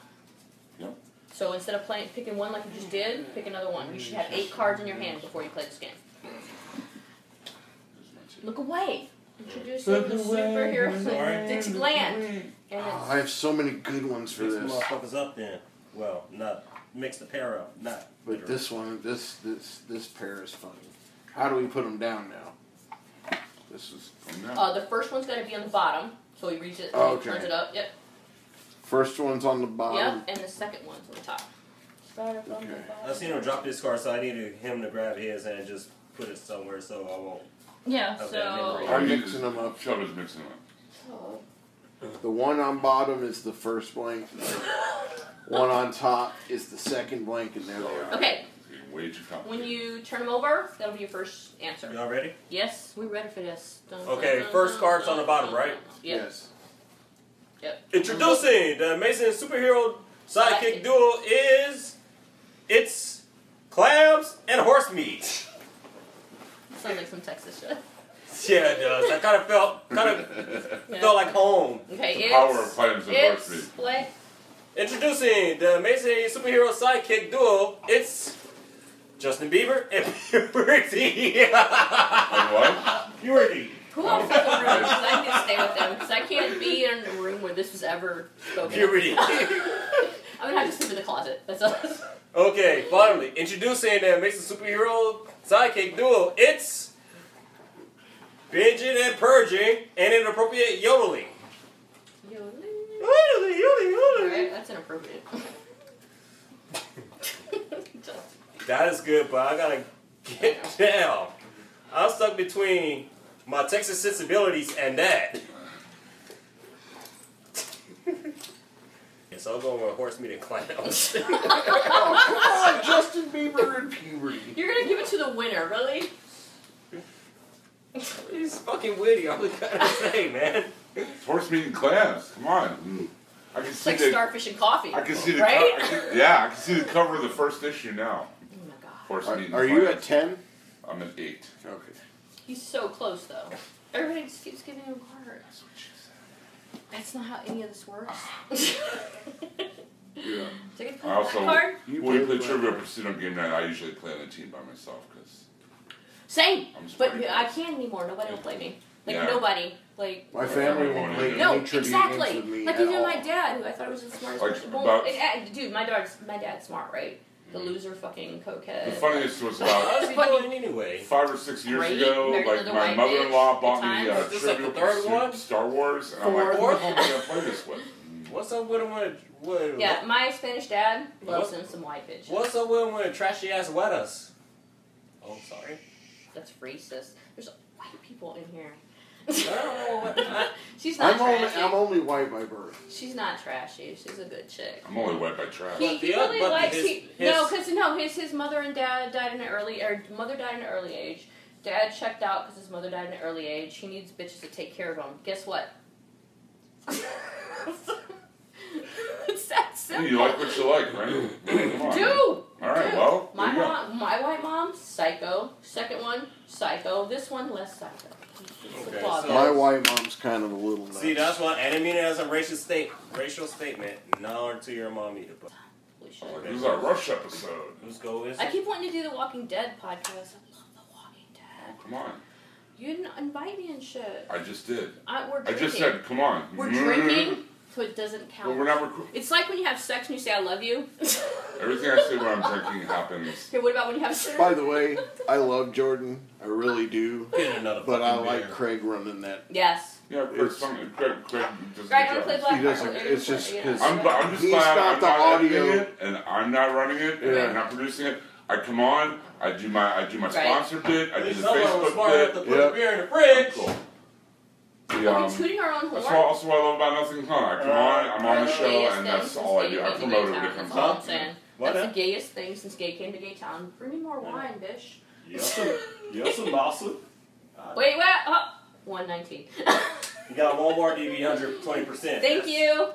Speaker 3: Yep.
Speaker 13: So instead of playing picking one like you just did, pick another one. You should have eight cards in your hand before you play this game. Look away. Introducing the superhero Dix Bland. And
Speaker 12: Oh,
Speaker 2: Uh-huh.
Speaker 13: it's
Speaker 12: I have so many good ones for
Speaker 19: Mix the
Speaker 12: this,
Speaker 19: motherfuckers up then. Well, not mix the pair up. Not.
Speaker 12: but this one, this this this pair is fun. How do we put them down now? This is
Speaker 13: uh, the first one's gonna be on the bottom, so he reaches it,
Speaker 12: Okay. Um,
Speaker 13: turns it up. Yep.
Speaker 12: first one's on the bottom.
Speaker 13: Yep. And the second one's on the top. Started from the
Speaker 12: Okay.
Speaker 19: I've
Speaker 13: bottom.
Speaker 19: seen him drop this card, so I needed him to grab his and just put it somewhere so I won't.
Speaker 13: Yeah.
Speaker 19: Okay,
Speaker 13: So.
Speaker 19: never
Speaker 12: I'm mixing them up.
Speaker 3: Shutter's mixing them up.
Speaker 12: The one on bottom is the first blank. one on top is the second blank, and there they are.
Speaker 13: Okay.
Speaker 3: It's getting way too complicated.
Speaker 13: When you turn them over, that'll be your first answer.
Speaker 19: Y'all ready?
Speaker 13: Yes, we ready for this. Dun,
Speaker 19: Okay,
Speaker 13: dun, dun,
Speaker 19: first
Speaker 13: dun,
Speaker 19: card's
Speaker 13: dun,
Speaker 19: on the bottom,
Speaker 13: dun,
Speaker 19: right?
Speaker 13: dun. Yep.
Speaker 12: Yes.
Speaker 13: Yep.
Speaker 19: Introducing the amazing superhero sidekick duo is It's clams and horse meat.
Speaker 13: Sounds like some Texas shit.
Speaker 19: Yeah, it does. I kind of felt kind of felt like home.
Speaker 13: Okay, The it's- power of clams and horse it's meat. What?
Speaker 19: Introducing the amazing superhero sidekick duo. It's Justin Bieber and Purity. what? Purity.
Speaker 13: Who else in the room? 'Cause I can stay with them. Because I can't be in a room where this was ever spoken.
Speaker 19: Purity.
Speaker 13: I'm gonna have to sleep in the closet. That's all.
Speaker 19: Okay, finally, introducing the amazing superhero sidekick duo. It's binging and purging and inappropriate yodeling.
Speaker 13: Alright, That's inappropriate.
Speaker 19: That is good, but I gotta get down. I'm stuck between my Texas sensibilities and that. Yes, I'll go with horse meat and clowns.
Speaker 13: You're
Speaker 12: Justin Bieber and puberty.
Speaker 13: gonna give it to the winner, really?
Speaker 19: He's fucking witty. I'm gonna say, man.
Speaker 3: Horse meat and clams. Come on. Mm. I can
Speaker 13: It's
Speaker 3: see
Speaker 13: like
Speaker 3: the,
Speaker 13: starfish and coffee.
Speaker 3: I can see the
Speaker 13: right? Oh
Speaker 3: co- I can- yeah, I can see the cover of the first issue now. Horse meat. and
Speaker 12: Are you
Speaker 3: clams.
Speaker 12: at ten?
Speaker 3: I'm at eight. Okay.
Speaker 13: He's so close, though. Everybody just keeps giving him cards. That's what she said. That's not how any of this works.
Speaker 3: Yeah.
Speaker 13: Take a
Speaker 3: I also
Speaker 13: card.
Speaker 3: when we play Trivial Pursuit on game night, I usually play on a team by myself because
Speaker 13: Same,
Speaker 3: I'm just
Speaker 13: but
Speaker 3: worried.
Speaker 13: I can't anymore. Nobody will play me. Like
Speaker 3: Yeah.
Speaker 13: nobody. Like
Speaker 12: My family won't play
Speaker 13: No,
Speaker 12: any trivia games
Speaker 13: exactly.
Speaker 12: with me
Speaker 13: Like
Speaker 12: at
Speaker 13: even
Speaker 12: all.
Speaker 13: my dad, who I thought was the smartest
Speaker 3: Like,
Speaker 13: person. Well,
Speaker 3: about- Mm-hmm.
Speaker 13: it- eh, dude, my dad's my dad's smart, right? The loser, fucking cokehead.
Speaker 3: the funniest was
Speaker 19: How's
Speaker 3: about
Speaker 19: he doing anyway?
Speaker 3: five or six years
Speaker 13: Great.
Speaker 3: ago.
Speaker 13: Married
Speaker 3: like
Speaker 13: with a
Speaker 3: my
Speaker 13: white
Speaker 3: mother-in-law
Speaker 13: bitch,
Speaker 3: bought
Speaker 13: good
Speaker 3: me uh,
Speaker 13: times.
Speaker 19: Is this, like,
Speaker 3: Trivial
Speaker 19: the third
Speaker 3: Pursuit
Speaker 19: one?
Speaker 3: Star Wars, and I'm like, what
Speaker 13: Fourth.
Speaker 3: the hell am I gonna play this with?
Speaker 19: What's up with him when what,
Speaker 13: Yeah, my Spanish dad loves
Speaker 19: What?
Speaker 13: him some white bitch.
Speaker 19: What's up with him when trashy ass wet us? Oh, sorry.
Speaker 13: That's racist. There's white people in here. She's not
Speaker 12: I'm only,
Speaker 13: trashy.
Speaker 12: I'm only white by birth.
Speaker 13: She's not trashy. She's a good chick.
Speaker 3: I'm only wet by trash.
Speaker 13: He, he
Speaker 12: But the-
Speaker 13: really
Speaker 12: but
Speaker 13: likes
Speaker 12: his-
Speaker 13: he, no,
Speaker 12: his-
Speaker 13: because no, his his mother and dad died in an early or mother died in an early age. Dad checked out because his mother died in an early age. He needs bitches to take care of him. Guess what? it's that simple.
Speaker 3: You like what you like, right? Come on.
Speaker 13: Do.
Speaker 3: All right. Well,
Speaker 13: My
Speaker 3: there you go.
Speaker 13: mom, my white mom, psycho. Second one, psycho. This one, less psycho. It's the
Speaker 19: Okay,
Speaker 13: claw
Speaker 19: so-
Speaker 13: back.
Speaker 12: My white mom's kind of a little nuts.
Speaker 19: See, that's why I didn't mean it as a racial state, racial statement. Nor to your mom either. But
Speaker 3: This is our Rush episode.
Speaker 19: Let's go. Is
Speaker 13: I keep wanting to do the Walking Dead podcast. I love The Walking Dead.
Speaker 3: Oh, Come on.
Speaker 13: You didn't invite me and shit.
Speaker 3: I just did.
Speaker 13: I, we're
Speaker 3: I
Speaker 13: drinking.
Speaker 3: just said, come on.
Speaker 13: We're drinking, so it doesn't count.
Speaker 3: Well, we're not recording.
Speaker 13: It's like when you have sex and you say I love you.
Speaker 3: Everything I say when I'm drinking happens.
Speaker 13: okay, what about when you have sex?
Speaker 12: By the way, I love Jordan. I really do.
Speaker 19: another
Speaker 12: But I
Speaker 19: fucking
Speaker 12: like
Speaker 19: beer.
Speaker 12: Craig running that.
Speaker 13: Yes.
Speaker 3: Yeah, Craig's fine. Craig, Craig does
Speaker 13: Greg,
Speaker 3: a
Speaker 13: wanna
Speaker 3: good
Speaker 13: play
Speaker 3: job.
Speaker 13: Black
Speaker 12: He doesn't.
Speaker 13: Heart?
Speaker 12: It's just
Speaker 13: Yeah.
Speaker 12: because
Speaker 3: I'm, I'm just
Speaker 12: he's
Speaker 3: glad
Speaker 12: got
Speaker 3: I'm
Speaker 12: the
Speaker 3: not
Speaker 12: audio.
Speaker 3: editing it, and I'm not running it, and
Speaker 12: Yeah.
Speaker 3: I'm not producing it. I come on, I do my, I do my
Speaker 12: Right.
Speaker 3: sponsor bit, I do the
Speaker 19: someone was smart enough
Speaker 3: Facebook
Speaker 19: to
Speaker 3: bit.
Speaker 19: put the beer in the fridge.
Speaker 3: Cool.
Speaker 13: Are
Speaker 3: The,
Speaker 13: we
Speaker 3: um,
Speaker 13: tooting our own
Speaker 3: that's
Speaker 13: horn?
Speaker 3: why, also what I love about Nothing Huh. I come on, I'm on the
Speaker 13: That's
Speaker 3: show,
Speaker 13: gayest
Speaker 3: and
Speaker 13: thing
Speaker 3: that's
Speaker 13: since
Speaker 3: all I
Speaker 13: gay
Speaker 3: do. I
Speaker 13: came to
Speaker 3: promote
Speaker 13: gay
Speaker 3: it when it
Speaker 13: town.
Speaker 3: comes
Speaker 13: That's all I'm
Speaker 3: up.
Speaker 13: saying.
Speaker 19: What
Speaker 13: That's
Speaker 19: up?
Speaker 13: the gayest thing since gay came to gay town. Bring me more wine, bitch.
Speaker 19: Yes, sir. Yes, sir, Lawson.
Speaker 13: Wait, what? Oh, 119.
Speaker 19: You got one more DB, hundred twenty percent.
Speaker 13: Thank you.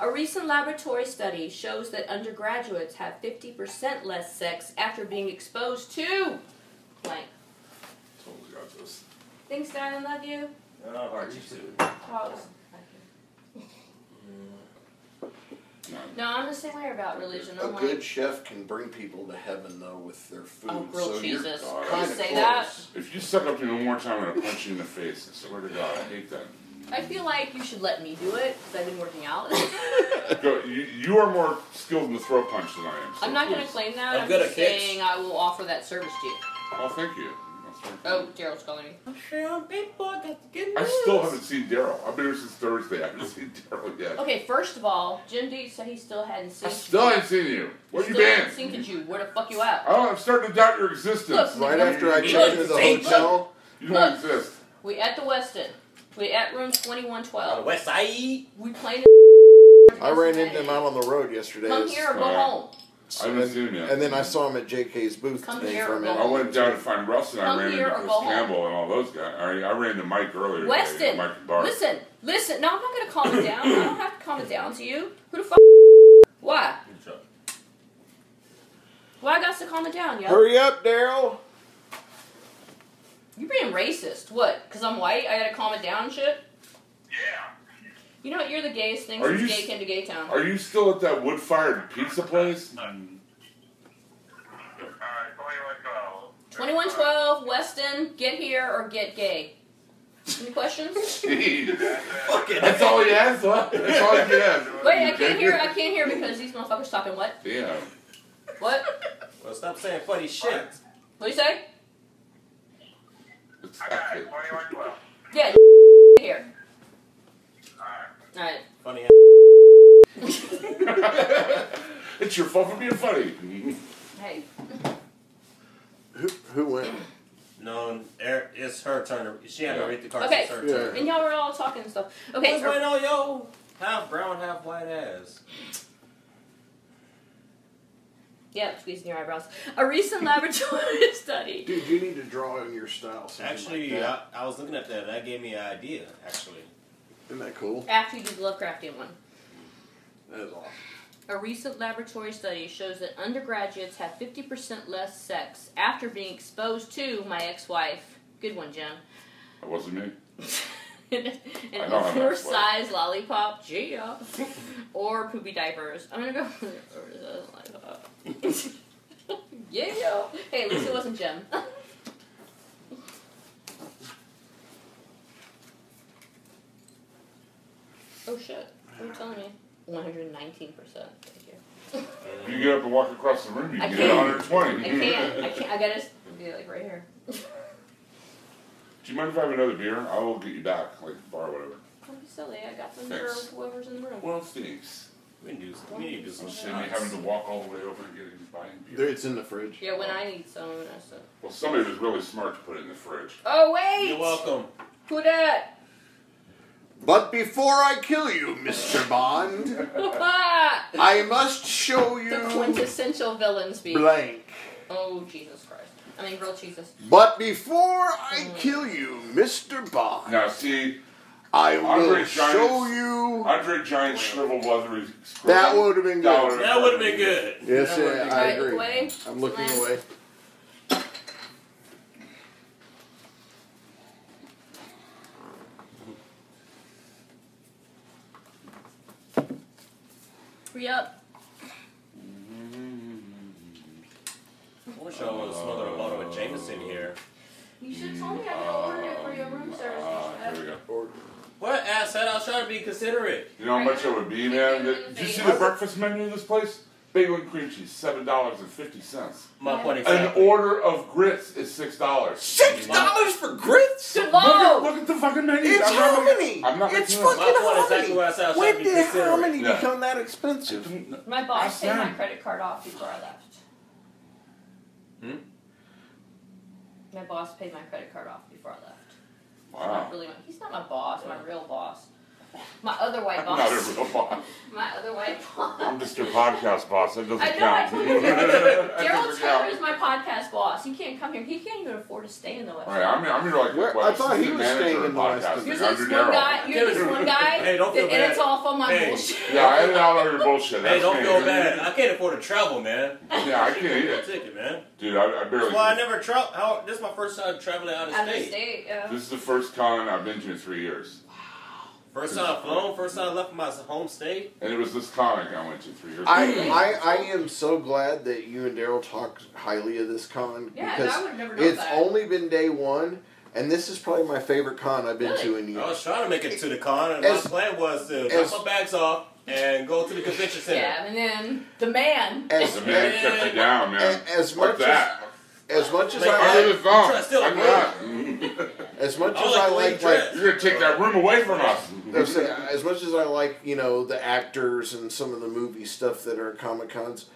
Speaker 13: A recent laboratory study shows that undergraduates have 50% less sex after being exposed to blank.
Speaker 3: Totally got this.
Speaker 13: Thanks, Dad. I love you.
Speaker 19: And I heart Oh, you too.
Speaker 13: Pause. No, I'm the same way about religion.
Speaker 12: A
Speaker 13: I'm like,
Speaker 12: good chef can bring people to heaven though with their food.
Speaker 13: Oh, grilled
Speaker 12: so you're
Speaker 13: cheeses.
Speaker 12: kinda
Speaker 13: Please say
Speaker 12: close.
Speaker 13: that.
Speaker 3: If you suck up to me one more time, I'm gonna punch you in the face. I swear to God, I hate that.
Speaker 13: I feel like you should let me do it because I've been working out.
Speaker 3: Go, you, you are more skilled in the throat punch than I am. so
Speaker 13: I'm not going to
Speaker 3: please.
Speaker 13: claim that. I'm,
Speaker 3: I'm good
Speaker 13: just
Speaker 3: at kicks.
Speaker 13: saying I will offer that service to you.
Speaker 3: Oh, thank you. That's very
Speaker 13: Oh, Gerald's calling me. I'm sure I'm big boy. Got the good news.
Speaker 3: I still haven't seen Daryl. I've been here since Thursday. I haven't seen Daryl yet.
Speaker 13: Okay, first of all, Jim D said he still hadn't seen.
Speaker 3: I still haven't seen you. Where you
Speaker 13: Still
Speaker 3: been?
Speaker 13: haven't seen you. Where the fuck you at?
Speaker 3: Oh, I'm starting to doubt your existence.
Speaker 13: Look, Right after I
Speaker 12: checked into the
Speaker 13: look, hotel.
Speaker 3: you don't
Speaker 13: look.
Speaker 3: exist.
Speaker 13: We at the Westin. We at room twenty one twelve.
Speaker 19: West Side.
Speaker 13: We playing.
Speaker 12: I ran into him out on the road yesterday.
Speaker 13: Come here or go home.
Speaker 3: I haven't seen him yet.
Speaker 12: And then I saw him at JK's booth
Speaker 13: Come
Speaker 12: today
Speaker 13: here
Speaker 12: for
Speaker 13: or
Speaker 12: a
Speaker 13: go
Speaker 12: minute.
Speaker 3: I went down to find Russ and I
Speaker 13: Come
Speaker 3: ran
Speaker 13: here
Speaker 3: into
Speaker 13: or
Speaker 3: Chris
Speaker 13: go home.
Speaker 3: Campbell and all those guys. I, I ran into Mike earlier. today,
Speaker 13: Weston,
Speaker 3: Mike and Bart.
Speaker 13: listen, listen. No, I'm not gonna calm it down. I don't have to calm it down to you. Who the fuck? Why? Well, I got to calm it down, yo.
Speaker 12: Hurry up, Daryl.
Speaker 13: You're being racist. What? Because I'm white? I gotta calm it down and shit? Yeah. You know what? You're the gayest thing
Speaker 3: Are
Speaker 13: since
Speaker 3: you
Speaker 13: gay
Speaker 3: s-
Speaker 13: came to gay town.
Speaker 3: Are you still at that wood fired pizza place?
Speaker 13: 2112, Weston, get here or get gay. Any questions?
Speaker 3: Jeez. That's all he has, huh? That's all he has.
Speaker 13: Wait, I can't hear. I can't hear because these motherfuckers talking what?
Speaker 3: Yeah.
Speaker 13: What?
Speaker 19: Well, stop saying funny shit.
Speaker 13: What do you say?
Speaker 3: Exactly.
Speaker 13: Yeah, here. Alright.
Speaker 19: Funny
Speaker 3: It's your fault for being funny.
Speaker 13: Hey.
Speaker 12: Who, who went?
Speaker 19: No, Eric, it's her turn. To, she had to read the cards.
Speaker 13: Okay.
Speaker 19: It's her turn.
Speaker 13: And y'all were all talking and stuff. Okay. er,
Speaker 19: What's going on, yo? Half brown, half white ass.
Speaker 13: Yeah, squeezing your eyebrows. A recent laboratory study.
Speaker 12: Dude, you need to draw in your style. something like
Speaker 19: Actually,
Speaker 12: that.
Speaker 19: I, I was looking at that. That gave me an idea. Actually,
Speaker 12: isn't that cool?
Speaker 13: After you did the Lovecraftian one.
Speaker 12: That is awesome.
Speaker 13: A recent laboratory study shows that undergraduates have 50% less sex after being exposed to my ex-wife. Good one, Jim.
Speaker 3: That wasn't me. I
Speaker 13: An
Speaker 3: know I'm
Speaker 13: oversized lollipop, yeah, or poopy diapers. I'm gonna go with oversized lollipop. yeah. Hey, at least it wasn't Jim. oh shit! What are you telling me? 119 percent.
Speaker 3: You get up and walk across the room, you
Speaker 13: I
Speaker 3: can get
Speaker 13: can't.
Speaker 3: 120.
Speaker 13: I can't. I can't. I gotta s- be like right here.
Speaker 3: Do you mind if I have another beer? I will get you back, like bar or whatever.
Speaker 13: Don't be silly. I got them
Speaker 3: Thanks.
Speaker 13: for whoever's in the room.
Speaker 3: Well, thanks.
Speaker 19: We can do some.
Speaker 13: we need to do some
Speaker 3: I'm sitting here having to walk all the way over and getting buying beer.
Speaker 12: There, it's in the fridge.
Speaker 13: yeah, when I need some, I'm gonna say-
Speaker 3: Well, somebody was really smart to put it in the fridge.
Speaker 13: Oh wait!
Speaker 19: You're welcome.
Speaker 13: Who that?
Speaker 12: But before I kill you, Mr. Bond,
Speaker 13: the
Speaker 12: I must show you
Speaker 13: quintessential villain speech.
Speaker 12: blank.
Speaker 13: Oh Jesus Christ! I mean, real Jesus.
Speaker 12: But before I kill you, Mr. Bond,
Speaker 3: Now, see,
Speaker 12: I
Speaker 3: Andre
Speaker 12: will
Speaker 3: Giant's,
Speaker 12: show you.
Speaker 3: Andre Giant shriveled leathery.
Speaker 12: That would have been
Speaker 3: That
Speaker 12: good.
Speaker 3: would've
Speaker 19: That would have been good.
Speaker 12: Yes,
Speaker 19: That would've
Speaker 12: yeah,
Speaker 19: been
Speaker 12: I
Speaker 19: good.
Speaker 13: Right,
Speaker 12: agree.
Speaker 13: away.
Speaker 12: I'm looking
Speaker 13: Last.
Speaker 12: away.
Speaker 13: Hurry up!
Speaker 19: I wish I would have smothered a bottle of Jameson here.
Speaker 13: You should have told me I could order it for your room service.
Speaker 3: Ah, here we go.
Speaker 19: What asshat? I was trying to be considerate.
Speaker 3: You know how much that would be, man? Did you see the breakfast menu of this place? Bagel and cream cheese, seven dollars and fifty cents.
Speaker 19: My point
Speaker 3: An
Speaker 19: exactly.
Speaker 3: order of grits is six dollars. Six
Speaker 12: Dollars for grits?
Speaker 3: Look at, look at the fucking menu.
Speaker 12: It's
Speaker 3: I'm not making-
Speaker 12: Harmony!
Speaker 3: I'm not
Speaker 12: It's
Speaker 3: making it up.
Speaker 12: fucking
Speaker 19: My point is exactly what I said. I was
Speaker 12: Harmony!
Speaker 19: trying
Speaker 12: When
Speaker 19: to be
Speaker 12: did
Speaker 19: considerate.
Speaker 12: Harmony
Speaker 3: Yeah.
Speaker 12: become that expensive?
Speaker 13: My boss paid my credit card off before I left.
Speaker 19: Hmm?
Speaker 13: My boss paid my credit card off before I left. Not
Speaker 3: Wow.
Speaker 13: really. My, he's not my boss. My real boss. My other white
Speaker 3: I'm not
Speaker 13: boss.
Speaker 3: a real boss.
Speaker 13: My other white boss.
Speaker 3: I'm just your podcast boss. That doesn't
Speaker 13: I know, I
Speaker 3: count.
Speaker 13: told you.
Speaker 3: That
Speaker 13: Daryl
Speaker 3: doesn't
Speaker 13: Taylor
Speaker 3: count.
Speaker 13: is my podcast boss. He can't come here. He can't even afford to stay in the West.
Speaker 3: All right, I'm, I'm here like
Speaker 12: Where-
Speaker 3: well,
Speaker 12: I thought he
Speaker 3: assistant
Speaker 12: was
Speaker 3: manager
Speaker 12: staying
Speaker 3: of
Speaker 12: in the
Speaker 3: podcasting.
Speaker 12: West
Speaker 13: You're
Speaker 12: End.
Speaker 3: I'm
Speaker 13: this
Speaker 3: your
Speaker 13: one
Speaker 3: Daryl.
Speaker 13: guy. You're this one guy.
Speaker 19: Hey, don't feel
Speaker 13: and
Speaker 19: bad.
Speaker 13: it's all for my
Speaker 19: Hey.
Speaker 13: bullshit.
Speaker 3: Yeah, I did all of your bullshit.
Speaker 19: Hey,
Speaker 3: That's
Speaker 19: don't
Speaker 3: me.
Speaker 19: feel bad. I can't afford to travel, man.
Speaker 3: Yeah, I can't
Speaker 19: That's
Speaker 3: either.
Speaker 19: it, man.
Speaker 3: Dude, I, I barely.
Speaker 19: That's why I never travel. How? This is my first time traveling out of
Speaker 13: Out of
Speaker 19: state.
Speaker 13: state. Yeah.
Speaker 3: This is the first con I've been to in three years.
Speaker 19: First time I flown. First time I left my home state.
Speaker 3: And it was this con I went to three years ago.
Speaker 12: I, I, I am so glad that you and Daryl talked highly of this con
Speaker 13: Yeah, and I
Speaker 12: because
Speaker 13: would've never known
Speaker 12: it's
Speaker 13: that.
Speaker 12: only been day one, and this is probably my favorite con I've been to in
Speaker 19: I was
Speaker 12: years.
Speaker 19: trying to make it to the con, and
Speaker 12: As-
Speaker 19: my plan was to
Speaker 12: as-
Speaker 19: drop my bags off and go to the convention center.
Speaker 13: Yeah, and then the man.
Speaker 12: As,
Speaker 3: The man
Speaker 12: as,
Speaker 3: kept me down, man.
Speaker 12: as
Speaker 3: like
Speaker 12: much
Speaker 3: that.
Speaker 12: as much as
Speaker 19: Like,
Speaker 12: I
Speaker 19: I
Speaker 3: Under
Speaker 12: like,
Speaker 3: the thumb.
Speaker 19: Try to steal a
Speaker 3: Like
Speaker 19: bullet.
Speaker 3: that.
Speaker 12: as much
Speaker 19: I
Speaker 12: as
Speaker 19: like
Speaker 12: I
Speaker 19: the way
Speaker 12: like,
Speaker 19: you
Speaker 12: like
Speaker 19: dress.
Speaker 3: You're gonna take that room away from us.
Speaker 12: I'm saying, as much as I like, you know, the actors and some of the movie stuff that are Comic Cons,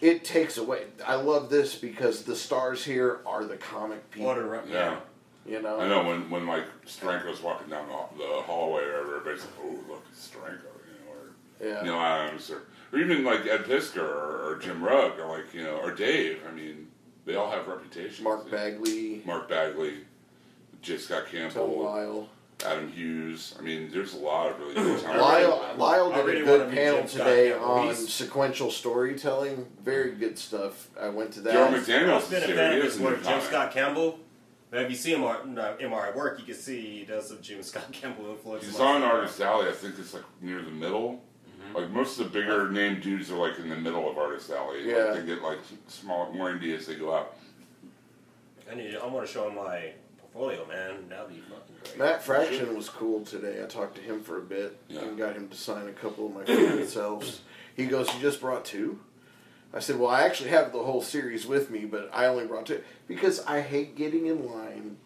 Speaker 12: it takes away. I love this because the stars here are the comic people.
Speaker 19: Order right
Speaker 3: Yeah.
Speaker 12: You
Speaker 3: I
Speaker 12: know?
Speaker 3: know when when like Stranko's walking down the, the hallway or whatever, everybody's like, "Oh, look, it's Stranko," you know, or
Speaker 12: Yeah.
Speaker 3: Neil Adams, or or even like Ed Pisker or, or Jim Rugg or like you know or Dave. I mean, they all have reputations.
Speaker 12: Mark Bagley,
Speaker 3: Mark Bagley, J. Scott
Speaker 12: Tom
Speaker 3: Campbell,
Speaker 12: Lyle.
Speaker 3: Adam Hughes. I mean, there's a lot of really good talent.
Speaker 12: Lyle, Lyle
Speaker 3: I
Speaker 12: did
Speaker 3: really
Speaker 12: a
Speaker 3: wanna
Speaker 12: good
Speaker 3: meet
Speaker 12: panel
Speaker 3: Jim Scott
Speaker 12: today
Speaker 3: now.
Speaker 12: on
Speaker 3: He's-
Speaker 12: sequential storytelling. Very good stuff. I went to that.
Speaker 3: Jerome McDaniels
Speaker 19: I've been a fan of his work, Jim Scott Campbell. But if you see him at, no, him at work, you can see he does some Jim Scott Campbell influence.
Speaker 3: He's on Artist Alley. I think it's like near the middle. Like most of the bigger name dudes are like in the middle of Artist Alley.
Speaker 19: Yeah.
Speaker 3: Like they get like smaller, more indie as they go up.
Speaker 19: I need. I want to show him my portfolio, man. That'd be fucking great.
Speaker 12: Matt Fraction was cool today. I talked to him for a bit and got him to sign a couple of my favorite selves. He goes, "You just brought two? I said, "Well, I actually have the whole series with me, but I only brought two because I hate getting in line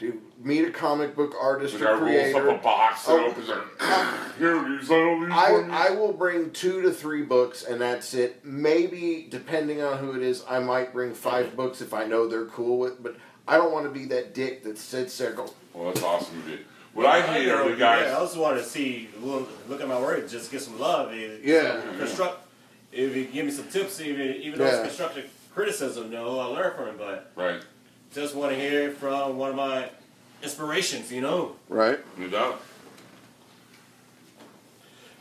Speaker 12: to meet a comic book artist
Speaker 3: The
Speaker 12: or
Speaker 3: guy rolls
Speaker 12: creator."
Speaker 3: up a box and
Speaker 12: Oh,
Speaker 3: opens it. Here, you sign all these for me.
Speaker 12: I, I will bring two to three books and that's it. Maybe depending on who it is, I might bring five books if I know they're cool with. But I don't want to be that dick that sits there going,
Speaker 3: Well, that's awesome, dude. What I hate are the
Speaker 19: Yeah, I
Speaker 3: guys.
Speaker 19: just want to see look, look at my work, just get some love. It-
Speaker 3: Yeah.
Speaker 19: construct. If you give me some tips, even even though
Speaker 3: Yeah.
Speaker 19: it's constructive criticism, no, I learn from it. But
Speaker 3: Right.
Speaker 19: just want to hear from one of my inspirations. You know.
Speaker 12: right?
Speaker 3: No doubt.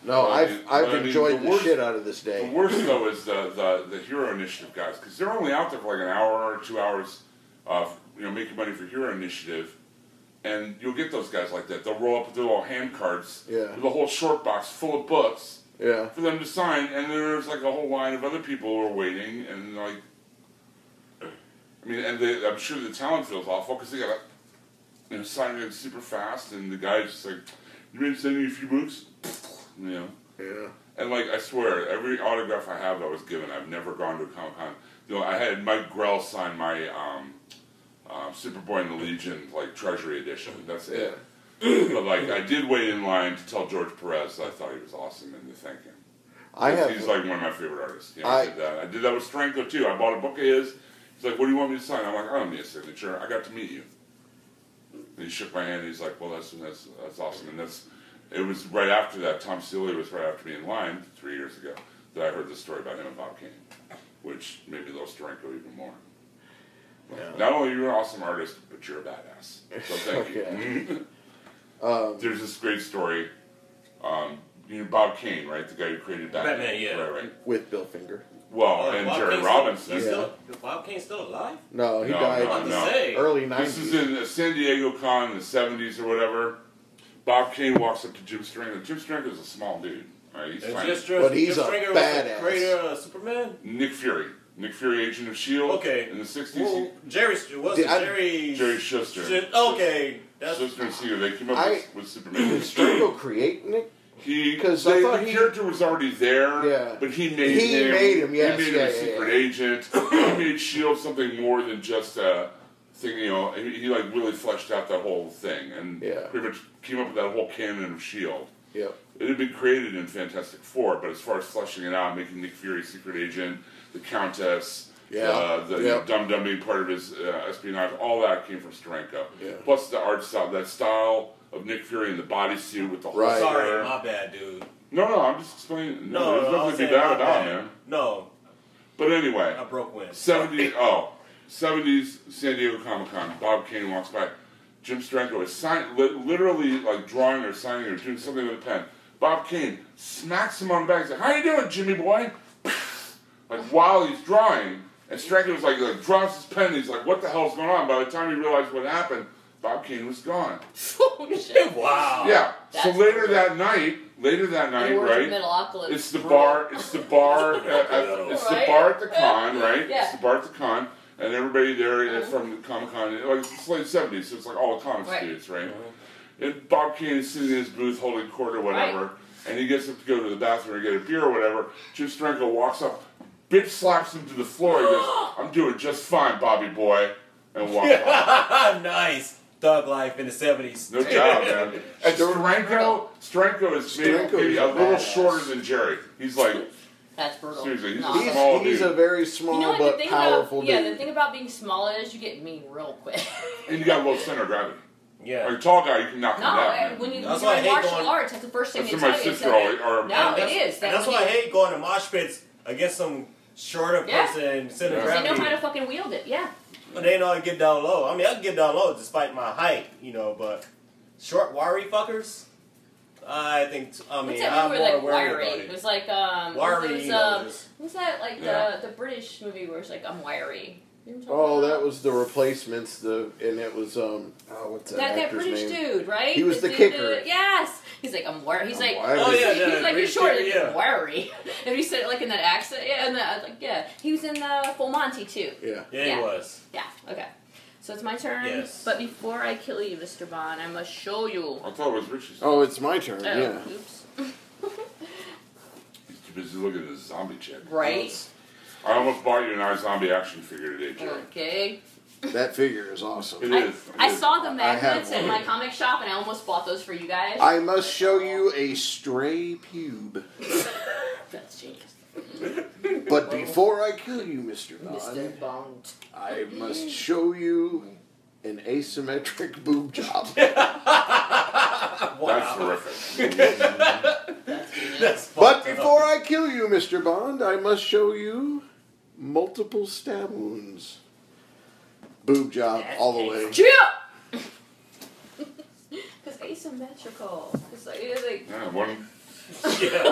Speaker 12: No,
Speaker 3: Well,
Speaker 12: I've,
Speaker 3: dude,
Speaker 12: I've
Speaker 3: but I mean,
Speaker 12: enjoyed
Speaker 3: the
Speaker 12: the,
Speaker 3: worst-
Speaker 12: shit out of this day.
Speaker 3: The worst though is the, the the Hero Initiative guys because they're only out there for like an hour or two hours, uh, you know, making money for Hero Initiative, and you'll get those guys like that. They'll roll up with their little hand cards,
Speaker 12: Yeah.
Speaker 3: with a whole short box full of books
Speaker 12: Yeah.
Speaker 3: for them to sign, and there's like a whole line of other people who are waiting, and like, I mean, and they, I'm sure the talent feels awful because they got you know, signing it super fast, and the guy's just like, "You been sending me a few books?" You know.
Speaker 12: Yeah.
Speaker 3: And like I swear, every autograph I have that was given, I've never gone to a comic con. You know, I had Mike Grell sign my um, um, Superboy and the Legion like Treasury edition. That's it. but like I did wait in line to tell George Perez that I thought he was awesome and to thank him.
Speaker 12: I
Speaker 3: 'Cause
Speaker 12: have-
Speaker 3: he's like one of my favorite artists. You know, I,
Speaker 12: I-
Speaker 3: did that. I did that with Stranko too. I bought a book of his. He's like, "What do you want me to sign?" I'm like, "I don't need a signature. I got to meet you." And he shook my hand. And he's like, "Well, that's that's that's awesome." And that's it was right after that. Tom Seeley was right after me in line three years ago that I heard the story about him and Bob Kane, which made me love Stranko even more. Not only are you an awesome artist, but you're a badass. So thank you. Mm-hmm. There's this great story. Um, you know Bob Kane, right? The guy who created Batman.
Speaker 19: Batman, yeah.
Speaker 3: Right, right.
Speaker 12: With Bill Finger.
Speaker 3: Well,
Speaker 19: Oh,
Speaker 3: and
Speaker 19: Bob
Speaker 3: Jerry
Speaker 19: Kane's
Speaker 3: Robinson.
Speaker 19: Still, he's still, Bob Kane's still alive.
Speaker 12: No, he
Speaker 3: No,
Speaker 12: died
Speaker 3: no,
Speaker 12: in
Speaker 3: no.
Speaker 12: early
Speaker 3: This
Speaker 12: 90s.
Speaker 3: is in the San Diego Con in the 70s or whatever. Bob Kane walks up to Jim Stringer. Jim Stringer is a small dude. All right, he's
Speaker 19: And
Speaker 3: tiny.
Speaker 19: Jeff Str- Jeff Stringer Was the creator of Superman.
Speaker 3: Nick Fury. Nick Fury, Agent of S.H.I.E.L.D. Okay. E In the 60s. he-
Speaker 19: Well, Jerry was
Speaker 3: Did I-
Speaker 19: Jerry.
Speaker 3: Jerry Schuster.
Speaker 19: Shus- okay, that's
Speaker 3: Schuster and Siegel. They came up
Speaker 19: I-
Speaker 3: with, with Superman.
Speaker 12: Stringo create Nick?
Speaker 3: He,
Speaker 12: 'Cause
Speaker 3: they-
Speaker 12: I thought
Speaker 3: the
Speaker 12: he-
Speaker 3: character was already there,
Speaker 12: Yeah.
Speaker 3: but he made
Speaker 12: He
Speaker 3: him.
Speaker 12: made him, yes,
Speaker 3: he made
Speaker 12: yeah,
Speaker 3: him a
Speaker 12: yeah,
Speaker 3: secret
Speaker 12: yeah.
Speaker 3: agent. he made Shield E something more than just a thing. You know, he, he like really fleshed out that whole thing, and
Speaker 12: Yeah.
Speaker 3: pretty much came up with that whole canon of Shield.
Speaker 12: Yep.
Speaker 3: E It had been created in Fantastic Four, but as far as fleshing it out, making Nick Fury secret agent, the Countess,
Speaker 12: Yeah.
Speaker 3: uh, the
Speaker 12: Yep.
Speaker 3: Dum Dum being part of his uh, espionage, all that came from Steranko.
Speaker 12: Yeah.
Speaker 3: Plus the art style, that style of Nick Fury in the bodysuit with the whole
Speaker 12: Right.
Speaker 19: Sorry, my bad, dude.
Speaker 3: No, no, I'm just explaining. No,
Speaker 19: No,
Speaker 3: there's
Speaker 19: no, I
Speaker 3: nothing
Speaker 19: was
Speaker 3: to be
Speaker 19: saying
Speaker 3: bad
Speaker 19: my
Speaker 3: about,
Speaker 19: bad.
Speaker 3: man.
Speaker 19: No.
Speaker 3: But anyway,
Speaker 19: I broke wind.
Speaker 3: 70s, oh, 70s San Diego Comic Con. Bob Kane walks by. Jim Stranko is sign, li- literally like drawing or signing or doing something with a pen. Bob Kane smacks him on the back and says, "How you doing, Jimmy boy?" like while he's drawing, and Stranko was like, like drops his pen. And he's like, "What the hell's going on?" By the time he realized what happened, Bob Kane was gone.
Speaker 19: wow.
Speaker 3: Yeah. so
Speaker 13: That's
Speaker 3: later that night, later that night,
Speaker 13: the words of
Speaker 3: right?
Speaker 13: Metalocalypse.
Speaker 3: It's the bar. It's the bar. at, at- it's the bar at the con, right?
Speaker 13: Yeah. Uh-huh.
Speaker 3: It's the bar at the con, and everybody there uh, from the Comic Con, like it's late seventies, so it's like all the comics
Speaker 13: Right.
Speaker 3: dudes, right? And Bob Kane is sitting in his booth holding court or whatever,
Speaker 13: Right.
Speaker 3: and he gets up to go to the bathroom or get a beer or whatever. Jim Stranko walks up, bitch slaps him to the floor, and goes, "I'm doing just fine, Bobby boy," and walks off.
Speaker 19: nice. Thug life in the 70s.
Speaker 3: No job, man. And Stranko, Stranko is maybe,
Speaker 19: Stranko
Speaker 3: maybe
Speaker 19: is
Speaker 3: a
Speaker 19: a
Speaker 3: little
Speaker 19: badass.
Speaker 3: shorter than Jerry. He's like,
Speaker 13: That's brutal.
Speaker 3: seriously, he's
Speaker 13: No.
Speaker 3: a small
Speaker 12: He's
Speaker 3: dude.
Speaker 12: a very small
Speaker 13: You know what? the
Speaker 12: but
Speaker 13: thing
Speaker 12: powerful
Speaker 13: about yeah,
Speaker 12: dude.
Speaker 13: the thing about being small is you get mean real quick.
Speaker 3: and you got low center of gravity.
Speaker 19: Yeah.
Speaker 3: Like a tall guy, you can knock
Speaker 13: no,
Speaker 3: him down.
Speaker 13: and
Speaker 3: man.
Speaker 13: when you when you're in martial arts, that's the first thing
Speaker 3: That's
Speaker 13: they
Speaker 3: what my
Speaker 13: tell you.
Speaker 3: sister
Speaker 13: it's
Speaker 3: always-
Speaker 13: like-
Speaker 3: or-
Speaker 13: no,
Speaker 19: And
Speaker 13: Oh, it
Speaker 19: that's-
Speaker 13: is.
Speaker 19: and
Speaker 13: That's,
Speaker 19: that's why I hate going to mosh pits against some shorter
Speaker 13: Yeah.
Speaker 19: person sitting
Speaker 13: Because they know how
Speaker 19: around
Speaker 13: to fucking wield it. Yeah.
Speaker 19: But they know how to get down low. I mean, I can get down low despite my height, you know, but Short, wiry fuckers? I think, I mean,
Speaker 13: What's that
Speaker 19: I'm
Speaker 13: movie
Speaker 19: more
Speaker 13: where, like,
Speaker 19: wary
Speaker 13: wiry?
Speaker 19: about
Speaker 13: It
Speaker 19: it.
Speaker 13: was like, um,
Speaker 19: Wiry
Speaker 13: it was, um,
Speaker 19: eaters.
Speaker 13: what's that, like,
Speaker 12: Yeah.
Speaker 13: the, the British movie where it's like, I'm wiry? You know what I'm talking
Speaker 12: Oh, that was the replacements. The and it was um. Oh, what's that?
Speaker 13: That, that
Speaker 12: actor's
Speaker 13: British
Speaker 12: name?
Speaker 13: dude, right?
Speaker 12: He was the
Speaker 13: dude
Speaker 12: kicker.
Speaker 13: that- yes. He's like, I'm worried. He's like,
Speaker 12: wiry. Oh, yeah,
Speaker 13: he's
Speaker 12: yeah,
Speaker 13: like, you're
Speaker 12: British
Speaker 13: short.
Speaker 12: kicker,
Speaker 13: like,
Speaker 12: yeah.
Speaker 13: Wiry. And he said it like in that accent. Yeah, and that, like, yeah. He was in uh, Full Monty too.
Speaker 12: Yeah.
Speaker 19: Yeah, he
Speaker 13: Yeah.
Speaker 19: was.
Speaker 13: Yeah. Okay. So it's my turn.
Speaker 19: Yes.
Speaker 13: But before I kill you, Mr. Bond, I must show you.
Speaker 3: I thought it was Richie's.
Speaker 12: Oh, it's my turn.
Speaker 13: Oh,
Speaker 12: yeah.
Speaker 13: Oops.
Speaker 3: He's too busy looking at his zombie chick.
Speaker 13: Right.
Speaker 3: I almost bought you an I Zombie action figure today, Jerry.
Speaker 13: Okay.
Speaker 12: That figure is awesome.
Speaker 3: It is.
Speaker 13: I saw the
Speaker 12: I have
Speaker 13: magnets at
Speaker 12: one.
Speaker 13: my comic shop, and I almost bought those for you guys.
Speaker 12: I must show you a stray pube.
Speaker 13: That's genius.
Speaker 12: But before I kill you, Mr. Bond,
Speaker 13: Mr. Bond.
Speaker 12: I must show you an asymmetric boob job.
Speaker 3: That's horrific.
Speaker 12: but before I kill you, Mr. Bond, I must show you multiple stab wounds. Boob job all the way.
Speaker 13: Cheer! Because asymmetrical. It's like, it's like
Speaker 3: Yeah, one,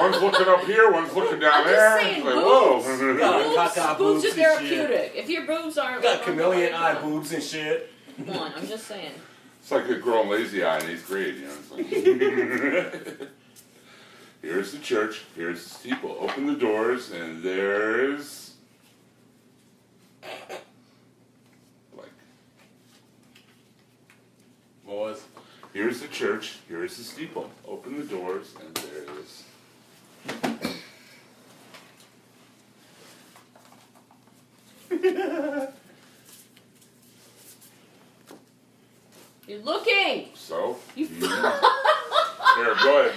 Speaker 3: One's looking up here, one's looking down
Speaker 13: I'm just
Speaker 3: there.
Speaker 13: saying,
Speaker 3: it's like,
Speaker 13: boobs.
Speaker 3: whoa.
Speaker 13: boobs,
Speaker 19: Cock-eye
Speaker 13: boobs are
Speaker 19: boobs and shit.
Speaker 13: therapeutic. If your boobs aren't,
Speaker 19: Got chameleon eye boobs and shit.
Speaker 13: One, I'm just saying.
Speaker 3: It's like a girl in lazy eye in eighth grade, you know. It's like Here's the church, here's the steeple. Open the doors and there's like
Speaker 19: What was?
Speaker 3: here's the church, here's the steeple. Open the doors and there's
Speaker 13: You're looking.
Speaker 3: so
Speaker 13: You.
Speaker 3: here, go ahead.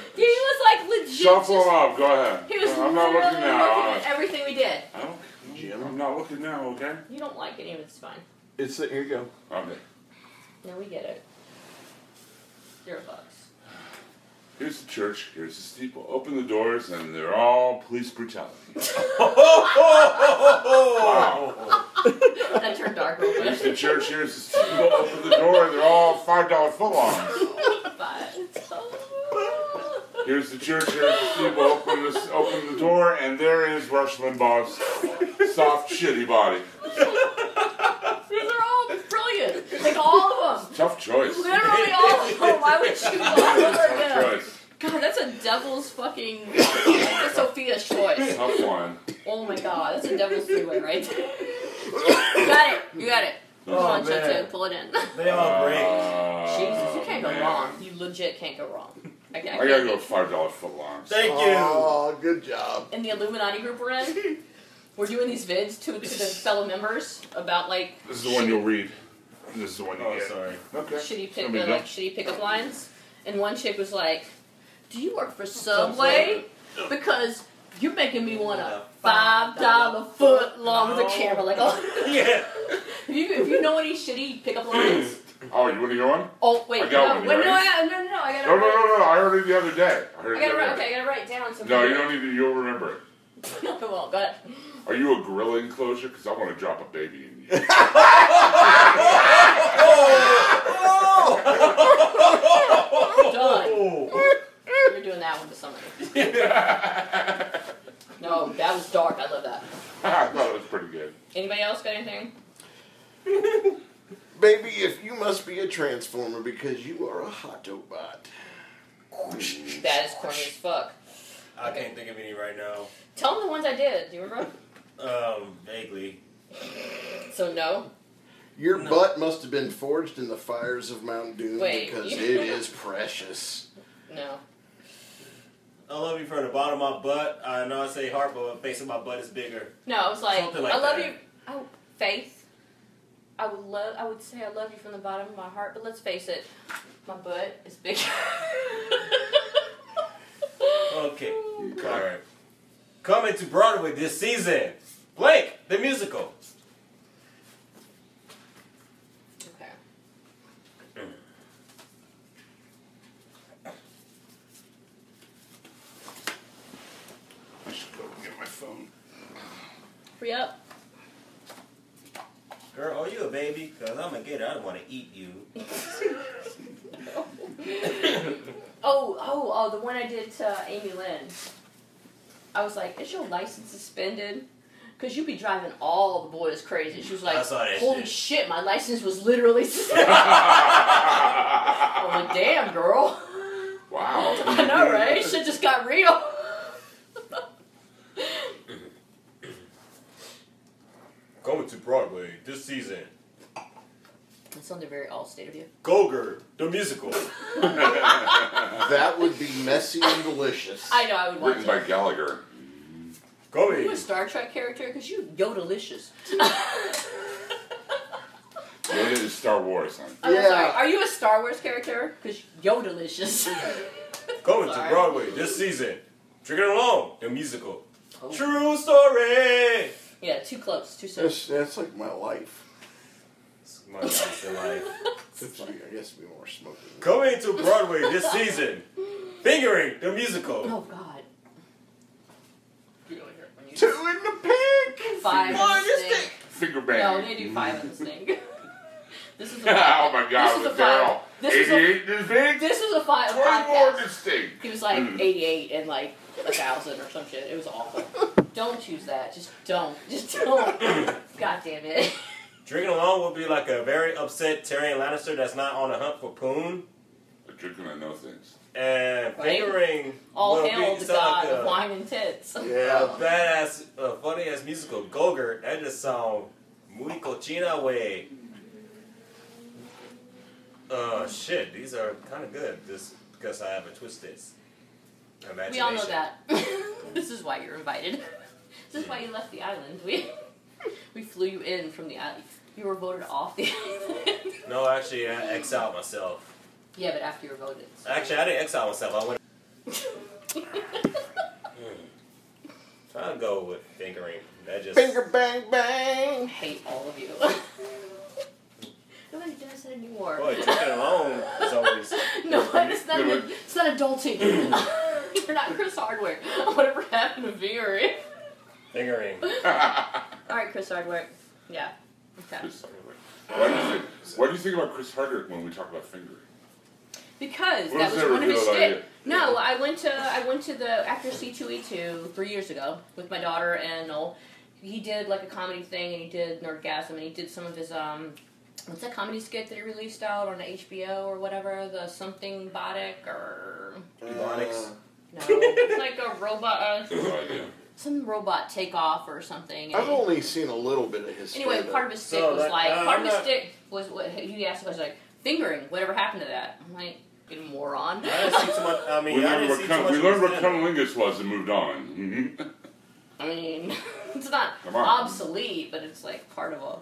Speaker 13: he was like legit.
Speaker 3: Shuffle
Speaker 13: just-
Speaker 3: them up, go ahead.
Speaker 13: He was
Speaker 3: I'm not
Speaker 13: literally
Speaker 3: looking now.
Speaker 13: looking at everything we did.
Speaker 3: I don't, Jim, I'm not looking now, okay?
Speaker 13: You don't like any of it, it's fine.
Speaker 12: It's here you go.
Speaker 3: Okay.
Speaker 13: No, we get it. Zero bucks.
Speaker 3: Here's the church, here's the steeple. Open the doors, and they're all police brutality. wow.
Speaker 13: that turned dark real
Speaker 3: Here's
Speaker 13: quick.
Speaker 3: the church, here's the steeple. Open the door, and they're all $5 footlongs. Here's the church, here's the steeple. Open, this, open the door, and there is Rush Limbaugh's soft, shitty body.
Speaker 13: These are all brilliant. Like all of them.
Speaker 3: Tough choice.
Speaker 13: Literally all of them. Why would you all over
Speaker 3: Tough
Speaker 13: them?
Speaker 3: choice.
Speaker 13: God, that's a devil's fucking that's Sophia's choice.
Speaker 3: Tough one.
Speaker 13: Oh my god, that's a devil's three-way right there. You got it. You got it. Come
Speaker 19: Oh,
Speaker 13: on,
Speaker 19: man.
Speaker 13: Chintu, pull it in.
Speaker 19: They all break.
Speaker 13: Jesus, you can't go
Speaker 3: Uh, man.
Speaker 13: wrong. You legit can't go wrong. I, I
Speaker 3: I
Speaker 13: can't.
Speaker 3: gotta go $5 footlongs.
Speaker 19: Thank you.
Speaker 12: Oh, good job.
Speaker 13: in the Illuminati group we're in, we're doing these vids to, to the fellow members about like
Speaker 3: This is the one you'll read. This is the one you
Speaker 19: Oh,
Speaker 3: get.
Speaker 19: sorry.
Speaker 3: Okay.
Speaker 13: shitty
Speaker 3: That'll
Speaker 13: pick,
Speaker 3: be
Speaker 13: uh,
Speaker 3: done.
Speaker 13: like shitty pickup lines, and one chick was like, "Do you work for Subway? Because you're making me want a five dollar foot long with a camera." Like, oh,
Speaker 19: Yeah.
Speaker 13: if you if you know any shitty pickup lines,
Speaker 3: Oh, you want to hear one?
Speaker 13: oh wait,
Speaker 3: I got
Speaker 13: no,
Speaker 3: one,
Speaker 13: wait,
Speaker 3: you
Speaker 13: no,
Speaker 3: ready?
Speaker 13: I, no, no, no, I gotta,
Speaker 3: No, no,
Speaker 13: write-
Speaker 3: no, no. I heard it the other day. I heard
Speaker 13: I
Speaker 3: it the
Speaker 13: gotta write,
Speaker 3: other day.
Speaker 13: okay, I gotta write down some.
Speaker 3: No, you don't need to. You'll remember it.
Speaker 13: I won't, but
Speaker 3: Are you a gorilla enclosure? Because I want to drop a baby in you. Oh,
Speaker 13: done. You're doing that one to somebody. No, that was dark. I love that.
Speaker 3: I thought it was pretty good.
Speaker 13: Anybody else got anything?
Speaker 12: Baby, if you must be a transformer because you are a hot bot.
Speaker 13: That is corny as fuck.
Speaker 19: I can't think of any right now.
Speaker 13: Tell them the ones I did. Do you remember?
Speaker 19: Um, vaguely.
Speaker 13: So no.
Speaker 12: Your butt must have been forged in the fires of Mount Doom
Speaker 13: Wait,
Speaker 12: because
Speaker 13: you-
Speaker 12: it is precious.
Speaker 13: No.
Speaker 19: I love you from the bottom of my butt. I know I say heart, but the face of my butt is bigger.
Speaker 13: No, it's like,
Speaker 19: Something like
Speaker 13: I love
Speaker 19: that.
Speaker 13: you. I, faith. I would love. I would say I love you from the bottom of my heart, but let's face it, my butt is bigger.
Speaker 19: Okay. All right. Coming to Broadway this season, Blake the musical.
Speaker 13: okay.
Speaker 3: I should go get my phone.
Speaker 13: Free up.
Speaker 19: Girl, are you a baby? Cause I'm gonna get. it. I don't want to eat you.
Speaker 13: oh, oh, oh, the one I did to Amy Lynn. I was like, is your license suspended? Because you be driving all the boys crazy. She was like,
Speaker 19: I saw that
Speaker 13: holy
Speaker 19: shit.
Speaker 13: shit, my license was literally suspended. I'm like, damn, girl.
Speaker 2: Wow.
Speaker 13: I know, right? Shit just got real.
Speaker 19: Going to Broadway this season.
Speaker 13: That sounded very all state of you.
Speaker 19: Goger, the musical.
Speaker 12: that would be messy and delicious.
Speaker 13: I know, I would watch it.
Speaker 3: Gallagher.
Speaker 19: Go
Speaker 13: You a Star Trek character? Because you yo delicious.
Speaker 3: Yoda is Star Wars, huh?
Speaker 13: I'm
Speaker 19: Yeah.
Speaker 13: sorry. Are you a Star Wars character? Because yo delicious.
Speaker 19: Going to Broadway this season. Drinking along, the musical. True story.
Speaker 13: yeah, too close, too soon.
Speaker 12: That's, that's like my life.
Speaker 19: My life, the life.
Speaker 12: I guess it'd be more smoking.
Speaker 19: Going to Broadway this season. Fingering the musical.
Speaker 13: Oh God.
Speaker 12: Two in the pink.
Speaker 13: Five.
Speaker 19: Finger
Speaker 13: on the stick.
Speaker 3: Finger
Speaker 13: No,
Speaker 3: bang.
Speaker 13: they do five on the stick. this is a
Speaker 3: oh
Speaker 13: five.
Speaker 3: my God,
Speaker 13: this is a
Speaker 3: with
Speaker 13: five.
Speaker 3: Daryl.
Speaker 13: This is a,
Speaker 3: 88 this big.
Speaker 13: this is a five.
Speaker 3: One more
Speaker 13: podcast.
Speaker 3: this thing.
Speaker 13: He was like
Speaker 3: Mm.
Speaker 13: 88 and like a thousand or some shit. It was awful. don't choose that. Just don't. Just don't. God damn it.
Speaker 19: Drinking along will be like a very upset Tyrion Lannister that's not on a hunt for Poon.
Speaker 3: But you're gonna know things.
Speaker 19: And
Speaker 13: Right.
Speaker 19: fingering
Speaker 13: All
Speaker 19: will be
Speaker 13: hail the
Speaker 19: just like
Speaker 13: god
Speaker 19: a-
Speaker 13: of wine and tits.
Speaker 19: Yeah, a badass, uh, funny ass musical, Gogurt. That just sound muy cochina way. Uh, shit, these are kind of good just because I have a twisted imagination.
Speaker 13: We all know that. this is why you're invited. This is why you left the island. We we flew you in from the island. You were voted off the island.
Speaker 19: No, actually, I exiled myself.
Speaker 13: yeah, but after you were voted.
Speaker 19: Actually, I didn't exile myself. I went. I'll go with fingering. That just.
Speaker 12: Finger bang bang.
Speaker 13: hate all of you. Nobody does that anymore.
Speaker 19: Boy, drinking alone is always.
Speaker 13: No, it's not, it's not adulting. You're not Chris Hardwick. Whatever happened to Veery.
Speaker 19: Fingering.
Speaker 13: Alright, Chris Hardwick. Yeah. Okay.
Speaker 3: Chris Hardwick. Why do you think? Why do you think about Chris Hardwick when we talk about fingering?
Speaker 13: Because
Speaker 3: What
Speaker 13: that
Speaker 3: was
Speaker 13: was
Speaker 3: that
Speaker 13: one of his
Speaker 3: revealed
Speaker 13: stick.
Speaker 3: idea?
Speaker 13: No, I went to I went to the after C two E two three years ago with my daughter and Noel. He did like a comedy thing and he did Nerdgasm and he did some of his um what's that comedy skit that he released out on HBO or whatever the something botic or
Speaker 19: Ebonics.
Speaker 13: no it's like a robot uh,
Speaker 3: No idea.
Speaker 13: some robot takeoff or something.
Speaker 12: I've only seen a little bit of his.
Speaker 13: Anyway,
Speaker 12: stand-up.
Speaker 13: part of his stick was like, part of his stick was what he asked was like fingering. Whatever happened to that? I'm like, you moron.
Speaker 19: I didn't see too much. I mean,
Speaker 3: we
Speaker 19: I
Speaker 3: learned
Speaker 19: didn't
Speaker 3: what,
Speaker 19: see
Speaker 3: cum-
Speaker 19: too much.
Speaker 3: we
Speaker 19: of
Speaker 3: learned
Speaker 19: his
Speaker 3: what cunnilingus
Speaker 19: stand-up.
Speaker 3: was and moved on. Mhm.
Speaker 13: I mean, it's not
Speaker 3: Come on.
Speaker 13: obsolete, but it's like part of a.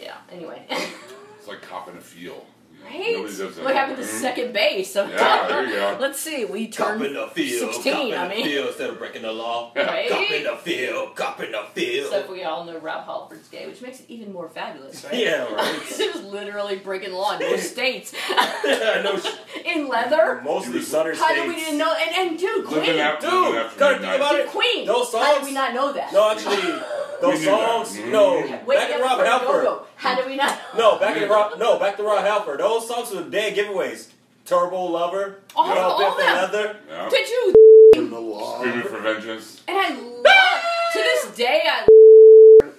Speaker 13: Yeah. Anyway,
Speaker 3: It's like copping a feel.
Speaker 13: right?
Speaker 3: Nobody does that.
Speaker 13: What happened to
Speaker 3: Mhm.
Speaker 13: second base? So
Speaker 3: Yeah, there you go.
Speaker 13: Let's see. We turned
Speaker 19: Cop in the field,
Speaker 13: sixteen.
Speaker 19: cop
Speaker 13: I
Speaker 19: in
Speaker 13: mean,
Speaker 19: the field instead of breaking the law.
Speaker 13: Right?
Speaker 19: Cop in the field, cop in the field.
Speaker 13: except we all know Rob Halford's gay, which makes it even more fabulous, right?
Speaker 19: Yeah, right.
Speaker 13: 'Cause it was literally breaking the law in most states
Speaker 19: no, sh-
Speaker 13: in leather.
Speaker 19: mostly southern
Speaker 13: How did we
Speaker 19: states.
Speaker 13: didn't know? And and dude,
Speaker 3: Living
Speaker 13: Queen,
Speaker 3: after-
Speaker 19: Dude,
Speaker 3: living after
Speaker 19: gotta think
Speaker 3: midnight.
Speaker 19: about it.
Speaker 13: Queen.
Speaker 19: Those
Speaker 13: How did
Speaker 19: songs.
Speaker 13: we not know that?
Speaker 19: No, actually, those
Speaker 3: We knew that. Mm-hmm.
Speaker 19: songs. No,
Speaker 13: Wait,
Speaker 19: back
Speaker 13: that
Speaker 19: to
Speaker 13: was
Speaker 19: Rob
Speaker 13: for
Speaker 19: Halford.
Speaker 13: Go-Go. How did we not?
Speaker 19: No, back to Rob. No, back to Rob Halford. Those songs were dead giveaways. Turbo Lover.
Speaker 13: All-
Speaker 19: Get Out
Speaker 13: all
Speaker 19: There
Speaker 13: of
Speaker 19: for
Speaker 13: them.
Speaker 19: leather.
Speaker 3: Yeah.
Speaker 13: Did you?
Speaker 12: In the law.
Speaker 3: Screaming for vengeance.
Speaker 13: And I love to this day. I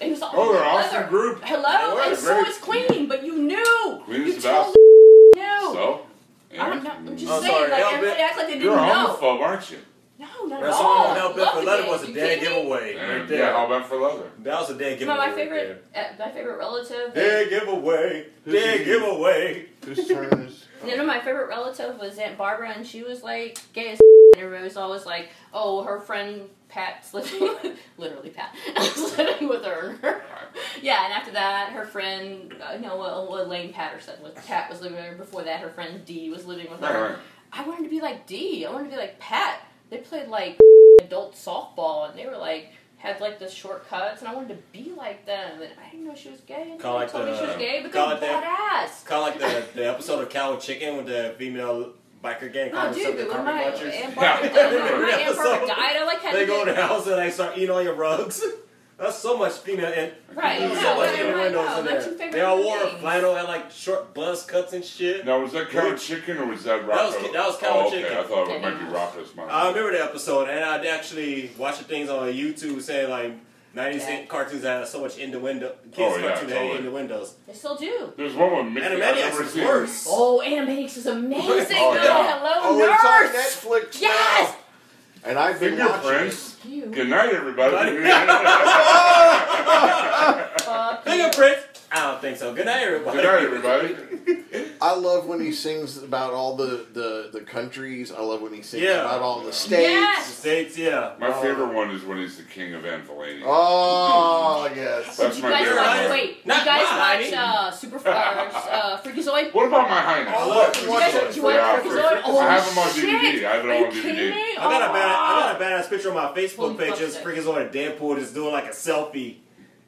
Speaker 13: it was all
Speaker 3: Oh, they're
Speaker 13: leather.
Speaker 3: awesome group.
Speaker 13: Hello,
Speaker 3: They were
Speaker 13: and so
Speaker 3: great.
Speaker 13: is Queen, but you knew.
Speaker 3: Queen
Speaker 13: you
Speaker 3: is the best.
Speaker 13: totally knew.
Speaker 3: So. Oh,
Speaker 13: I don't know. I'm just
Speaker 19: I'm
Speaker 13: saying,
Speaker 19: sorry,
Speaker 13: like
Speaker 19: Elbit.
Speaker 13: everybody acts like they didn't
Speaker 3: You're a
Speaker 13: know.
Speaker 3: homophobe, aren't you?
Speaker 13: No, not at
Speaker 19: That
Speaker 13: all.
Speaker 19: song on Hell Bent
Speaker 13: Love
Speaker 19: for
Speaker 13: the
Speaker 19: Leather
Speaker 13: game.
Speaker 19: was a
Speaker 13: You
Speaker 19: dead
Speaker 13: kidding me?
Speaker 19: giveaway. Right
Speaker 3: And,
Speaker 19: there.
Speaker 3: yeah, how about for leather?
Speaker 19: That was a dead
Speaker 13: My,
Speaker 19: giveaway.
Speaker 13: my
Speaker 19: right
Speaker 13: favorite, uh, my favorite relative.
Speaker 19: there. Dead giveaway. Dead giveaway.
Speaker 12: Whose turn is?
Speaker 13: You know, my favorite relative was Aunt Barbara, and she was like gay as and everybody was always like, "Oh, her friend Pat's living, with, literally Pat, is living with her." and her- yeah, and after that, her friend, uh, no, well, Elaine Patterson was Pat was living with her. Before that, her friend Dee was living with her.
Speaker 3: Right, right.
Speaker 13: I wanted to be like Dee. I wanted to be like Pat. They played like adult softball, and they were like. Had like the shortcuts, and I wanted to be like them, and I didn't know she was gay. And
Speaker 19: Kinda like
Speaker 13: told me she
Speaker 19: the-
Speaker 13: was gay because
Speaker 19: kinda
Speaker 13: I'm
Speaker 19: like
Speaker 13: badass.
Speaker 19: Kind of like the, the episode of Cow and Chicken with the female biker gang.
Speaker 13: Oh,
Speaker 19: calling
Speaker 13: dude,
Speaker 19: themselves
Speaker 13: but
Speaker 19: the
Speaker 13: when
Speaker 19: Carpet
Speaker 13: my
Speaker 19: Munchers.
Speaker 13: Aunt
Speaker 19: Yeah.
Speaker 13: Barbara died, when my
Speaker 19: Every
Speaker 13: Aunt Barbara
Speaker 19: episode,
Speaker 13: died, I like had
Speaker 19: They
Speaker 13: to do-
Speaker 19: go to the house and they start eating all your rugs. That's so much female and
Speaker 13: Right,
Speaker 19: there's
Speaker 13: yeah,
Speaker 19: so much
Speaker 13: right,
Speaker 19: female
Speaker 13: right,
Speaker 19: windows
Speaker 13: no,
Speaker 19: in
Speaker 13: my two
Speaker 19: there.
Speaker 13: favorite
Speaker 19: They all wore
Speaker 13: things.
Speaker 19: flannel, had like short buzz cuts and shit.
Speaker 3: Now was that cow chicken or was that Rocco?
Speaker 19: That was, that was cow
Speaker 3: oh,
Speaker 19: chicken.
Speaker 3: Okay, I thought it might be Rocco's mom.
Speaker 13: Uh,
Speaker 19: I remember that episode, and I'd actually watching things on YouTube saying like 90s cartoons that had so much innuendo, kids
Speaker 3: Oh, yeah,
Speaker 19: cartoons that
Speaker 3: totally.
Speaker 19: had innuendos.
Speaker 13: They still do.
Speaker 3: There's one with Mickey. I've
Speaker 19: Animaniacs
Speaker 3: never
Speaker 19: is
Speaker 3: seen.
Speaker 19: worse.
Speaker 13: Oh, Animaniacs is amazing.
Speaker 3: Oh,
Speaker 13: oh,
Speaker 3: yeah.
Speaker 13: hello,
Speaker 12: it's
Speaker 13: nurse.
Speaker 12: on Netflix
Speaker 13: Yes.
Speaker 12: now, and I've been watching.
Speaker 3: Fingerprints. Good night, everybody.
Speaker 19: Fingerprints. I don't think so. Good night, everybody.
Speaker 3: Good night, everybody.
Speaker 12: I love when he sings about all the, the, the countries. I love when he sings
Speaker 19: Yeah.
Speaker 12: about all the states.
Speaker 19: The States, yeah.
Speaker 3: My
Speaker 13: Uh,
Speaker 3: favorite one is when he's the king of Anvilania.
Speaker 12: Oh yes.
Speaker 3: That's
Speaker 13: You
Speaker 3: my
Speaker 13: guys
Speaker 3: favorite
Speaker 13: watch,
Speaker 3: one.
Speaker 13: wait,
Speaker 19: Not
Speaker 13: you guys
Speaker 19: mine, I
Speaker 13: watch
Speaker 19: didn't.
Speaker 13: uh, Super uh, uh, Freakazoid?
Speaker 3: What about my highness?
Speaker 19: Oh, look,
Speaker 13: Did
Speaker 19: you
Speaker 13: uh, you guys
Speaker 19: watch
Speaker 13: did you watch
Speaker 3: Yeah,
Speaker 13: Freakazoid? Oh,
Speaker 3: I have them on
Speaker 13: shit.
Speaker 3: DVD. I have them
Speaker 13: Are you
Speaker 3: on
Speaker 13: kidding
Speaker 3: DVD.
Speaker 13: me?
Speaker 19: I got a
Speaker 13: Oh.
Speaker 19: bad, I got a badass picture on my
Speaker 13: Holy
Speaker 19: Facebook page.
Speaker 13: fuck,
Speaker 19: Just
Speaker 13: sick.
Speaker 19: freaking on Deadpool, just doing like a selfie.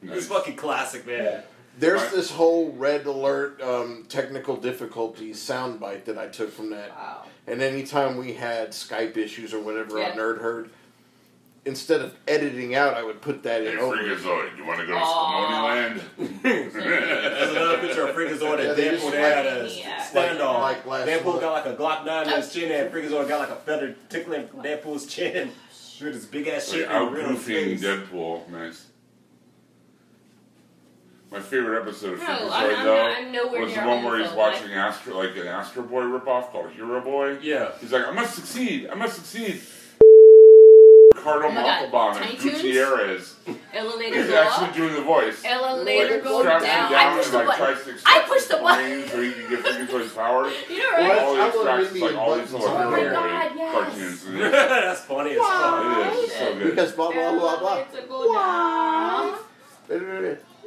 Speaker 19: It's fucking classic, man.
Speaker 12: There's
Speaker 19: Right.
Speaker 12: this whole red alert um, technical difficulties soundbite that I took from that.
Speaker 13: Oh,
Speaker 12: And anytime we had Skype issues or whatever
Speaker 13: Yeah.
Speaker 12: on Nerd Herd, instead of editing out, I would put that
Speaker 3: Hey,
Speaker 12: in over.
Speaker 3: Freakazoid, you want to go to
Speaker 13: Aw.
Speaker 3: Spumoni Land?
Speaker 19: There's another picture of Freakazoid
Speaker 12: Yeah,
Speaker 19: and
Speaker 12: they just
Speaker 19: Deadpool. They had
Speaker 12: like-
Speaker 19: a
Speaker 13: Yeah. Oh,
Speaker 19: standoff.
Speaker 12: Like last
Speaker 19: Deadpool
Speaker 12: month.
Speaker 19: got like a Glock 9 in his chin, and Freakazoid got like a feather tickling Deadpool's chin.
Speaker 13: Oh,
Speaker 19: Dude, this big ass shit.
Speaker 3: Like,
Speaker 19: in
Speaker 3: out
Speaker 19: real
Speaker 3: goofing
Speaker 19: face.
Speaker 3: Deadpool. Nice. My favorite episode of
Speaker 13: No,
Speaker 3: Freakazoid
Speaker 13: I'm- I'm
Speaker 3: though
Speaker 13: not- I'm nowhere
Speaker 3: was the
Speaker 13: near
Speaker 3: one where he's
Speaker 13: Orville,
Speaker 3: watching
Speaker 13: right?
Speaker 3: Astro, like an Astro Boy ripoff called Hero Boy.
Speaker 19: Yeah.
Speaker 3: He's like, I must succeed. I must succeed. Ricardo
Speaker 13: Oh my God,
Speaker 3: Montalban and
Speaker 13: Tiny Toons?
Speaker 3: Gutierrez
Speaker 13: Ella later
Speaker 3: is
Speaker 13: go
Speaker 3: actually
Speaker 13: up.
Speaker 3: doing the voice.
Speaker 13: Ella
Speaker 3: Like,
Speaker 13: later go
Speaker 3: straps
Speaker 13: down.
Speaker 3: him
Speaker 13: I
Speaker 3: down
Speaker 13: pushed
Speaker 3: and
Speaker 13: the
Speaker 3: like
Speaker 13: button.
Speaker 3: tries to
Speaker 13: I
Speaker 3: extract
Speaker 13: pushed the
Speaker 3: his
Speaker 13: button.
Speaker 3: brains so he can get Freakazoid's powers.
Speaker 13: You know,
Speaker 3: And
Speaker 13: right?
Speaker 3: All he
Speaker 12: I want
Speaker 3: extracts is like
Speaker 12: Indian
Speaker 3: all these
Speaker 12: buttons.
Speaker 3: little
Speaker 13: Oh my
Speaker 3: Hero
Speaker 13: God,
Speaker 3: Boy
Speaker 13: yes.
Speaker 3: cartoons. And it's-
Speaker 19: That's funny as fuck.
Speaker 3: It is. It's so good.
Speaker 12: Because blah, blah, blah, blah.
Speaker 13: Ella later go down.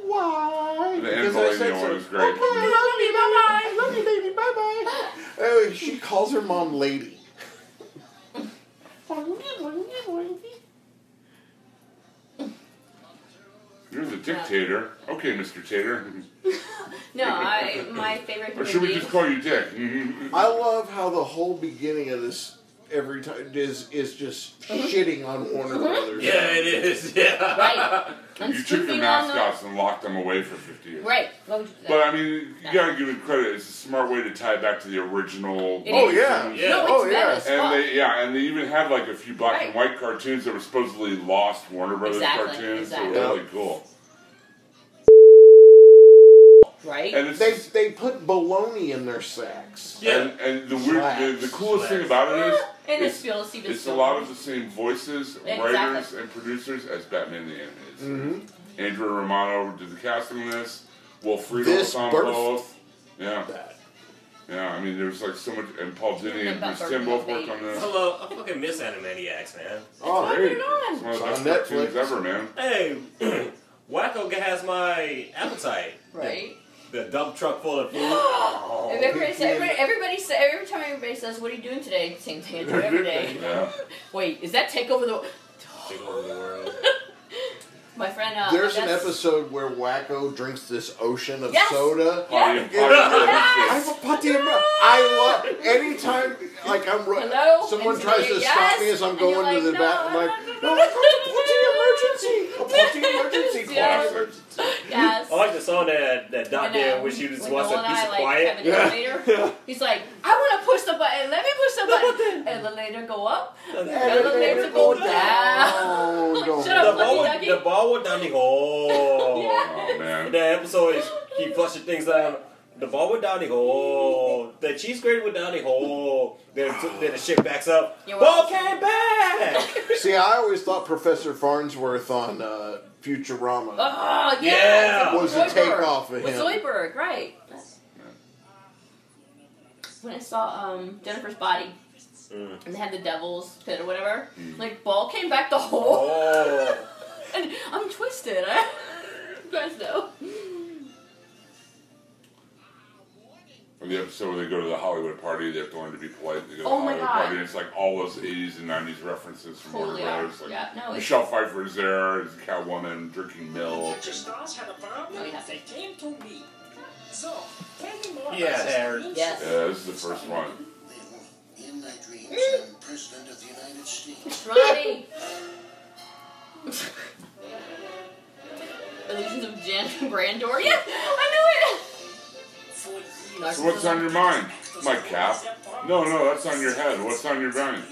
Speaker 12: Why?
Speaker 3: The
Speaker 12: Because I said
Speaker 3: Anvilania one
Speaker 12: so.
Speaker 3: was great.
Speaker 12: I love you, baby. Bye bye. Oh, she calls her mom lady.
Speaker 3: You're the dictator. Okay, Mr. Tater.
Speaker 13: No, I my favorite
Speaker 3: Or should we
Speaker 13: movie.
Speaker 3: just call you Dick?
Speaker 12: I love how the whole beginning of this every time is is just shitting on Warner Brothers.
Speaker 19: Yeah, it is. Yeah.
Speaker 13: Right. I'm
Speaker 3: you took the
Speaker 13: speaking on the-
Speaker 3: mascots and locked them away for 50 years.
Speaker 13: Right. Why would you do that?
Speaker 3: But I mean, you gotta give it credit. It's a smart way to tie back to the original.
Speaker 13: It
Speaker 12: Oh
Speaker 13: is.
Speaker 12: yeah.
Speaker 19: Yeah.
Speaker 13: No, it's
Speaker 12: Oh,
Speaker 13: better
Speaker 12: yeah.
Speaker 13: as fuck.
Speaker 3: And they, yeah, and they even have like a few black and white cartoons that were supposedly lost Warner Brothers
Speaker 13: Exactly,
Speaker 3: cartoons.
Speaker 13: exactly.
Speaker 3: That were really cool.
Speaker 13: right.
Speaker 3: And it's
Speaker 12: They they put bologna in their sacks.
Speaker 19: Yeah.
Speaker 3: and, and the weird, the, the coolest thing about it is
Speaker 13: and
Speaker 3: it's-
Speaker 13: this feels even.
Speaker 3: It's a lot of the same voices,
Speaker 13: Exactly.
Speaker 3: writers, and producers as Batman the Animated. Series.
Speaker 12: Mhm.
Speaker 3: Andrew Romano did the casting on this. Wilfredo was
Speaker 12: This
Speaker 3: on
Speaker 12: birthed
Speaker 3: both. Yeah,
Speaker 12: That.
Speaker 3: yeah. I mean, there's like so much, and Paul Dini and
Speaker 13: Remember
Speaker 3: Bruce
Speaker 13: birth
Speaker 3: Tim both
Speaker 13: of
Speaker 3: worked on
Speaker 13: Oh,
Speaker 3: this.
Speaker 19: Hello, I fucking miss Animaniacs, man.
Speaker 12: Oh,
Speaker 13: What's
Speaker 3: Great.
Speaker 13: going on?
Speaker 3: It's one of the
Speaker 12: It's
Speaker 3: best
Speaker 12: on
Speaker 3: cartoons
Speaker 12: Netflix.
Speaker 3: ever, man.
Speaker 19: Hey, Wacko has my appetite.
Speaker 13: Right.
Speaker 19: The dump truck full of food.
Speaker 13: If
Speaker 19: oh.
Speaker 13: everybody, says, everybody, everybody say, every time everybody says, "What are you doing today?" Same thing I do every day.
Speaker 3: Yeah.
Speaker 13: Wait, is that take over the?
Speaker 19: Take over the world.
Speaker 13: My friend. Uh,
Speaker 12: There's an
Speaker 13: that's-
Speaker 12: episode where Wacko drinks this ocean of
Speaker 13: Yes.
Speaker 12: soda.
Speaker 3: Party
Speaker 13: Yes.
Speaker 3: and party and
Speaker 12: I'm
Speaker 3: party.
Speaker 12: a putty and bra- I love anytime like I'm ru-
Speaker 13: Hello?
Speaker 12: someone
Speaker 13: And
Speaker 12: tries
Speaker 13: somebody,
Speaker 12: to
Speaker 13: yes.
Speaker 12: stop me as I'm
Speaker 13: And
Speaker 12: going
Speaker 13: you're like,
Speaker 12: to the
Speaker 13: no,
Speaker 12: bathroom.
Speaker 13: no,
Speaker 12: like,
Speaker 13: no,
Speaker 12: no,
Speaker 13: no,
Speaker 12: I've got a putty emergency, putty emergency,
Speaker 13: Yes.
Speaker 12: putty emergency.
Speaker 13: Yes.
Speaker 19: I like the song that that Doc
Speaker 13: I know.
Speaker 19: did when she was
Speaker 13: When
Speaker 19: watching
Speaker 13: Noel and
Speaker 19: Peace
Speaker 13: I,
Speaker 19: of
Speaker 13: like,
Speaker 19: Quiet.
Speaker 13: have an elevator, He's like, I want to push the button. Let me push the button. Elevator go up. Elevator go down. Shut
Speaker 12: No,
Speaker 19: The
Speaker 13: up.
Speaker 12: no.
Speaker 19: ball,
Speaker 13: Lucky Ducky.
Speaker 19: the ball went down the hole.
Speaker 3: Oh man.
Speaker 19: The episode is he flushes things down. The ball went down the hole. The cheese grater went down the hole. Then, then the shit backs up.
Speaker 13: You're
Speaker 19: Ball
Speaker 13: welcome.
Speaker 19: came back.
Speaker 12: See, I always thought Professor Farnsworth on uh, Futurama
Speaker 13: Oh,
Speaker 19: Yeah.
Speaker 13: yeah.
Speaker 12: was a takeoff of
Speaker 13: With
Speaker 12: him.
Speaker 13: Zoidberg, right. That's- When I saw um, Jennifer's body
Speaker 19: Mm.
Speaker 13: and they had the devil's pit or whatever,
Speaker 3: Mm.
Speaker 13: like, ball came back the whole.
Speaker 19: Oh.
Speaker 13: And I'm twisted. I, you guys know.
Speaker 3: Or the episode where they go to the Hollywood party, they have to learn to be polite. They go to
Speaker 13: Oh
Speaker 3: the
Speaker 13: my
Speaker 3: Hollywood
Speaker 13: God.
Speaker 3: party, and it's like all those 80s and 90s references from Warner
Speaker 13: Totally are.
Speaker 3: Brothers. Like
Speaker 13: Yeah, Oh, no, it's-
Speaker 3: Michelle Pfeiffer is there, is Catwoman drinking milk.
Speaker 13: No, you have to.
Speaker 19: Yeah, Harry.
Speaker 13: Yes.
Speaker 3: Yeah, this is the first one.
Speaker 13: Ronnie. Grandor. Yeah, I knew it.
Speaker 3: So what's on your mind? My cap? No, no, that's on your head. What's on your brain?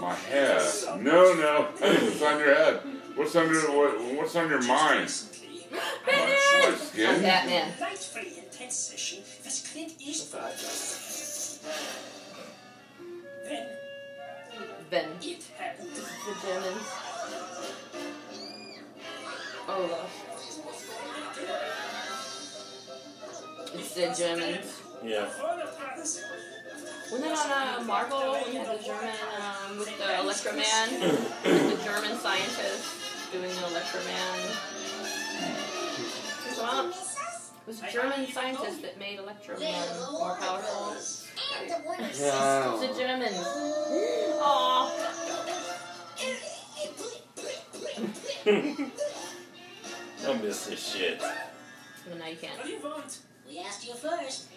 Speaker 3: My head. No, no, it's on your head. What's on your what, what's on your mind? My, my
Speaker 13: I'm
Speaker 3: skin.
Speaker 13: Batman. Ben. The Germans. Oh gosh. It's the Germans.
Speaker 19: Yeah.
Speaker 13: Wasn't it on uh, Marvel when you had the German um, with the Electro Man? the German scientist doing the Electro Man. Well, it was a German scientist that made Electro Man more powerful.
Speaker 12: Wow.
Speaker 13: It's a German. Aw.
Speaker 19: I miss this shit.
Speaker 13: Well, now you can't.
Speaker 20: We asked you first.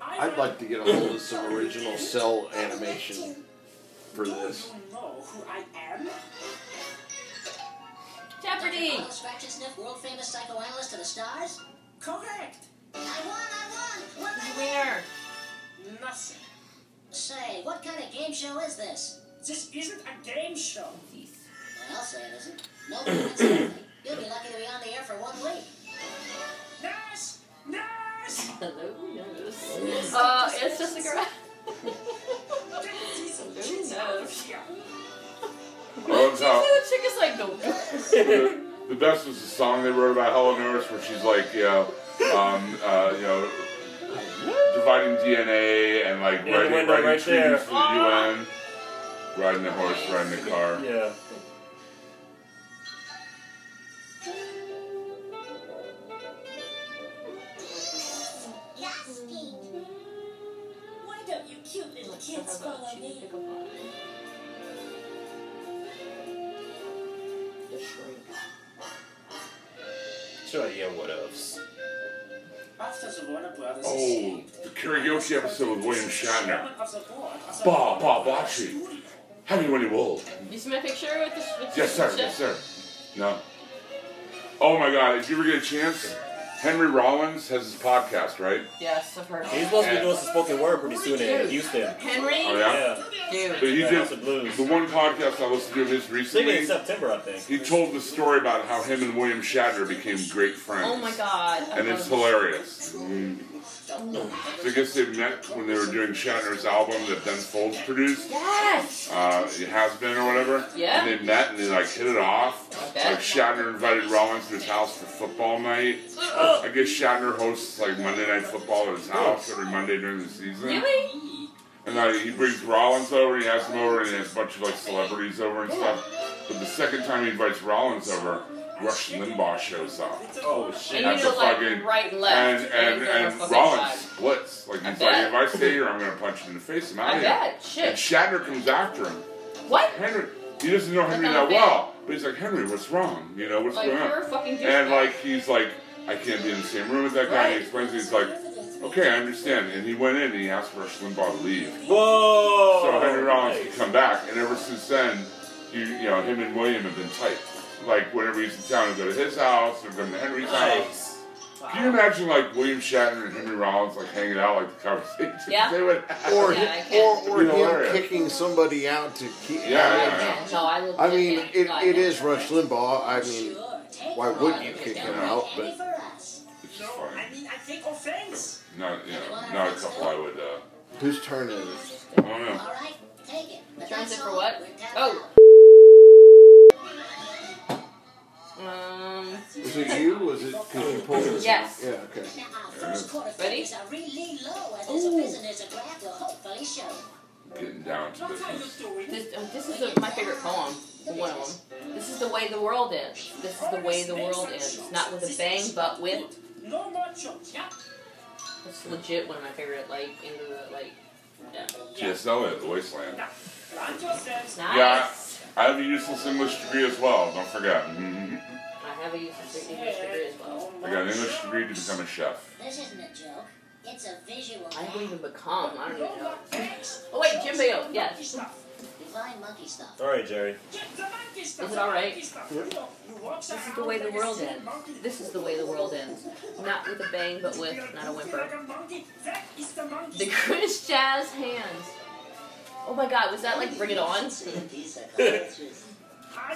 Speaker 12: I'd like to get a hold of some original cell animation for this.
Speaker 13: Jeopardy!
Speaker 20: Scratch and sniff world famous psychoanalyst to the stars? Correct. I won, I won. What did
Speaker 13: Where?
Speaker 20: Nothing. Say, what kind of game show is this? This isn't a game show. Well, I'll say it isn't. Nobody wins anything. You'll be lucky to be on the air for one week. Nurse! Nurse!
Speaker 13: Hello, nurse. Uh, it's just a girl. Hello, nurse.
Speaker 3: Oh, it's out.
Speaker 13: The chick is like, no.
Speaker 3: the, the best was the song they wrote about Hello Nurse, where she's like, you know, um, uh, you know, dividing DNA and like
Speaker 19: Yeah, the
Speaker 3: writing,
Speaker 19: window
Speaker 3: writing
Speaker 19: right
Speaker 3: treaties
Speaker 19: there.
Speaker 3: for the UN, riding a horse, riding a car.
Speaker 19: Yeah.
Speaker 20: Gossiping. Why don't you cute little kids follow me?
Speaker 13: The shrink.
Speaker 19: Sure, yeah, what else?
Speaker 20: After the Warner Brothers
Speaker 3: Oh, the karaoke episode with William Shatner.
Speaker 20: of the board of the
Speaker 3: Ba ba bachi. How many when you will?
Speaker 13: You see my picture with the with
Speaker 3: Yes, sir.
Speaker 13: the
Speaker 3: Yes, sir. No. Oh my God! If you ever get a chance, Henry Rollins has his podcast, right?
Speaker 13: Yes, I've heard.
Speaker 19: He's supposed to be doing some spoken word pretty soon in Houston.
Speaker 13: Henry?
Speaker 3: Oh, yeah?
Speaker 13: Dude.
Speaker 3: But he
Speaker 19: House
Speaker 3: did
Speaker 19: of Blues.
Speaker 3: the one podcast I listened to of his
Speaker 19: Maybe in
Speaker 3: recently.
Speaker 19: September, I think.
Speaker 3: He told the story about how him and William Shatner became great friends,
Speaker 13: Oh my god. I
Speaker 3: and it's
Speaker 13: love
Speaker 3: hilarious. Mm. So I guess they met when they were doing Shatner's album that Ben Folds produced.
Speaker 13: Yes.
Speaker 3: uh, it has been or whatever.
Speaker 13: Yeah.
Speaker 3: And they met and they like hit it off.
Speaker 13: bet.
Speaker 3: Like Shatner invited Rollins to his house for football night. I guess Shatner hosts like Monday Night Football at his house every Monday during the season.
Speaker 13: Really?
Speaker 3: And like, he brings Rollins over, he has him over, and he has a bunch of like celebrities over and stuff. But the second time he invites Rollins over, Rush Limbaugh shows up.
Speaker 19: Oh shit!
Speaker 3: That's
Speaker 13: you
Speaker 3: a
Speaker 13: know, like,
Speaker 3: fucking
Speaker 13: right and left, and
Speaker 3: and and,
Speaker 13: you're on the
Speaker 3: and
Speaker 13: fucking
Speaker 3: Rollins
Speaker 13: side.
Speaker 3: splits. Like he's like,
Speaker 13: bet.
Speaker 3: if I stay here, I'm gonna punch you in the face. I'm out
Speaker 13: I
Speaker 3: of here.
Speaker 13: bet. Shit.
Speaker 3: And Shatner comes after him.
Speaker 13: What?
Speaker 3: Henry, he doesn't know Henry
Speaker 13: That's not
Speaker 3: that
Speaker 13: fair.
Speaker 3: well, but he's like, Henry, what's wrong? You know, what's
Speaker 13: Like,
Speaker 3: going on?
Speaker 13: you're a fucking douchebag.
Speaker 3: and like, he's like, I can't be in the same room as that guy. And he explains, it, he's like, okay, I understand. And he went in and he asked Rush Limbaugh to leave.
Speaker 19: Whoa!
Speaker 3: So Henry Rollins could come back, and ever since then, you, you know, him and William have been tight. Like whenever he's in town, he'll go to his house, or go to Henry's house. Can you imagine like William Shatner and Henry Rollins like hanging out like the conversation?
Speaker 13: Yeah.
Speaker 3: They would have?
Speaker 12: Or,
Speaker 13: Yeah, I can't.
Speaker 12: or, or him
Speaker 3: Hilarious.
Speaker 12: kicking somebody out to keep.
Speaker 3: Yeah, yeah, yeah.
Speaker 13: Yeah, No, I will.
Speaker 12: I mean, it, it is Rush Limbaugh. I mean, why wouldn't you kick him out? But
Speaker 3: It's just funny.
Speaker 20: I mean, I take offense.
Speaker 3: Not you know, not a couple I would. Uh,
Speaker 12: whose turn is it?
Speaker 3: I don't know.
Speaker 13: Turns it for what? Oh. Um.
Speaker 12: Was it you? Was it because you pulled it?
Speaker 13: Yes.
Speaker 12: Oh. Yeah. Okay.
Speaker 13: Ready?
Speaker 20: These are really low, and there's a business a grab will hopefully show.
Speaker 3: Getting down to business.
Speaker 13: This, oh, this is the, my favorite poem. One of them. This is the way the world ends. This is the way the world ends. Not with a bang, but with.
Speaker 20: No more jokes. Yeah.
Speaker 13: It's legit one of my favorite, like, in the, like. Yeah.
Speaker 3: TSL at the wasteland.
Speaker 20: Mind yourselves.
Speaker 13: Nice.
Speaker 3: Yeah, I have a useless English degree as well. Don't forget. Mhm.
Speaker 13: I have a use of three English degree as well.
Speaker 3: I got an English degree to become a chef.
Speaker 20: This isn't a joke. It's a visual.
Speaker 13: I haven't even become. I don't even know. Oh, wait, Jim Bale. Yes.
Speaker 16: divine monkey stuff.
Speaker 19: All right, Jerry.
Speaker 13: Is it all right? This is the way the world ends. This is the way the world ends. Not with a bang, but with not a whimper. The Greenwich Jazz hands. Oh my God, was that like Bring It On?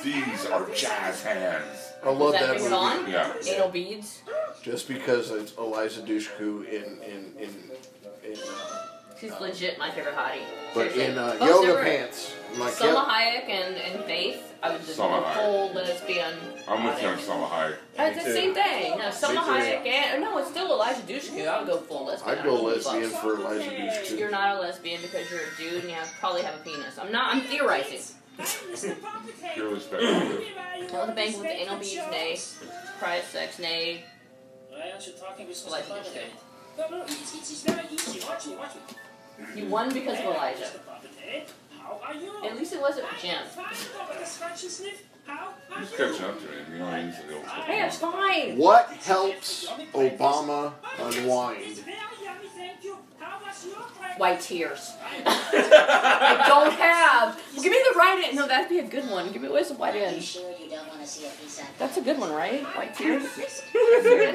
Speaker 3: These are jazz hands.
Speaker 12: I love
Speaker 13: was that,
Speaker 12: that
Speaker 13: Bring It
Speaker 12: movie.
Speaker 13: On? Anal beads.
Speaker 12: Just because it's Eliza Dushku in in in, in uh,
Speaker 13: She's legit my favorite hottie.
Speaker 12: but
Speaker 13: Seriously.
Speaker 12: in uh,
Speaker 13: Oh,
Speaker 12: yoga
Speaker 13: Sarah.
Speaker 12: pants. Like,
Speaker 13: Selma
Speaker 12: yep.
Speaker 13: Hayek and, and Faith. I was just
Speaker 3: Selma
Speaker 13: a
Speaker 3: Hayek.
Speaker 13: full lesbian.
Speaker 3: I'm with you
Speaker 13: hottie.
Speaker 3: on Selma Hayek.
Speaker 13: Uh, It's the same thing. No, Selma
Speaker 3: Me too.
Speaker 13: Hayek and no, it's still Elijah Dushku. I would go full lesbian.
Speaker 12: I'd
Speaker 13: I
Speaker 12: go
Speaker 13: don't give a
Speaker 12: lesbian
Speaker 13: fuck.
Speaker 12: for Eliza Dushku.
Speaker 13: You're not a lesbian because you're a dude and you have, probably have a penis. I'm not. I'm theorizing.
Speaker 3: You're respectful.
Speaker 13: Tell the bank with anal beads, nay. Prize sex, nay.
Speaker 16: Why aren't you talking with
Speaker 13: Elijah Dushku.
Speaker 16: No, no, it's, it's, it's very easy. Watch me, watch me.
Speaker 13: You won because of
Speaker 16: Hey,
Speaker 13: Elijah.
Speaker 16: Mr. Bumpet, How are you?
Speaker 13: At least it wasn't Jim.
Speaker 16: Fine, Robert, the scratch and sniff. How are
Speaker 3: He's
Speaker 16: you?
Speaker 3: catching up to it. You know, he's the old school.
Speaker 13: Hey, it's fine.
Speaker 12: What helps Obama unwind?
Speaker 13: White tears. I don't have. Give me the right end. No, that'd be a good one. Give me where's the white
Speaker 16: Are you
Speaker 13: end?
Speaker 16: sure you don't want to see a peace act?
Speaker 13: That's a good one, right? White tears.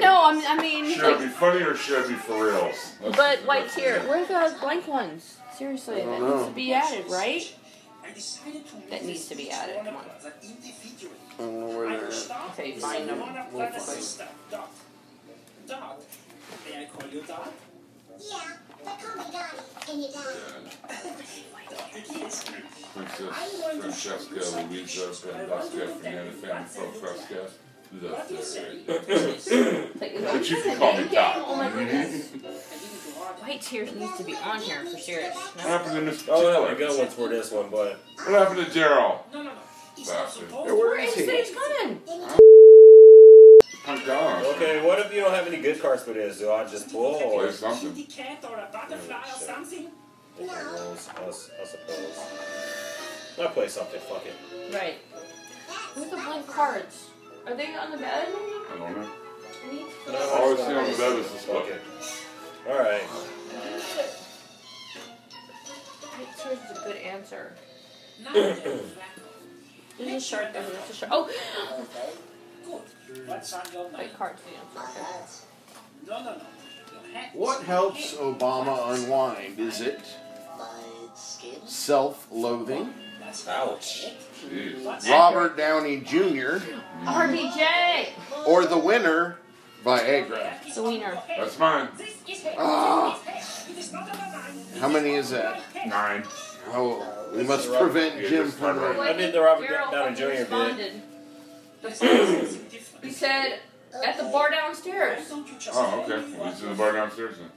Speaker 13: no, I'm, I mean,
Speaker 3: Should I
Speaker 13: like,
Speaker 3: be funny or should I be for real? That's-
Speaker 13: but white tear. Where are the blank ones? Seriously,
Speaker 3: I
Speaker 13: that
Speaker 3: don't
Speaker 13: needs
Speaker 3: know.
Speaker 13: to be added, right?
Speaker 16: I decided to
Speaker 13: That needs to be added. Come on.
Speaker 12: I don't know where they're at.
Speaker 13: Okay,
Speaker 16: One
Speaker 13: fine. No,
Speaker 16: of
Speaker 13: we'll
Speaker 16: brothers
Speaker 13: find
Speaker 16: sister, Dot. Dot. May I call you Dot?
Speaker 9: Yeah, but call me Dottie, and you die.
Speaker 16: Dot it is.
Speaker 3: Princess Francesca Luisa and Vasquez Fernandez Fan from Fresca. That's it. But you can call me Doc.
Speaker 13: Oh my goodness.
Speaker 3: Mhm.
Speaker 13: White tears needs to be on here for serious.
Speaker 3: What
Speaker 13: No.
Speaker 3: happened to Miss
Speaker 19: Oh,
Speaker 3: Taylor?
Speaker 19: no, I got one for this one, but.
Speaker 3: What happened to Gerald?
Speaker 16: No, no, no.
Speaker 3: Bastard.
Speaker 13: We're in stage one.
Speaker 3: I'm gone.
Speaker 19: Okay, what if you don't have any good cards for this? Do I just pull or
Speaker 3: Play Oh, something.
Speaker 16: Cat or a butterfly or something?
Speaker 19: Different rules, I, s- I suppose. I play something. Fuck it.
Speaker 13: Right. Where's the blank cards? Are they on the bed?
Speaker 3: I don't know.
Speaker 13: I need
Speaker 3: I always see on the bed is this book.
Speaker 19: All right.
Speaker 13: White tears is a good answer.
Speaker 16: There's
Speaker 13: a shark there. There's a shark. Oh!
Speaker 16: Good. What's on your mind?
Speaker 13: White cards the answer.
Speaker 16: No, no, no.
Speaker 12: What helps Obama unwind? Is it self-loathing?
Speaker 19: Ouch.
Speaker 12: Robert Downey Jr.
Speaker 13: RBJ!
Speaker 12: or the winner, Viagra?
Speaker 13: The wiener.
Speaker 3: That's mine.
Speaker 12: Ah, how many is that?
Speaker 3: Nine.
Speaker 12: Oh, we must prevent Jim from.
Speaker 19: I did the Robert
Speaker 13: Gerald
Speaker 19: Downey Jr.
Speaker 13: fucking
Speaker 19: bit.
Speaker 13: responded. He said, at the bar downstairs.
Speaker 3: Oh, okay. Well, he's in the bar downstairs then.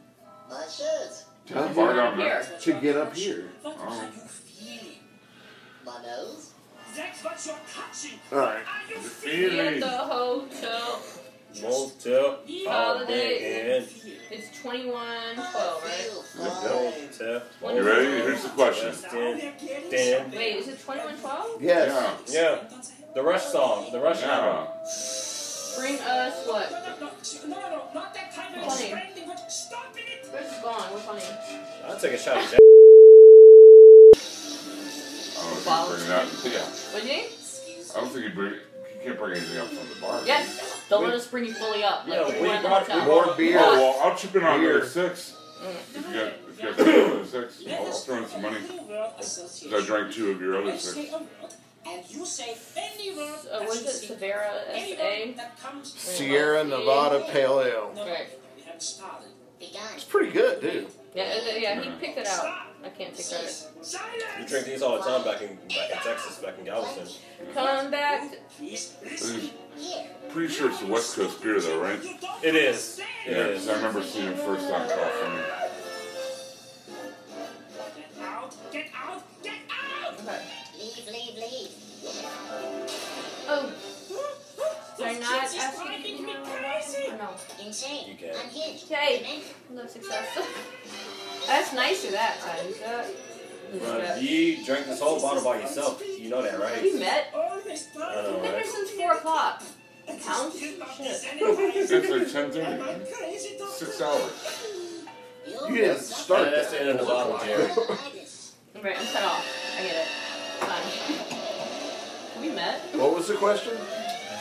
Speaker 16: My shirts.
Speaker 12: Tell
Speaker 3: Bar
Speaker 12: him
Speaker 3: downstairs.
Speaker 12: to get up here.
Speaker 16: What
Speaker 3: Oh.
Speaker 16: are you feeling? My nose? That's what you're touching.
Speaker 12: All right.
Speaker 13: We at
Speaker 3: Feeling.
Speaker 13: the hotel.
Speaker 19: Motel.
Speaker 13: Holiday
Speaker 19: Holiday
Speaker 13: Inn. It's 2112, right?
Speaker 19: Inn. Motel.
Speaker 3: You ready? Here's the question.
Speaker 19: West End.
Speaker 13: Wait, is it 2112?
Speaker 12: Yes.
Speaker 19: Yeah. The Rush song. The Rush album.
Speaker 13: Bring us what?
Speaker 16: No, no, no, not that kind of
Speaker 13: Funny.
Speaker 16: explaining, but stop it!
Speaker 13: Where's it gone? We're funny.
Speaker 19: I'll take a shot at that.
Speaker 3: I don't think he bring it out. Yeah.
Speaker 13: What do you think?
Speaker 3: I don't think he bring. He can't bring anything up from the bar.
Speaker 13: Yes. Don't let us bring you fully up. Like,
Speaker 19: Yeah,
Speaker 13: we
Speaker 19: we
Speaker 13: were in the
Speaker 19: brought- we
Speaker 13: hotel.
Speaker 19: brought-
Speaker 3: Oh, well, I'll chip in on
Speaker 12: Beer.
Speaker 3: another six. If you got, if you got the other six, I'll, I'll throw in some money. Because I drank two of your other
Speaker 16: I
Speaker 3: six.
Speaker 16: say a word, um, and you say any word.
Speaker 13: Uh,
Speaker 16: that
Speaker 13: was
Speaker 16: you
Speaker 13: it
Speaker 16: see.
Speaker 13: Severa
Speaker 16: Any
Speaker 13: S.A.?
Speaker 16: word that comes
Speaker 12: Sierra Nevada Pale Ale.
Speaker 13: Right.
Speaker 16: We haven't started.
Speaker 12: It's pretty good, dude.
Speaker 13: Yeah, yeah, yeah, he picked it out. I can't pick that
Speaker 19: We drink these all the time back in back in Texas, back in Galveston.
Speaker 13: out. Come back.
Speaker 3: Pretty sure it's the West Coast beer, though, right?
Speaker 19: It is. It
Speaker 3: Yeah,
Speaker 19: is.
Speaker 3: because I remember seeing it first on California.
Speaker 16: Get out! Get out!
Speaker 9: Leave, leave, leave.
Speaker 13: Oh. They're not
Speaker 9: This shit's
Speaker 13: asking
Speaker 9: driving
Speaker 13: you
Speaker 9: me
Speaker 13: to
Speaker 9: crazy.
Speaker 13: No.
Speaker 9: Insane.
Speaker 19: You get it.
Speaker 9: Unhinged.
Speaker 13: Okay. Love success. That's nicer that time. Is that-
Speaker 19: But you drank this whole bottle by yourself. You know that, right?
Speaker 13: We met.
Speaker 19: I know,
Speaker 13: We've been here
Speaker 19: right?
Speaker 13: since four o'clock. Pounds? Shit.
Speaker 3: It's like 10 Six hours.
Speaker 12: You didn't start
Speaker 19: Yeah, that's the
Speaker 12: that.
Speaker 19: end of the bottle, Jerry.
Speaker 13: Right, I'm cut off. I get it. met.
Speaker 12: What was the question?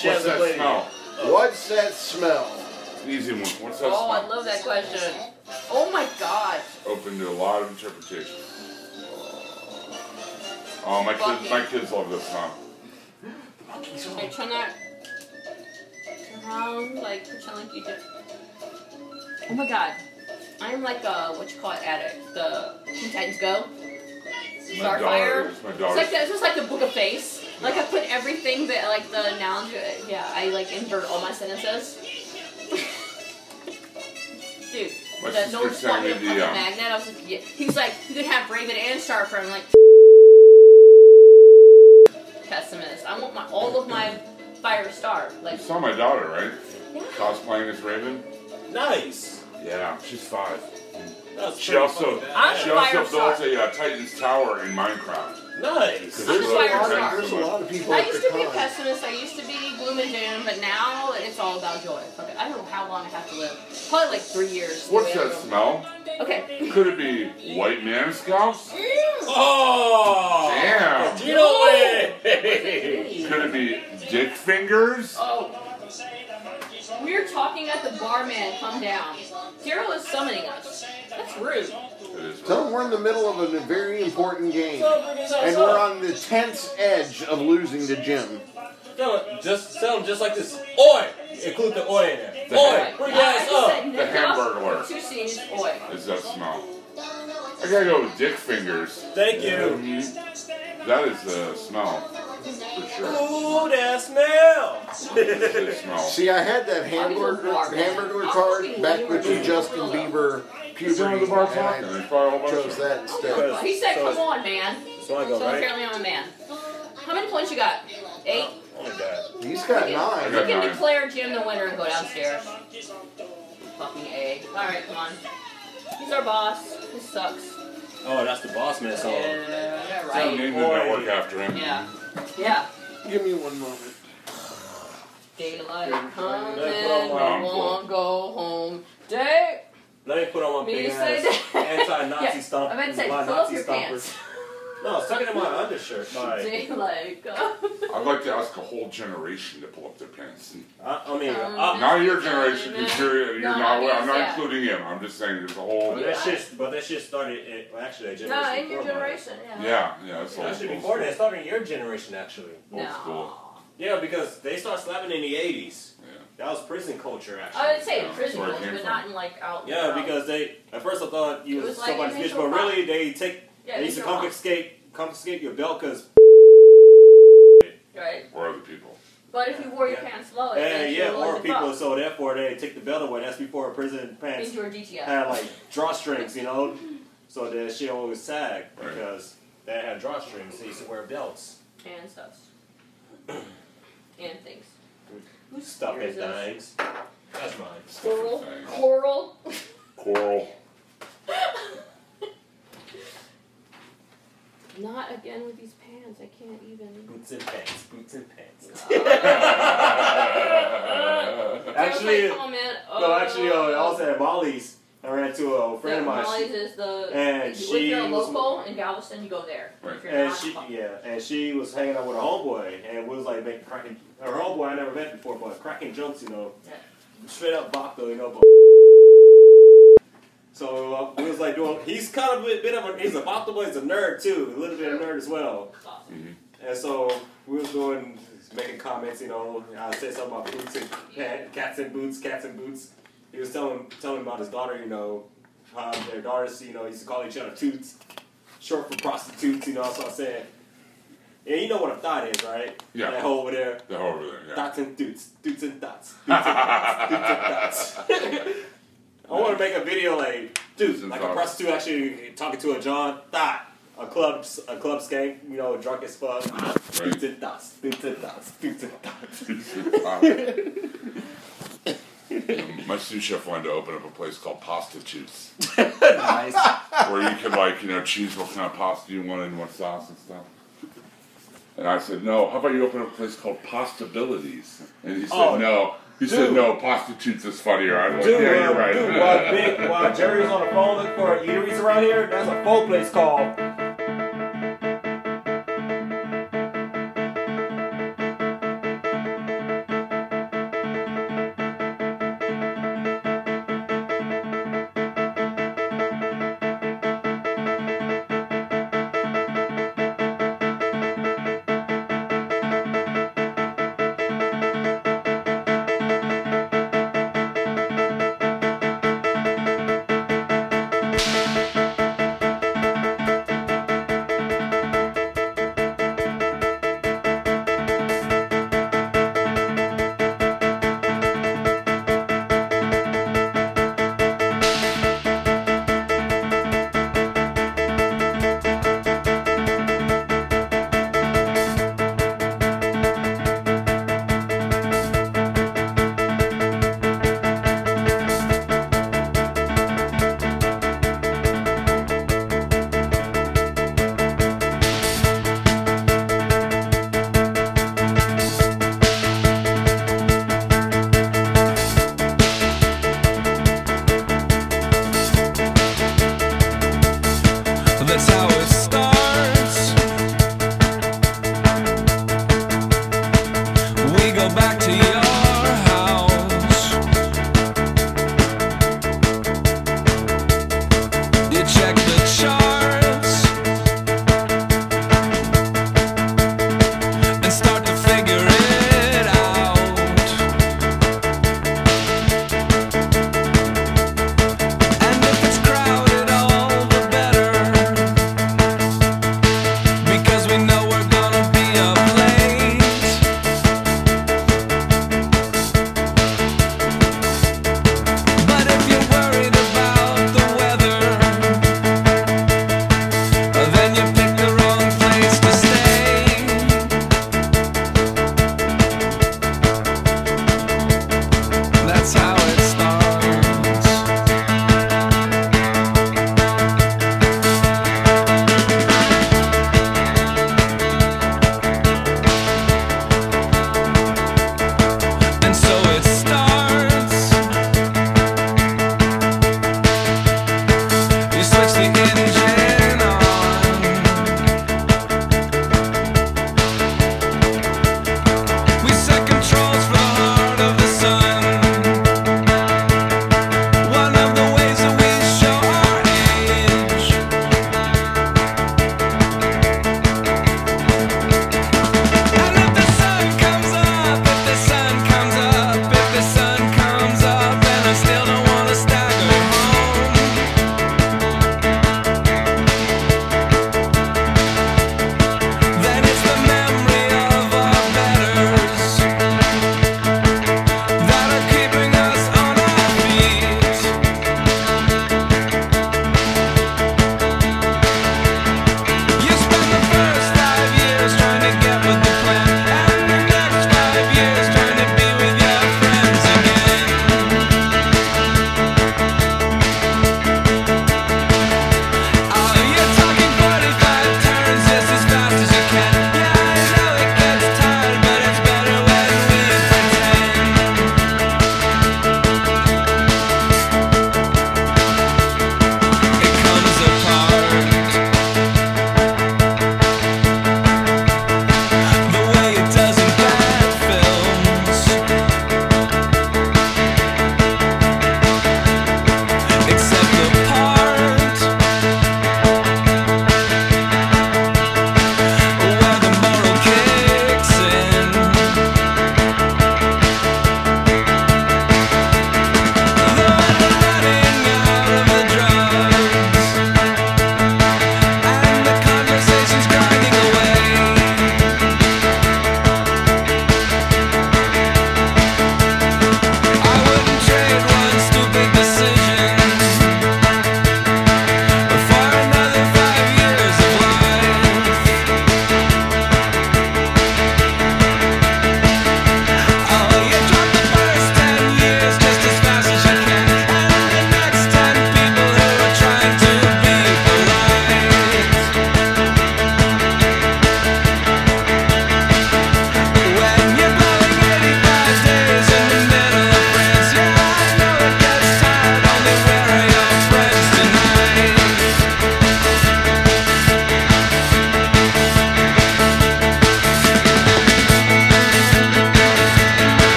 Speaker 13: She hasn't
Speaker 3: played it yet.
Speaker 12: What's that smell?
Speaker 3: Easy one. What's that
Speaker 13: Oh, I
Speaker 3: smell?
Speaker 13: love that question. Oh my god.
Speaker 3: Open to a lot of interpretation. Oh, my kids, my kids love this song.
Speaker 13: Okay, try not. Turn around, like, pretend like you did. Oh my god. I'm like a, what you call it, addict. The Teen Titans Go.
Speaker 3: My daughter,
Speaker 13: Starfire.
Speaker 3: it's my
Speaker 13: It's like
Speaker 3: daughter's
Speaker 13: that, it's just like the book of face. Like I put everything that like the nouns. Yeah, I like invert all my sentences. Dude,
Speaker 3: My
Speaker 13: the no
Speaker 3: sister sang
Speaker 13: fucking
Speaker 3: the,
Speaker 13: fucking
Speaker 3: um,
Speaker 13: magnet. I was like, yeah. he's like, you could have Raven and Starfire. I'm like, pessimist. I want my all of my fire star. Like,
Speaker 3: You saw my daughter, right? Cosplaying as Raven.
Speaker 19: Nice.
Speaker 3: Yeah, she's five.
Speaker 19: That's
Speaker 3: She
Speaker 19: pretty
Speaker 3: also
Speaker 19: fucking badass.
Speaker 3: she
Speaker 19: I'm
Speaker 3: also
Speaker 19: Firestar.
Speaker 3: built a uh, Titan's Tower in Minecraft.
Speaker 19: Nice.
Speaker 3: Because she loves her parents
Speaker 12: There's
Speaker 3: so
Speaker 12: a
Speaker 3: much.
Speaker 12: lot of people
Speaker 13: I
Speaker 12: at
Speaker 13: used
Speaker 12: the
Speaker 13: to be a
Speaker 12: con.
Speaker 13: pessimist. I used to be gloom and doom, but now it's all about joy. Okay, I don't know how long I have to live. Probably like three years. the
Speaker 3: What's
Speaker 13: way I
Speaker 3: that
Speaker 13: go.
Speaker 3: smell?
Speaker 13: Okay.
Speaker 3: Could it be white man scalps?
Speaker 19: Oh!
Speaker 3: Damn.
Speaker 19: You know
Speaker 3: way. Could it be dick fingers?
Speaker 13: Oh. We're talking at the barman. Come down. Zero is summoning us. That's rude.
Speaker 12: Tell them we're in the middle of a very important game,
Speaker 19: What's up, niggas? What's
Speaker 12: and we're
Speaker 19: up?
Speaker 12: on the tense edge of losing to Jim.
Speaker 19: Tell him, just tell him just like this. Oi! Include the oi in there.
Speaker 3: The
Speaker 19: Oi!
Speaker 3: ham-
Speaker 19: Bring your ass up!
Speaker 3: The hamburglar.
Speaker 13: Two scenes. Oi.
Speaker 3: Is that smell? I gotta go with dick fingers.
Speaker 19: Thank you.
Speaker 3: Mhm. That is the smell for sure.
Speaker 19: Ooh, that smell!
Speaker 3: Good smell.
Speaker 12: See, I had that hamburger hamburger card back with the Justin Bieber puberty, and I chose that
Speaker 13: Well, he
Speaker 12: instead.
Speaker 13: said, "Come on, man."
Speaker 12: so I go,
Speaker 13: so
Speaker 12: right?
Speaker 13: apparently I'm a man. How many points you got? Eight.
Speaker 19: Oh
Speaker 12: He's got
Speaker 13: You
Speaker 12: nine.
Speaker 13: can declare Jim the winner and go downstairs. Fucking A. Alright, come on. He's our boss. This sucks.
Speaker 19: Oh, that's the boss man song.
Speaker 13: Yeah,
Speaker 3: Tell
Speaker 13: right.
Speaker 3: Name the network after him.
Speaker 13: Yeah. Yeah.
Speaker 12: Give me one moment.
Speaker 13: Daylight comes and
Speaker 19: Let me
Speaker 13: we
Speaker 19: put on my-
Speaker 13: won't go home. Day.
Speaker 19: Let me put on my
Speaker 13: Me
Speaker 19: big
Speaker 13: say
Speaker 19: ass anti-Nazi
Speaker 13: Yeah,
Speaker 19: stomp.
Speaker 13: I meant to say,
Speaker 19: my
Speaker 13: pull
Speaker 19: Nazi
Speaker 13: up your
Speaker 19: stomper.
Speaker 13: pants.
Speaker 19: No, I was tucking in my undershirt. My,
Speaker 13: Daylight comes.
Speaker 3: I'd like to ask a whole generation to pull up their pants.
Speaker 19: I, I mean,
Speaker 13: Um,
Speaker 19: I,
Speaker 3: Not your generation, because you're, you're
Speaker 19: No,
Speaker 3: not.
Speaker 19: I
Speaker 3: I'm not
Speaker 19: guess, yeah.
Speaker 3: including him. I'm just saying there's a whole.
Speaker 19: but that shit, but that shit started in, well, actually a generation
Speaker 13: No, in your
Speaker 19: before mine.
Speaker 13: generation, yeah.
Speaker 3: Yeah, yeah, that's old,
Speaker 19: Actually,
Speaker 3: old
Speaker 19: before
Speaker 3: school.
Speaker 19: that, it started in your generation actually.
Speaker 3: Old
Speaker 13: No.
Speaker 3: school.
Speaker 19: Yeah, because they started slapping in the '80s. That was prison culture actually.
Speaker 13: I would say in
Speaker 19: Yeah,
Speaker 13: prison,
Speaker 19: that's where it
Speaker 13: culture,
Speaker 19: came
Speaker 13: but
Speaker 19: from.
Speaker 13: not in like out.
Speaker 19: Yeah,
Speaker 13: out.
Speaker 19: because they at first I thought you
Speaker 13: It
Speaker 19: was,
Speaker 13: was like
Speaker 19: somebody's bitch,
Speaker 13: initial
Speaker 19: but
Speaker 13: prom.
Speaker 19: really they take
Speaker 13: Yeah,
Speaker 19: they used
Speaker 13: initial
Speaker 19: to
Speaker 13: prom.
Speaker 19: confiscate confiscate your belt because
Speaker 13: Right.
Speaker 3: or other people.
Speaker 13: But if you wore your pants low, it
Speaker 19: Yeah,
Speaker 13: meant
Speaker 19: eh, yeah,
Speaker 13: you were low
Speaker 19: or
Speaker 13: as
Speaker 19: people.
Speaker 13: fuck.
Speaker 19: So therefore they take the belt away. That's before prison pants
Speaker 13: Means you were DTF.
Speaker 19: had like drawstrings, you know. So that shit always sag because they had drawstrings. They used to wear belts.
Speaker 13: and stuff. and things.
Speaker 19: Stuff
Speaker 13: Yours
Speaker 19: and
Speaker 13: is-
Speaker 19: things. That's mine.
Speaker 13: Coral. Coral.
Speaker 3: Coral.
Speaker 13: Not again with these pants. I can't even.
Speaker 19: Boots and pants. Boots and pants.
Speaker 13: There
Speaker 19: actually,
Speaker 13: was my comment,
Speaker 19: no,
Speaker 13: uh,
Speaker 19: actually, uh, I was at Molly's. I ran to a friend of mine. she-
Speaker 13: Molly's is the.
Speaker 19: and
Speaker 13: if you live here
Speaker 19: she was-
Speaker 13: local in Galveston, you go there. If you're
Speaker 19: And
Speaker 13: not,
Speaker 19: she, yeah, and she was hanging out with a homeboy, and we was like making cracking. Her homeboy I never met before, but cracking jokes, you know, straight up vodka, you know. But so uh, we was like doing. He's kind of a bit of a. He's a vodka boy. He's a nerd too, a little bit of a nerd as well. And so we was doing making comments, you know. I said something about boots and cat, cats and boots, cats and boots. He was telling telling about his daughter, you know, how their daughters, you know, used to call each other toots, short for prostitutes, you know. So I said, yeah, you know what a thought is, right?
Speaker 3: Yeah.
Speaker 19: That hole over there.
Speaker 3: The whole over there. Yeah.
Speaker 19: Dots and dudes, dudes and dots, dudes and dots, dudes and dots. I want to make a video like, dude, like a
Speaker 3: dots.
Speaker 19: prostitute actually talking to a John Thot, a club, a club skank, you know, drunk as fuck. Dudes and dots, dudes and dots, dudes and dots.
Speaker 3: Um, My sous chef wanted to open up a place called Pasta Chutes,
Speaker 19: nice.
Speaker 3: where you could like you know choose what kind of pasta you wanted, and what sauce and stuff. And I said, no. How about you open up a place called Postabilities? And he said,
Speaker 19: Oh,
Speaker 3: no. He said,
Speaker 19: dude.
Speaker 3: no. Prostitutes is funnier. I was
Speaker 19: Dude,
Speaker 3: like, yeah,
Speaker 19: uh,
Speaker 3: you're right.
Speaker 19: dude, while, Big, while Jerry's on the phone looking for eateries around here, there's a folk place called Oh,